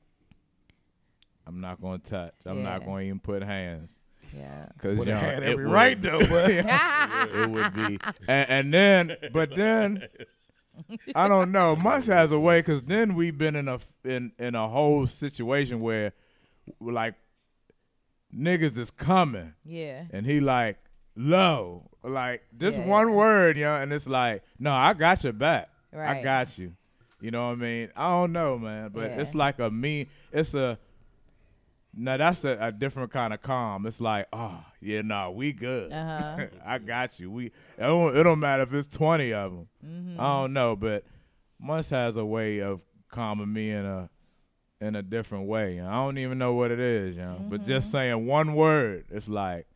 C: I'm not gonna touch. I'm not
B: Yeah.
C: gonna even put hands.
B: Yeah.
C: Cause you
A: Would
C: know,
A: have had
C: it
A: every
C: would-
A: right though. But
C: it would be, and, and then, but then, I don't know. Months has a way because then we've been in a in in a whole situation where, like, niggas is coming
B: Yeah.
C: and he like low, like just
B: Yeah,
C: one word, you know, and it's like, no, I got your back. I
B: Right.
C: got you. You know what I mean? I don't know, man, but
B: Yeah.
C: it's like a me. It's a Now that's a, a different kind of calm. It's like, oh yeah, nah, we good.
B: Uh-huh.
C: I got you. We it don't, it don't matter if it's twenty of them.
B: Mm-hmm.
C: I don't know, but Munch has a way of calming me in a in a different way. I don't even know what it is, you know. But
B: Mm-hmm.
C: just saying one word, it's like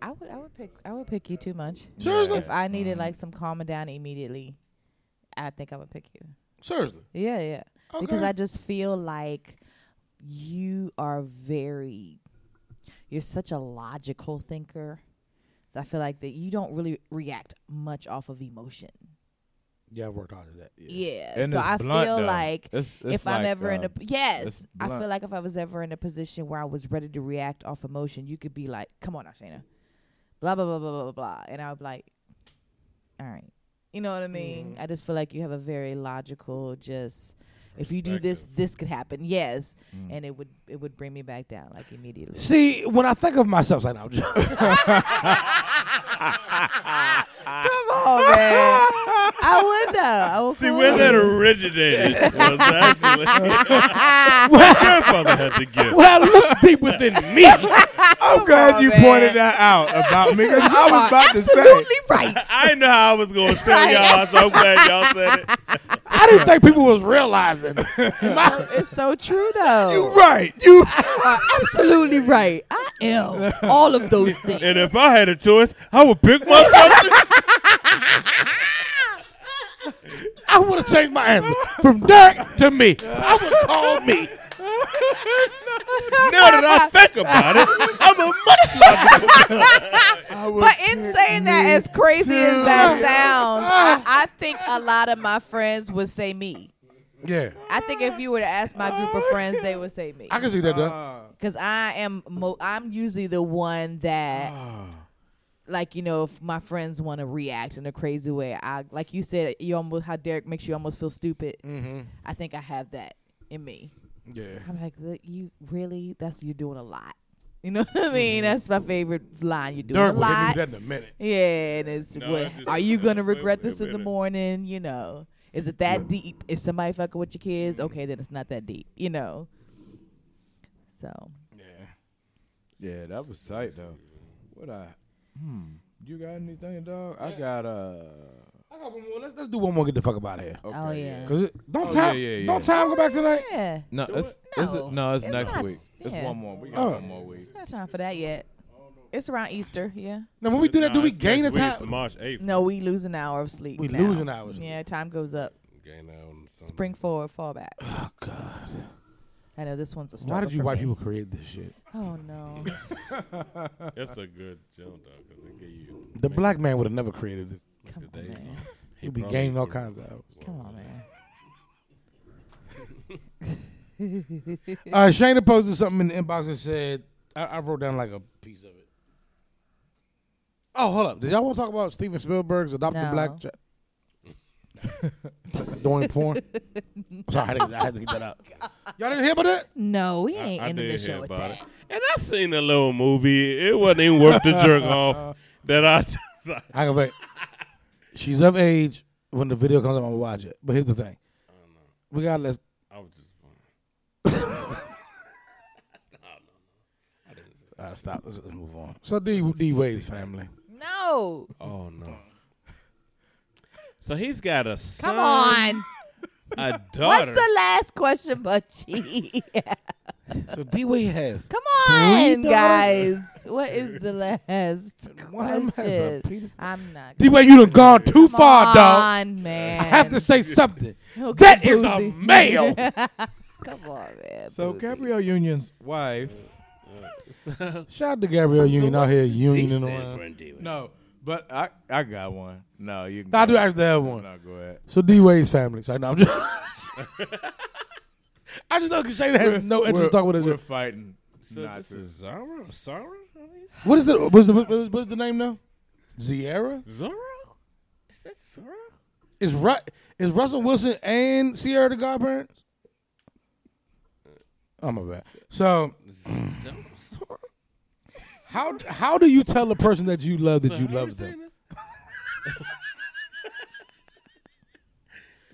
B: I would I would pick I would pick you too much.
A: Seriously?
B: If I
C: Mm.
B: needed like some calming down immediately, I think I would pick you.
A: Seriously.
B: Yeah, yeah. Because
A: Okay.
B: I just feel like you are very you're such a logical thinker. that I feel like that you don't really react much off of emotion.
A: Yeah, I've worked hard at that.
B: Yeah.
C: and
B: so
C: it's
B: I
C: blunt,
B: feel
C: though.
B: like
C: It's- it's
B: if I'm
C: like,
B: ever in
C: uh,
B: a yes, I feel
C: blunt.
B: like if I was ever in a position where I was ready to react off emotion, you could be like, "Come on, now, Shayna," blah blah blah blah blah blah, blah, and I would be like, "All right," you know what I mean? I just feel like you have a very logical, just if you do this, this could happen. Yes, and it would it would bring me back down like immediately.
A: See, when I think of myself, like, no, I'm joking.
B: Come on, man. I would though. I would
D: See
B: come
D: where
B: on.
D: that originated was actually. My grandfather had the gift.
A: when I look deep within me,
C: I'm glad
B: on,
C: you
B: man.
C: pointed that out about me because I was about to say
B: Absolutely right.
D: I didn't know how I was going to tell y'all, so I'm glad y'all said it.
A: I didn't think people was realizing.
B: So- it's so true though.
C: right. You
B: are Uh, absolutely right. I am all of those things.
D: And if I had a choice, I would pick myself.
A: I would have changed my answer from Derek to me. I would call me.
D: now that I think about it, I'm a much
B: but in saying that, as crazy as that sounds, I, I think a lot of my friends would say me.
A: Yeah,
B: I think if you were to ask my group of friends, they would say me
A: I can see that, though.
B: because I am mo- I'm usually the one that.
D: Ah.
B: Like you know, if my friends want to react in a crazy way, I like you said, you almost how Derek makes you almost feel stupid.
A: Mm-hmm.
B: I think I have that in me.
A: Yeah.
B: I'm like, "Look, you really? That's you're doing a lot. You know what I
A: Mm-hmm.
B: mean? That's my favorite line. You're doing
A: Derek
B: a
A: will hit me with
B: lot.
A: that in a minute.
B: Yeah, and it's
D: No,
B: what?
D: I just-
B: Are you
D: I
B: gonna
D: just wait
B: regret
D: a
B: this in the
D: minute.
B: morning? You know, is it that deep? Is somebody fucking with your kids? Okay, then it's not that deep. You know. So
C: Yeah, that was tight though. What I hmm. You got anything, dog? I got uh
A: I got one more. Let's, let's do one more. Get the fuck up out of here.
C: okay,
B: oh yeah.
A: Cause it, don't
C: Oh,
A: time.
C: yeah, yeah,
A: Don't
C: yeah.
A: time go back tonight.
B: Yeah,
C: No, it's, it's
B: No.
C: no, it's,
B: It's
C: next
B: not-
C: week. It's
B: yeah.
C: one more. We got
A: Oh.
C: one more week.
B: it's not time for that yet. It's around Easter. Yeah.
A: Now when we do that, do we gain the time?
D: March 8th.
B: No, we lose an hour of sleep.
A: We
B: now.
A: lose an hour of sleep.
B: Yeah, time goes up.
D: Gain that on Sunday.
B: Spring forward, fall back.
A: Oh God!
B: I know this one's a struggle.
A: Why did you
B: for
A: white
B: me.
A: people create this shit?
B: Oh no.
D: That's a good jump, though, because it gave you.
A: The black man would have never created it.
B: Come on,
D: days
B: man.
A: He'd be gaining all kinds of hours.
B: Come on, man.
A: Uh, Shayna posted something in the inbox that said, I, I wrote down like a piece of it. Oh, hold up. Did y'all want to talk about Steven Spielberg's adopted
B: No.
A: black child? Doing porn? I'm sorry, I had, to, get- I had to get that out. Y'all didn't hear about that?
B: No, we
D: I-
B: ain't
D: I
B: ending the
D: did hear
B: show with
D: about
B: that.
D: it. And I seen a little movie. It wasn't even worth the jerk off that I.
A: I can wait. She's of age. When the video comes out, I'm going to watch it. But here's the thing. We got to let
D: I was just. born.
A: uh, stop. Let's, let's move on. So D, D Wade's family.
B: No,
D: Oh no. So he's got a son,
B: come on.
D: a
B: What's
D: daughter.
B: the last question, Bunchy?
A: So D Wade has.
B: come
A: Three
B: on,
A: dollars?
B: guys. What is the last
A: One of them has a
B: question?
A: penis.
B: I'm not.
A: D Wade, you done gone too
B: Come
A: far, dog.
B: on, man.
A: I have to say something.
B: Okay,
A: That is a
B: Boozy.
A: male.
B: Come on, man.
C: So
B: Boozy.
C: Gabrielle Union's wife.
A: Shout out to Gabrielle Union out here unioning
D: stand for
A: around.
D: in D-Wade?
C: No, but I I got one. No, you. Can
A: I do
C: go.
A: actually have one.
C: No, go ahead.
A: So D Wade's family. So no, I'm just. I just know because Shayna has no interest talking with
C: We're
A: us.
C: fighting.
D: So this
C: Nazis.
D: is Zara. Zara.
A: What is the what's the what's, what's the name now? Ziera.
D: Zara. Is that Zara?
A: Is Ru- is Russell Wilson and Sierra the godparents? Oh my bad. So
D: Zara? Zara?
A: how how do you tell a person that you love that
D: So
A: you
D: how are
A: love
D: saying
A: them?
D: this?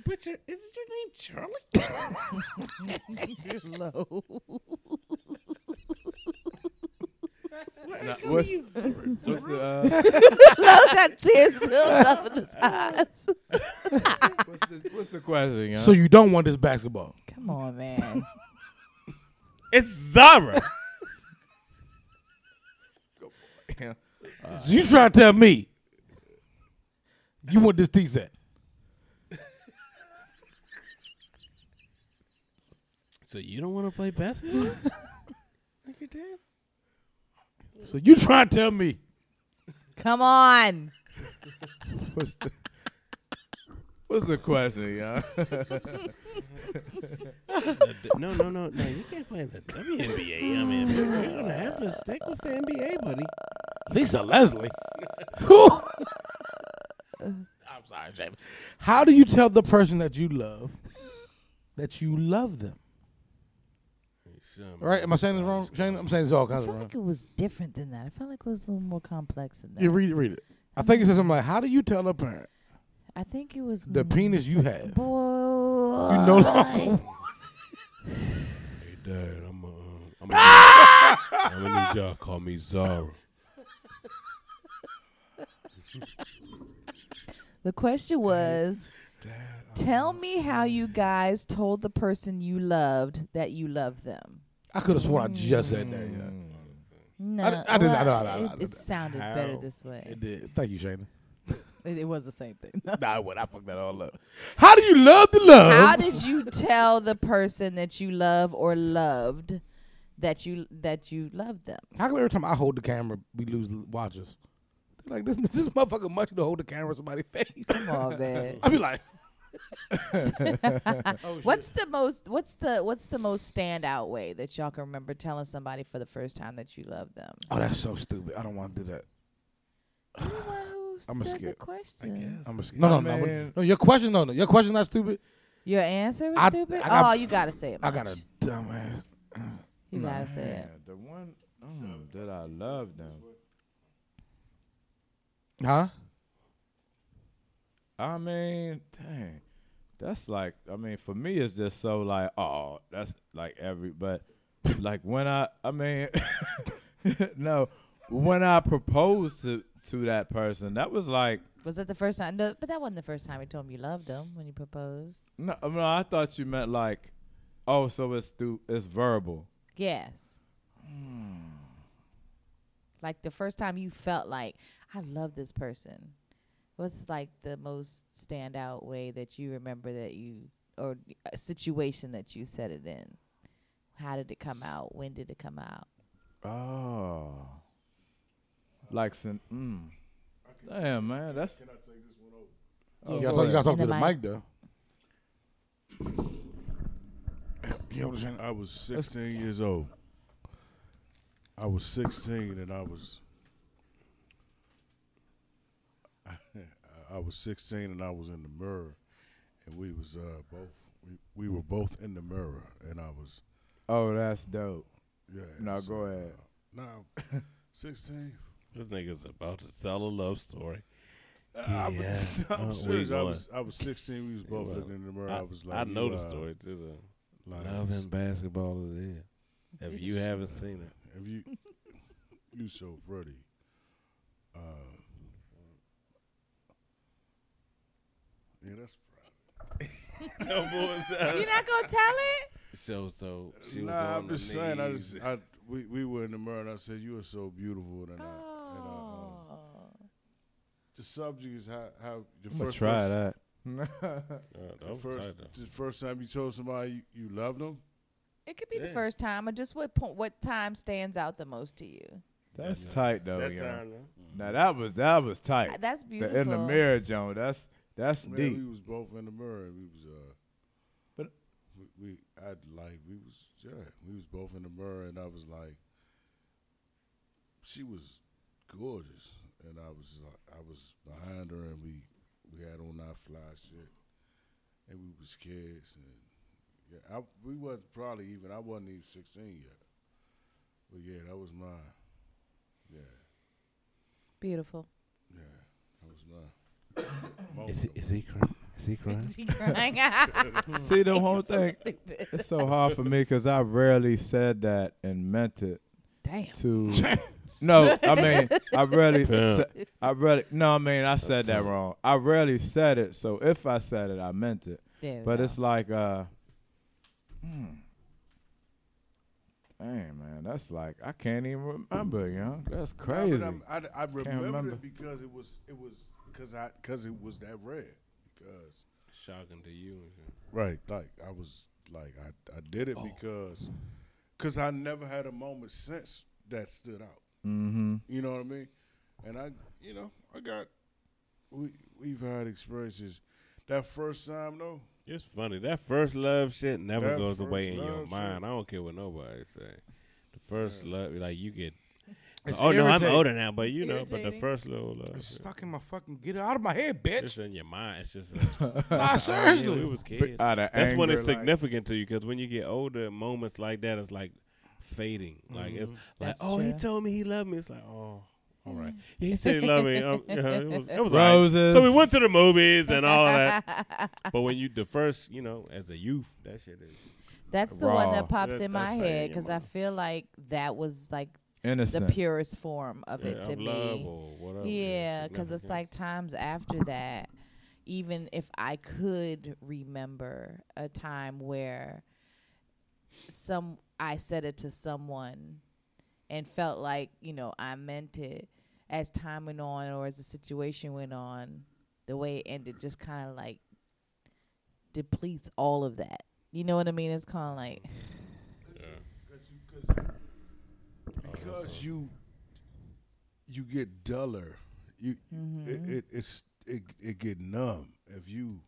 D: But your, is it your name Charlie?
B: Low.
C: Nah, what's, what's the uh,
B: Low got tears built up in his eyes.
C: what's the what's the question? Young?
A: So you don't want this basketball?
B: Come on, man.
D: It's Zara.
A: So you try to tell me you want this T set?
D: so you don't want to play basketball? like your dad?
A: So you try to tell me
B: Come on.
C: what's the what's the question? Young?
D: No, no, no, no. You can't play in the WNBA. I mean, you're gonna have to stick with the NBA, buddy.
A: Lisa Leslie? Who? I'm sorry, Jamie. How do you tell the person that you love that you love them? All right? Am I saying this wrong, Shane? I'm saying this all
B: I
A: kinds of
B: felt
A: wrong.
B: like it was different than that. I felt like it was a little more complex than that.
A: You read it, read it. I think it says something like, "How do you tell a parent
B: I think it was
A: the penis you have you
B: boy.
A: no longer?"
D: Hey, Dad, I'm
E: uh,
D: gonna I'm gonna need y'all to call me Zara.
B: The question was
A: oh
B: Tell me how you guys told the person you loved that you love them.
A: I could have sworn I just said that. Yeah,
B: No,
A: did- I did- I
B: well,
A: know, I know, I know, I
B: it,
A: know.
B: it sounded better
D: How?
B: this way.
A: it did. Thank you, Shane.
B: It, it was the same thing.
A: nah, I would. I fucked that all up. How do you love the love?
B: How did you tell the person that you love or loved that you that you loved them?
A: How come every time I hold the camera, we lose watchers? They're like, this this motherfucker much to hold the camera in somebody's face.
B: Come on, man.
A: I be like,
B: What's the most what's the what's the most standout way that y'all can remember telling somebody for the first time that you love them?
A: oh, that's so stupid. I don't want to do that.
B: You the one who
A: I'ma
B: said the
A: skip.
B: question.
A: I'm a, no, no, no, but-
C: Man.
A: no. Your question, no, no. Your question's not stupid.
B: Your answer was
A: I-
B: stupid.
A: I got-
B: oh, you gotta say it.
A: I got
B: Mitch.
A: a dumbass.
B: You gotta say it.
C: Man, the one mm, that I love them.
A: Huh?
C: I mean, dang, that's like I mean for me it's just so like oh that's like every but like when I I mean no when I proposed to to that person that was like
A: Mm-hmm.
B: Was that the first time? No, but that wasn't the first time you told him you loved him when you proposed.
C: no I, mean, I thought you meant like oh so it's through it's verbal
B: Yes.
A: Hmm.
B: Like the first time you felt like I love this person. What's like the most standout way that you remember that you or a situation that you said it in? How did it come out? When did it come out?
C: oh like sin- mm. damn man that's
A: You
B: Yeah.
A: gotta talk, you gotta talk to
B: In
A: the
B: the
A: mic,
B: mic.
A: though.
E: You know what I'm saying? I was 16 years old. I was 16 and I was. I was 16 and I was in the mirror, and we was uh, both we, we were both in the mirror, and I was
C: oh that's dope
E: yeah.
C: no
E: so-
C: go ahead
E: No, 16.
D: This nigga's about to tell a love story.
E: I was,
D: Yeah.
E: I'm
D: Uh,
E: serious.
D: we
E: I
D: won.
E: was I was 16. We was both
D: won.
E: looking in the mirror. I,
D: I,
E: was like,
D: I
E: you uh,
D: know the
E: are
D: story too. Though.
E: lying.
D: Love and basketball it is. If you haven't seen it,
E: If you you so pretty. Uh, yeah, that's Oh,
D: no
B: You're not gonna tell it?
D: So so she was
E: nah,
D: on
E: I'm
D: the
E: just saying. I
D: knees.
E: just I we, we were in the mirror and I said you are so beautiful and, I,
B: Uh,
E: and I, um,
B: Oh.
E: the subject is how how the
C: I'm gonna
E: first
C: try
E: person,
C: that
D: Uh,
E: the
D: that was
E: first
D: tight, though.
E: the first time you told somebody you, you loved them.
B: It could be the
D: Yeah.
B: first time, or just what point, what time stands out the most to you?
C: that's tight
E: Oh,
C: though
D: That
C: yeah.
D: time, though.
C: Now that was that was tight.
B: That's beautiful.
C: The in the mirror, Joan. That's that's
E: Man,
C: deep.
E: we was both in the mirror. and We was uh,
C: But-
E: we, we I like we was yeah we was both in the mirror and I was like, she was gorgeous and I was like, I was behind her and we we had on our fly shit and we was kids and yeah I, we was probably even I wasn't even sixteen yet, but yeah that was mine, yeah
B: Beautiful.
E: yeah that was mine. Moment. Oh,
D: Is he, is he crying? Is he crying?
B: Is he crying?
C: See the whole
B: He's so
C: thing.
B: stupid.
C: It's so hard for me because I rarely said that and meant it
B: Damn.
C: to. No, I mean I rarely.
D: Yeah.
C: sa- I rarely. No, I mean I said that wrong. I rarely said it, so if I said it, I meant it.
B: There we
C: But
B: go.
C: it's like, uh, hmm. Damn, man, that's like I can't even remember, you know. That's
E: Nah,
C: crazy.
E: But I'm- I, I remembered
C: remember.
E: it because it was it was because I because it was that red because
D: Shocking to you. and shit.
E: right like I was like I, I did
C: Oh.
E: it because because I never had a moment since that stood out.
C: mm-hmm.
E: You know what I mean? And I, you know, I got we we've had experiences. That first time though,
D: It's funny that first love shit never
E: That
D: goes away
E: first
D: in your
E: love
D: mind.
E: shit.
D: I don't care what nobody say. The first love, like you get.
A: It's
D: oh no, I'm
A: irritating.
D: older now, but you
B: It's
D: know, but the
B: irritating.
D: first little love,
A: It's
D: shit,
A: stuck in my fucking. Get it out of my head,
D: it's
A: bitch.
D: in your mind. It's just like,
A: Nah,
D: yeah, we
A: seriously.
D: was kids.
C: Out of
D: That's when
C: anger,
D: it's
C: like-
D: significant to you because when you get older, moments like that is like fading. Like it's like,
B: Mm-hmm. That's
D: oh, he
B: true. Mm.
D: told me he loved me. It's like, oh, all right, yeah, he said he loved me. Um, yeah, it was, it was all right.
C: Roses.
D: So we went to the movies and all that. but when you the first, you know, as a youth, that shit is
B: That's the one
C: Raw.
B: that pops
D: That-
B: in my
D: that's the
B: head
D: in
B: because
D: your
B: I
D: mind.
B: feel like that was like
C: innocent.
B: the purest form of
D: yeah,
B: it to
D: of
B: me.
D: love or whatever.
B: Yeah, because it's
D: significant.
B: like times after that, even if I could remember a time where some I said it to someone and felt like you know I meant it. As time went on, or as the situation went on, the way it ended just kind of like depletes all of that. You know what I mean? It's kind of like
E: because you cause,
C: Oh,
E: because you you get duller. You
C: Mm-hmm.
E: it, it it's it it get numb if you.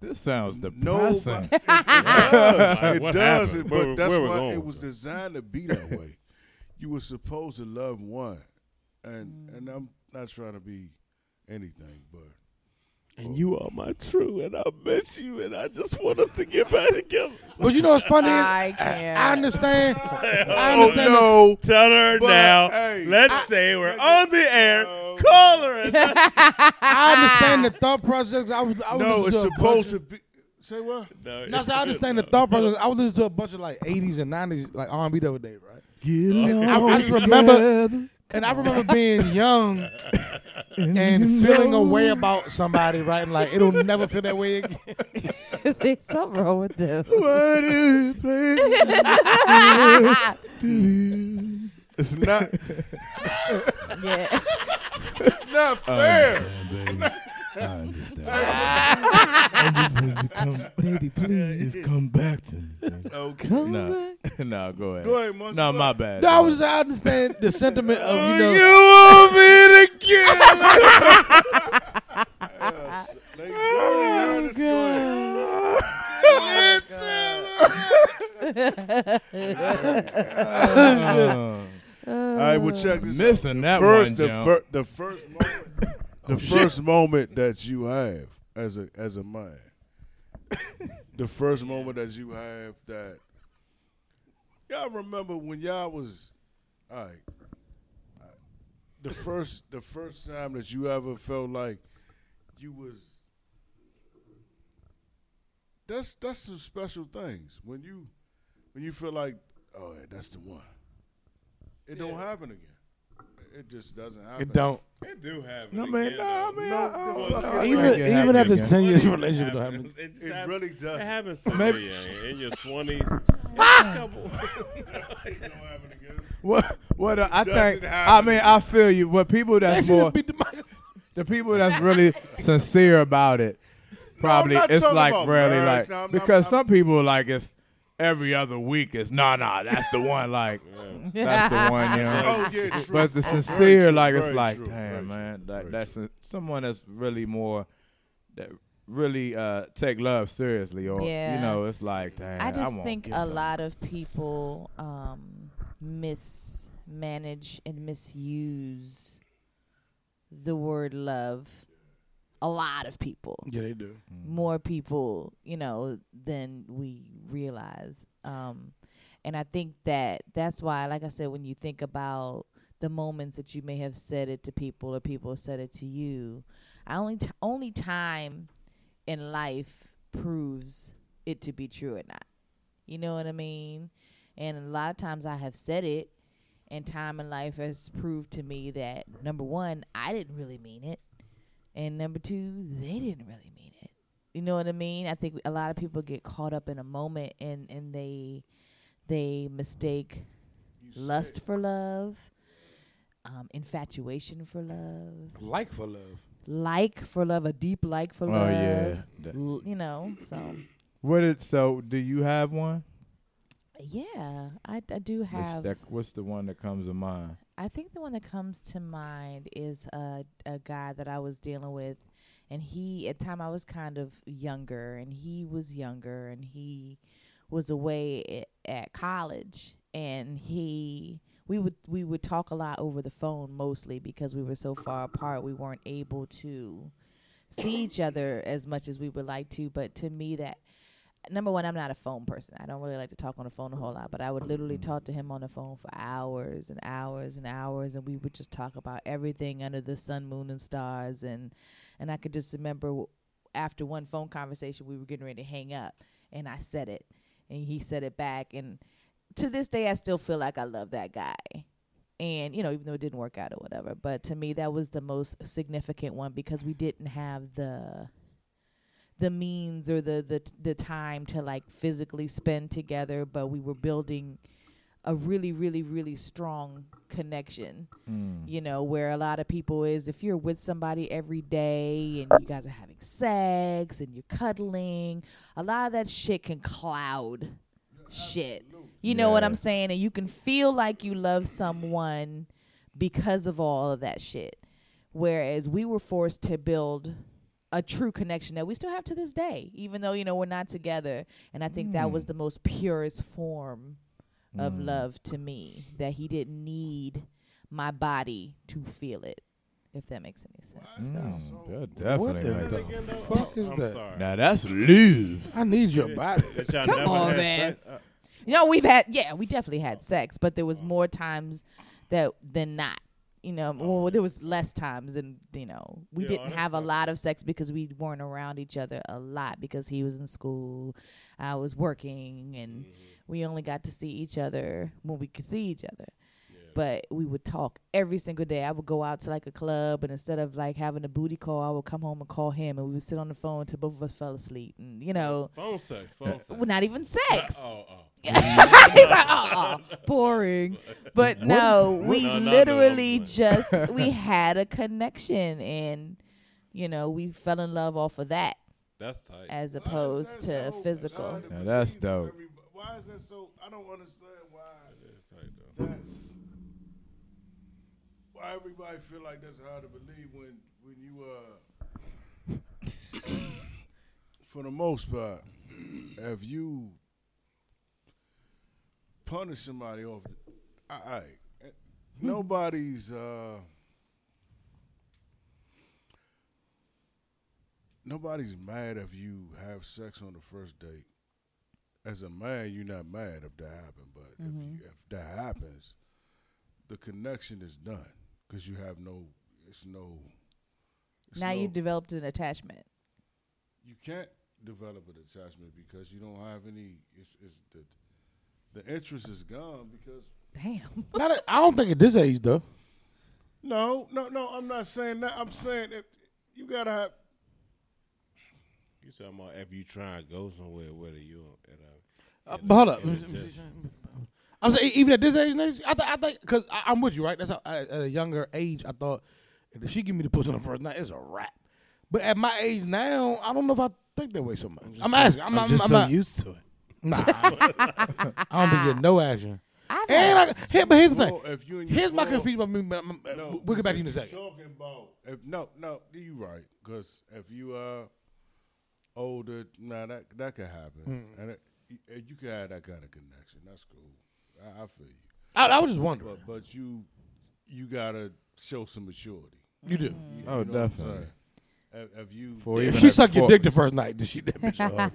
C: This sounds
E: No,
C: depressing.
E: but it does.
D: Like,
E: it
D: what
E: does.
D: happened?
E: It,
D: Where-
E: but that's
D: where we
E: why
D: going
E: it
D: with
E: was
D: this?
E: designed to be that way. you were supposed to love one, and
A: Mm.
E: and I'm not trying to be anything, but
D: and you are my true, and I miss you, and I just want us to get back together.
A: But you know what's funny? is-
B: I
A: I
B: can't.
A: understand. I
D: Oh,
A: understand. that-
E: no,
D: Tell her
E: But,
D: now.
E: hey,
D: let's
E: I-
D: say we're
E: I-
D: on the air.
E: Oh.
D: Call her. And
A: I understand the thought process. I was. I was
E: no,
A: listening to
E: it's
A: a
E: supposed
A: bunch
E: to be. Say what?
D: no,
A: of- No, so I understand the thought process. I was listening to a bunch of like '80s and '90s like R&B the other day, right? I, I just remember, and I remember being young and feeling a way about somebody, right? And like it'll never feel that way again.
B: there's something wrong with them.
E: It's not.
B: yeah.
E: It's not fair.
C: I understand. baby, please come back to me.
E: Okay.
C: No, no, go ahead.
E: Go ahead, Munster.
C: No, my bad.
A: No, I was. I understand the sentiment of you know.
D: want me to kill?
E: Yes. Lady Brody,
A: Oh,
E: y'all, this going-
C: Uh,
E: All right, well, check this. out.
C: missing that
E: first,
C: one, Oh,
E: the,
C: Jump.
E: fir- the first moment, the first moment that you have as a as a man, the first moment that you have that y'all remember when y'all was, all right, the first the first time that you ever felt like you was. That's that's some special things when you when you feel like oh yeah, that's the one. It don't happen again. It just doesn't happen.
A: It don't.
D: It do happen.
C: No, man, uh, no,
D: again, though.
C: I mean,
E: No,
C: I-
E: the
C: I-
E: fuck
C: I-
E: it
A: Even
C: I can't
A: even
C: happen
A: after
C: again.
A: ten years
D: It
A: relationship, don't
D: happens.
A: happen.
D: It, just
E: It
D: happens.
E: really
D: It
E: doesn't.
D: happens to
C: Maybe-
D: me uh, in your twenties.
C: What? What? uh, I
E: Doesn't
C: think. I
E: happen.
C: mean, I feel you. But people
A: That
C: that's
A: should
C: more
A: have beat the mic.
C: the people that's really sincere about it. Probably
E: not
C: it's
E: talking
C: like
E: about
C: really
E: marriage.
C: like
E: No, I'm- I'm-
C: because
E: I'm-
C: some people like it's every other week. It's nah, nah. That's the one. Like that's the one. You know.
E: Oh yeah, true.
C: But the
E: Oh, very
C: sincere,
E: true,
C: like it's
E: very
C: like,
E: true,
C: damn
E: very
C: man,
E: true,
C: that,
E: very
C: that's
E: true.
C: a- someone that's really more that really uh take love seriously, or you
B: Yeah.
C: know, it's like, damn.
B: I just
C: wanna
B: think
C: get
B: a
C: some.
B: lot of people um, mismanage and misuse the word love. A lot of people,
A: Yeah, they do.
C: Mm.
B: more people, you know, than we realize. Um, and I think that that's why, like I said, when you think about the moments that you may have said it to people or people have said it to you, I only t- only time in life proves it to be true or not. You know what I mean? And a lot of times I have said it, and time in life has proved to me that number one, I didn't really mean it, and number two, they didn't really mean it. You know what I mean? I think a lot of people get caught up in a moment and and they they mistake lust for love, um, infatuation for love,
A: Like for love.
B: like for love, a deep like for
C: Oh,
B: love.
C: yeah. That-
B: L- you know, so
C: What it? So do you have one?
B: yeah, I, I do
C: Which
B: have.
C: that- what's the one that comes to mind?
B: I think the one that comes to mind is a a guy that I was dealing with, and he at the time I was kind of younger, and he was younger, and he was away at, at college, and he we would we would talk a lot over the phone mostly because we were so far apart we weren't able to see each other as much as we would like to. But to me, that number one, I'm not a phone person. I don't really like to talk on the phone a whole lot, but I would literally talk to him on the phone for hours and hours and hours, and we would just talk about everything under the sun, moon, and stars. And and I could just remember w- after one phone conversation, we were getting ready to hang up, and I said it, and he said it back, and to this day, I still feel like I love that guy. And you know, even though it didn't work out or whatever, but to me that was the most significant one because we didn't have the the means or the the the time to like physically spend together, but we were building a really really really strong connection. You know, where a lot of people is if you're with somebody every day and you guys are having sex and you're cuddling, a lot of that shit can cloud shit. You know what
C: Yeah.
B: I'm saying? And you can feel like you love someone because of all of that shit. Whereas we were forced to build a true connection that we still have to this day, even though, you know, we're not together. And I think that was the most purest form of love to me, that he didn't need my body to feel it, if that makes any sense.
C: Mm, that definitely.
A: What
C: Like
A: the
C: that.
A: fuck is
D: I'm
A: that?
D: sorry.
C: Now that's love.
A: I need your body.
D: That y'all
B: Come
D: never
B: on,
D: had
B: man.
D: sex? Uh,
B: You know, we've had, yeah, we definitely had sex, but there was more times that than not. You know, well, there was less times than you know. We
D: Yeah,
B: didn't
D: that's
B: have a
D: awesome.
B: lot of sex because we weren't around each other a lot because he was in school, I was working, and we only got to see each other when we could see each other. But we would talk every single day. I would go out to like a club, and instead of like having a booty call, I would come home and call him, and we would sit on the phone till both of us fell asleep. And you know,
D: phone sex. Phone sex.
B: well, not even sex.
D: Oh, oh.
B: He's like, oh, boring. But no, we
D: No, no, no,
B: literally
D: I'm playing.
B: just we had a connection, and you know, we fell in love off of that
D: That's tight.
B: as
E: Why is
B: opposed
E: that
B: to
E: so
B: physical.
E: hard to
C: Now that's
E: believe
C: dope.
E: everybody- Why is that so? I don't understand why.
D: That's tight, though.
E: that's why everybody feel like that's hard to believe when when you uh for the most part if you punish somebody off the, I, I
B: Hmm.
E: nobody's uh nobody's mad if you have sex on the first date as a man, you're not mad if that happened, but
B: Mm-hmm.
E: if, you, if that happens, the connection is done because you have no, it's no. it's
B: Now
E: no-
B: you developed an attachment.
E: You can't develop an attachment because you don't have any. It's, it's the, the interest is gone because.
B: Damn.
A: Not a, I don't think at this age though.
E: No, no, no. I'm not saying that. I'm saying that you gotta have.
D: You talking about if you try and go somewhere, whether you at a,
A: Uh,
D: at
A: but hold
D: a-
A: up.
D: at a just-
A: I'm saying e-, even at this age, niggas, I, th- I think because I'm with you, right? That's how, I, at a younger age, I thought if she give me the pussy on the first night, it's a wrap. But at my age now, I don't know if I think that way so much. I'm, asking. I'm,
F: I'm
A: I'm,
F: just
A: I'm
F: so
A: not.
F: used to it.
A: Nah, I don't be getting no action.
B: I've
A: And
B: had,
A: I, here, but here's the
E: Well,
A: thing.
E: if you and your
A: Here's my
E: girl-
A: confusion about me. but I'm- uh, we'll get back to you in a
E: you're
A: second.
E: Talking about if no, no, you right. Because if you are older, nah, that that could happen,
A: Hmm.
E: and it, you, and you can have that kind of connection. That's cool. I, I feel you,
A: I, I was just wondering.
E: but but you you gotta show some maturity.
A: You do.
E: You,
C: Oh,
E: you know what I'm
C: definitely.
E: saying? If, if you
C: For
A: If
C: even
A: she
C: at
A: sucked your
C: four-
A: dick the first night, did she that bitch? a hoe.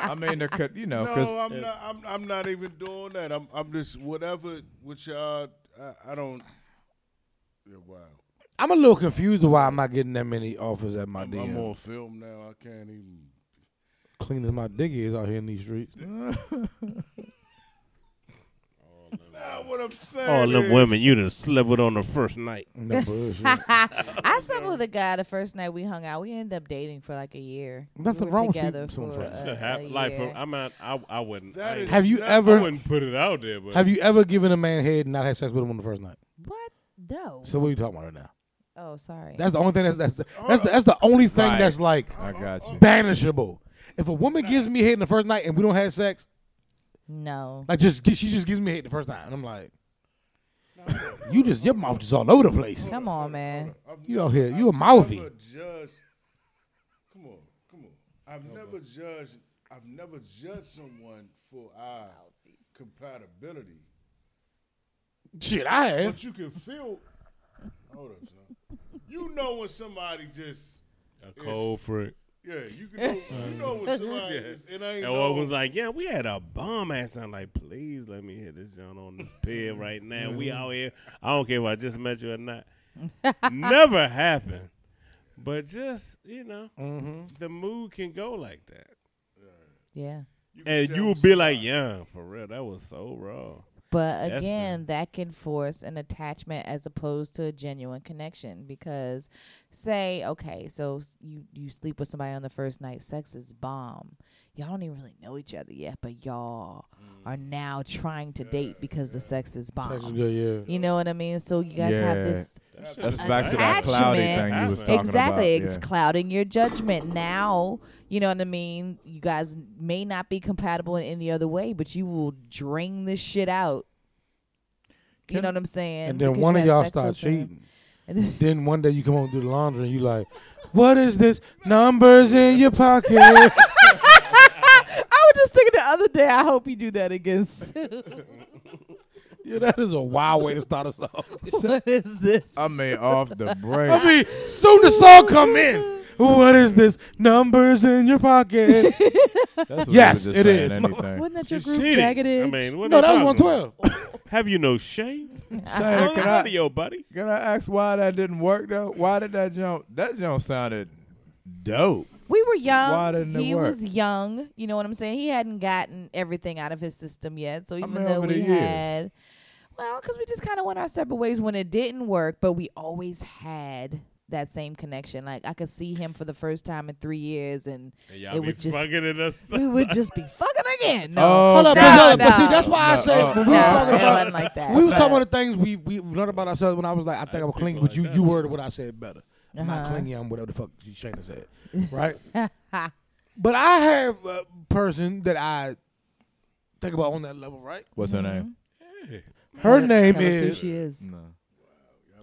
C: I mean, the, co- you know,
E: no,
C: because
E: I'm not. I'm, I'm not even doing that. I'm I'm just whatever. Which y'all, I, I don't. You're wild.
A: I'm a little confused why I'm not getting that many offers at my
E: I'm,
A: DM.
E: I'm on film now. I can't even.
A: Clean as my dick is out here in these streets.
E: Nah, what I'm saying.
D: All them
E: is-
D: women you done slept with on the first night.
A: No bullshit.
B: I slept with a guy the first night we hung out. We ended up dating for like a year. We
A: Nothing
B: were
A: wrong with
B: together
A: sleeping with
B: for
A: someone
B: a-
D: Hap-
B: a
D: like,
B: year.
D: for, I'm not. I, I wouldn't.
E: That
D: I,
E: is-
D: ain't-
A: have you
E: I
D: I
A: ever
D: wouldn't put it out there. But
A: have you ever given a man head and not had sex with him on the first night?
B: what? No.
A: So what are you talking about right now?
B: oh, sorry.
A: That's the only thing that's that's the, that's the, that's the only thing
C: Right.
A: that's like
C: I got you.
A: banishable. If a woman gives me head in the first night and we don't have sex,
B: no.
A: like just gi- she just gives me head the first night, and I'm like, you just your mouth just all over the place.
B: Come on, man.
E: I've
A: You
E: never-
A: out here, you a
E: I've
A: mouthy.
E: Never judged, come on, come on. I've never judged. I've never judged someone for our compatibility,
A: Shit, I have.
E: but you can feel. Hold up, son. You know when somebody just
D: a cold freak?
E: yeah. You can know, you know when somebody is, and I ain't
D: And
E: know.
D: I was like, yeah, we had a bomb ass time. Like, please let me hit this John on this bed right now. We out here. I don't care if I just met you or not. Never happened. But just, you know, the mood can go like that.
B: Yeah.
E: can
D: And
E: tell
D: you will be like, yeah, for real, that was so raw.
B: But
D: That's
B: again, that can force an attachment as opposed to a genuine connection. Because, say, okay, so s- you you sleep with somebody on the first night, sex is bomb. Y'all don't even really know each other yet, but y'all are now trying to date because the sex is bomb.
A: Sex is good, yeah.
B: You know what I mean? So you guys have
C: Yeah.
B: this
C: That's back to that
B: Attachment.
C: cloudy thing you was talking about.
B: exactly. It's
C: yeah.
B: clouding your judgment now. You know what I mean? You guys may not be compatible in any other way, but you will drain this shit out. You
C: Can-
B: know what I'm saying?
A: And then
B: Because
A: one of
B: you had
A: y'all
B: sex
A: start
B: with someone.
A: cheating.
B: And then-
A: Then one day you come home do the laundry and you like, what is this? Numbers in your pocket.
B: I was just thinking the other day. I hope you do that again. soon.
A: yeah, that is a wild way to start a song.
B: what is this?
C: I made off the break.
A: I mean, soon the song come in. What is this? Numbers in your pocket.
C: That's what we
A: Yes,
C: was just
A: it
C: saying,
A: is.
C: Anything.
B: Wasn't that your
D: She's
B: group
D: cheating.
B: Jagged Edge?
D: I mean, what
A: no,
D: the
A: that was
D: problem?
A: one twelve.
D: Have you no shame?
C: Shayna,
D: Hang
C: can
D: out of
C: I
D: your buddy.
C: can I ask why that didn't work though? Why did that jump? That jump sounded dope.
B: we were young.
C: Why didn't it
B: he
C: work?
B: was young. You know what I'm saying? He hadn't gotten everything out of his system yet. So even
C: mean,
B: though
C: over the
B: we
C: years.
B: had, well, because we just kind of went our separate ways when it didn't work, but we always had that same connection. Like I could see him for the first time in three years, and
D: Y'all
B: it
D: be
B: would just
D: fucking in us.
B: we would just be fucking again. No,
C: Oh,
A: Hold up,
B: No,
A: but- but
B: no.
A: see, that's why I
C: No,
A: say
C: uh,
A: when we
B: no,
A: was talking
B: it
A: about
B: wasn't like that.
A: Oh, we was talking
B: but-
A: about the things we we learned about ourselves when I was like, I think I'm clingy, but you you worded what I said better. I'm not
B: Uh-huh.
A: clingy. I'm whatever the fuck Shayna said, right? but I have a person that I think about on that level, right?
C: What's her name?
A: Her name
B: Tell us who
A: is
B: she
C: Mm-hmm.
B: is.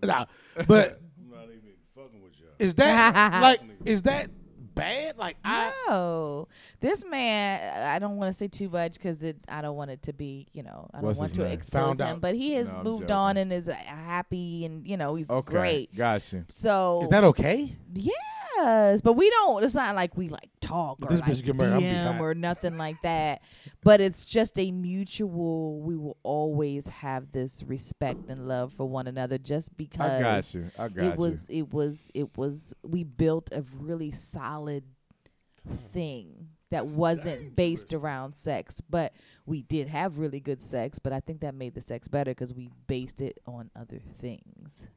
A: nah, but
E: I'm not even fucking with y'all.
A: is that like is that bad? Like I
B: No, this man. I don't want to say too much because it. I don't want it to be. You know, I don't
C: What's
B: want
C: his
B: to
C: name?
B: expose
A: Found
B: him.
A: out.
B: But he has
C: No, I'm
B: moved
C: joking.
B: on and is uh, happy, and you know he's
C: Okay,
B: great.
C: got you.
B: So
A: is that okay?
B: yes, but we don't. It's not like we like talk or
A: If this
B: like
A: bitch get married, I'm be
B: DM
A: hot.
B: or nothing like that. But it's just a mutual. We will always have this respect and love for one another, just
C: I
B: because
C: got you. I got
B: it was it was it was we built a really solid thing that wasn't based around sex but we did have really good sex but i think that made the sex better because we based it on other things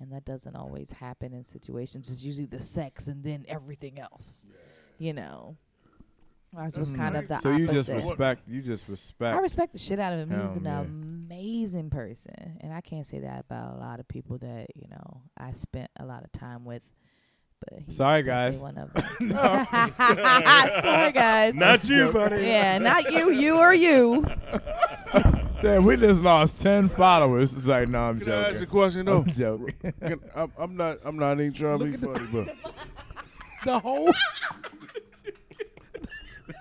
B: and that doesn't always happen in situations it's usually the sex and then everything else you know ours
C: Mm.
B: was kind of the
C: you. So you just
B: opposite.
C: respect. You just
B: I
C: respect.
B: respect the shit out of him. He's
C: Hell,
B: an
C: yeah.
B: amazing person, and I can't say that about a lot of people that you know I spent a lot of time with. But he's
C: Sorry,
B: definitely
C: guys.
B: one of them. Sorry, guys.
D: Not you, buddy.
B: yeah, not you, you or you.
C: Damn, we just lost ten followers. It's like, no, I'm
E: Can I ask a
C: joking.
E: question though?
C: I'm joking.
E: Can, I'm, I'm not. I'm not even trying to be funny, but
A: The whole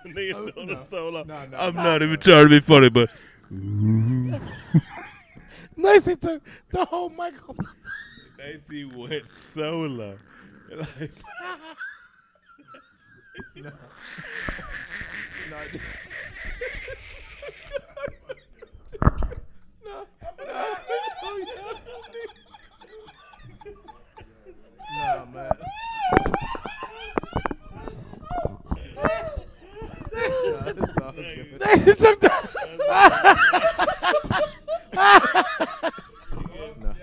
D: Nigga doing it so long. I'm not even trying to be funny, but
A: nice he took the whole microphone.
D: Nancy went solo. Like,
A: Sometimes-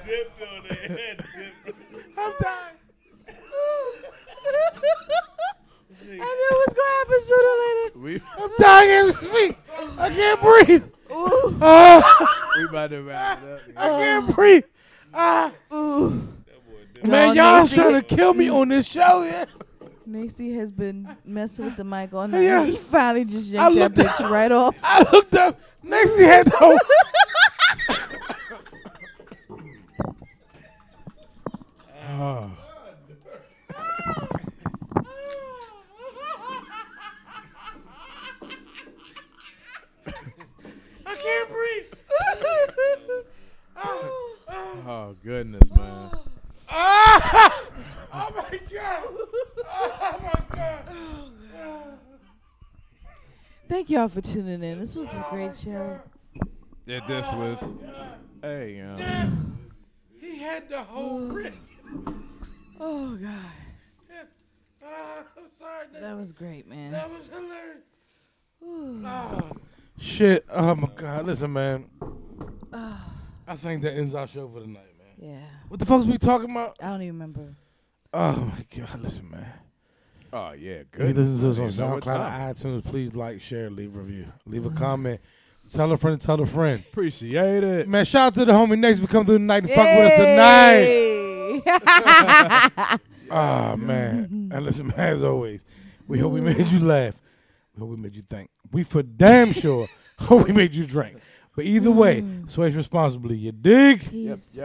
E: Dipped on the head. dipped.
A: I'm dying.
B: I knew
C: We
A: I'm dying as we speak. I can't breathe.
B: it was gonna happen sooner or later. Ooh,
A: Ah,
C: we about to wrap it up.
A: I can't breathe. Ah,
B: ooh.
A: man,
B: No,
A: y'all
B: Nancy.
A: trying to kill me on this show. Yeah.
B: Nacy has been messing with the mic all night.
A: night. Yeah.
B: He
A: He
B: finally just
A: I yanked
B: yanked that
A: that looked-
B: bitch
A: bitch
B: right off.
A: I looked up. Next, he had the whole. I can't breathe.
C: Oh goodness, man.
A: Ah! Oh my god! Oh my god!
B: Thank y'all for tuning in. This was a great show.
C: Yeah, this was. Hey, um,
A: He had the whole
C: Uh.
A: grip.
B: Oh god,
E: uh,
A: Ah, I'm sorry. That,
B: that was great, man.
A: that was hilarious. Ah. Shit. Oh my god. Listen, man. I think that ends our show for the night, man.
B: Yeah,
A: What the fuck's we talking about?
B: I don't even remember.
A: Oh my god. Listen, man.
C: oh yeah,
A: If you
C: good.
A: listen to
C: I
A: us
C: didn't know
A: on
C: what
A: SoundCloud, or iTunes, please like, share, leave a review, leave a comment, tell a friend, tell a friend.
C: Appreciate it.
A: Man, shout out to the homie Next for coming through the night and fuck with us tonight. Ah man. And listen, man, as always, we hope we made you laugh. We hope we made you think. We for damn sure hope we made you drink. But either way, sway responsibly. You dig?
B: Peace.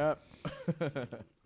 C: Yep.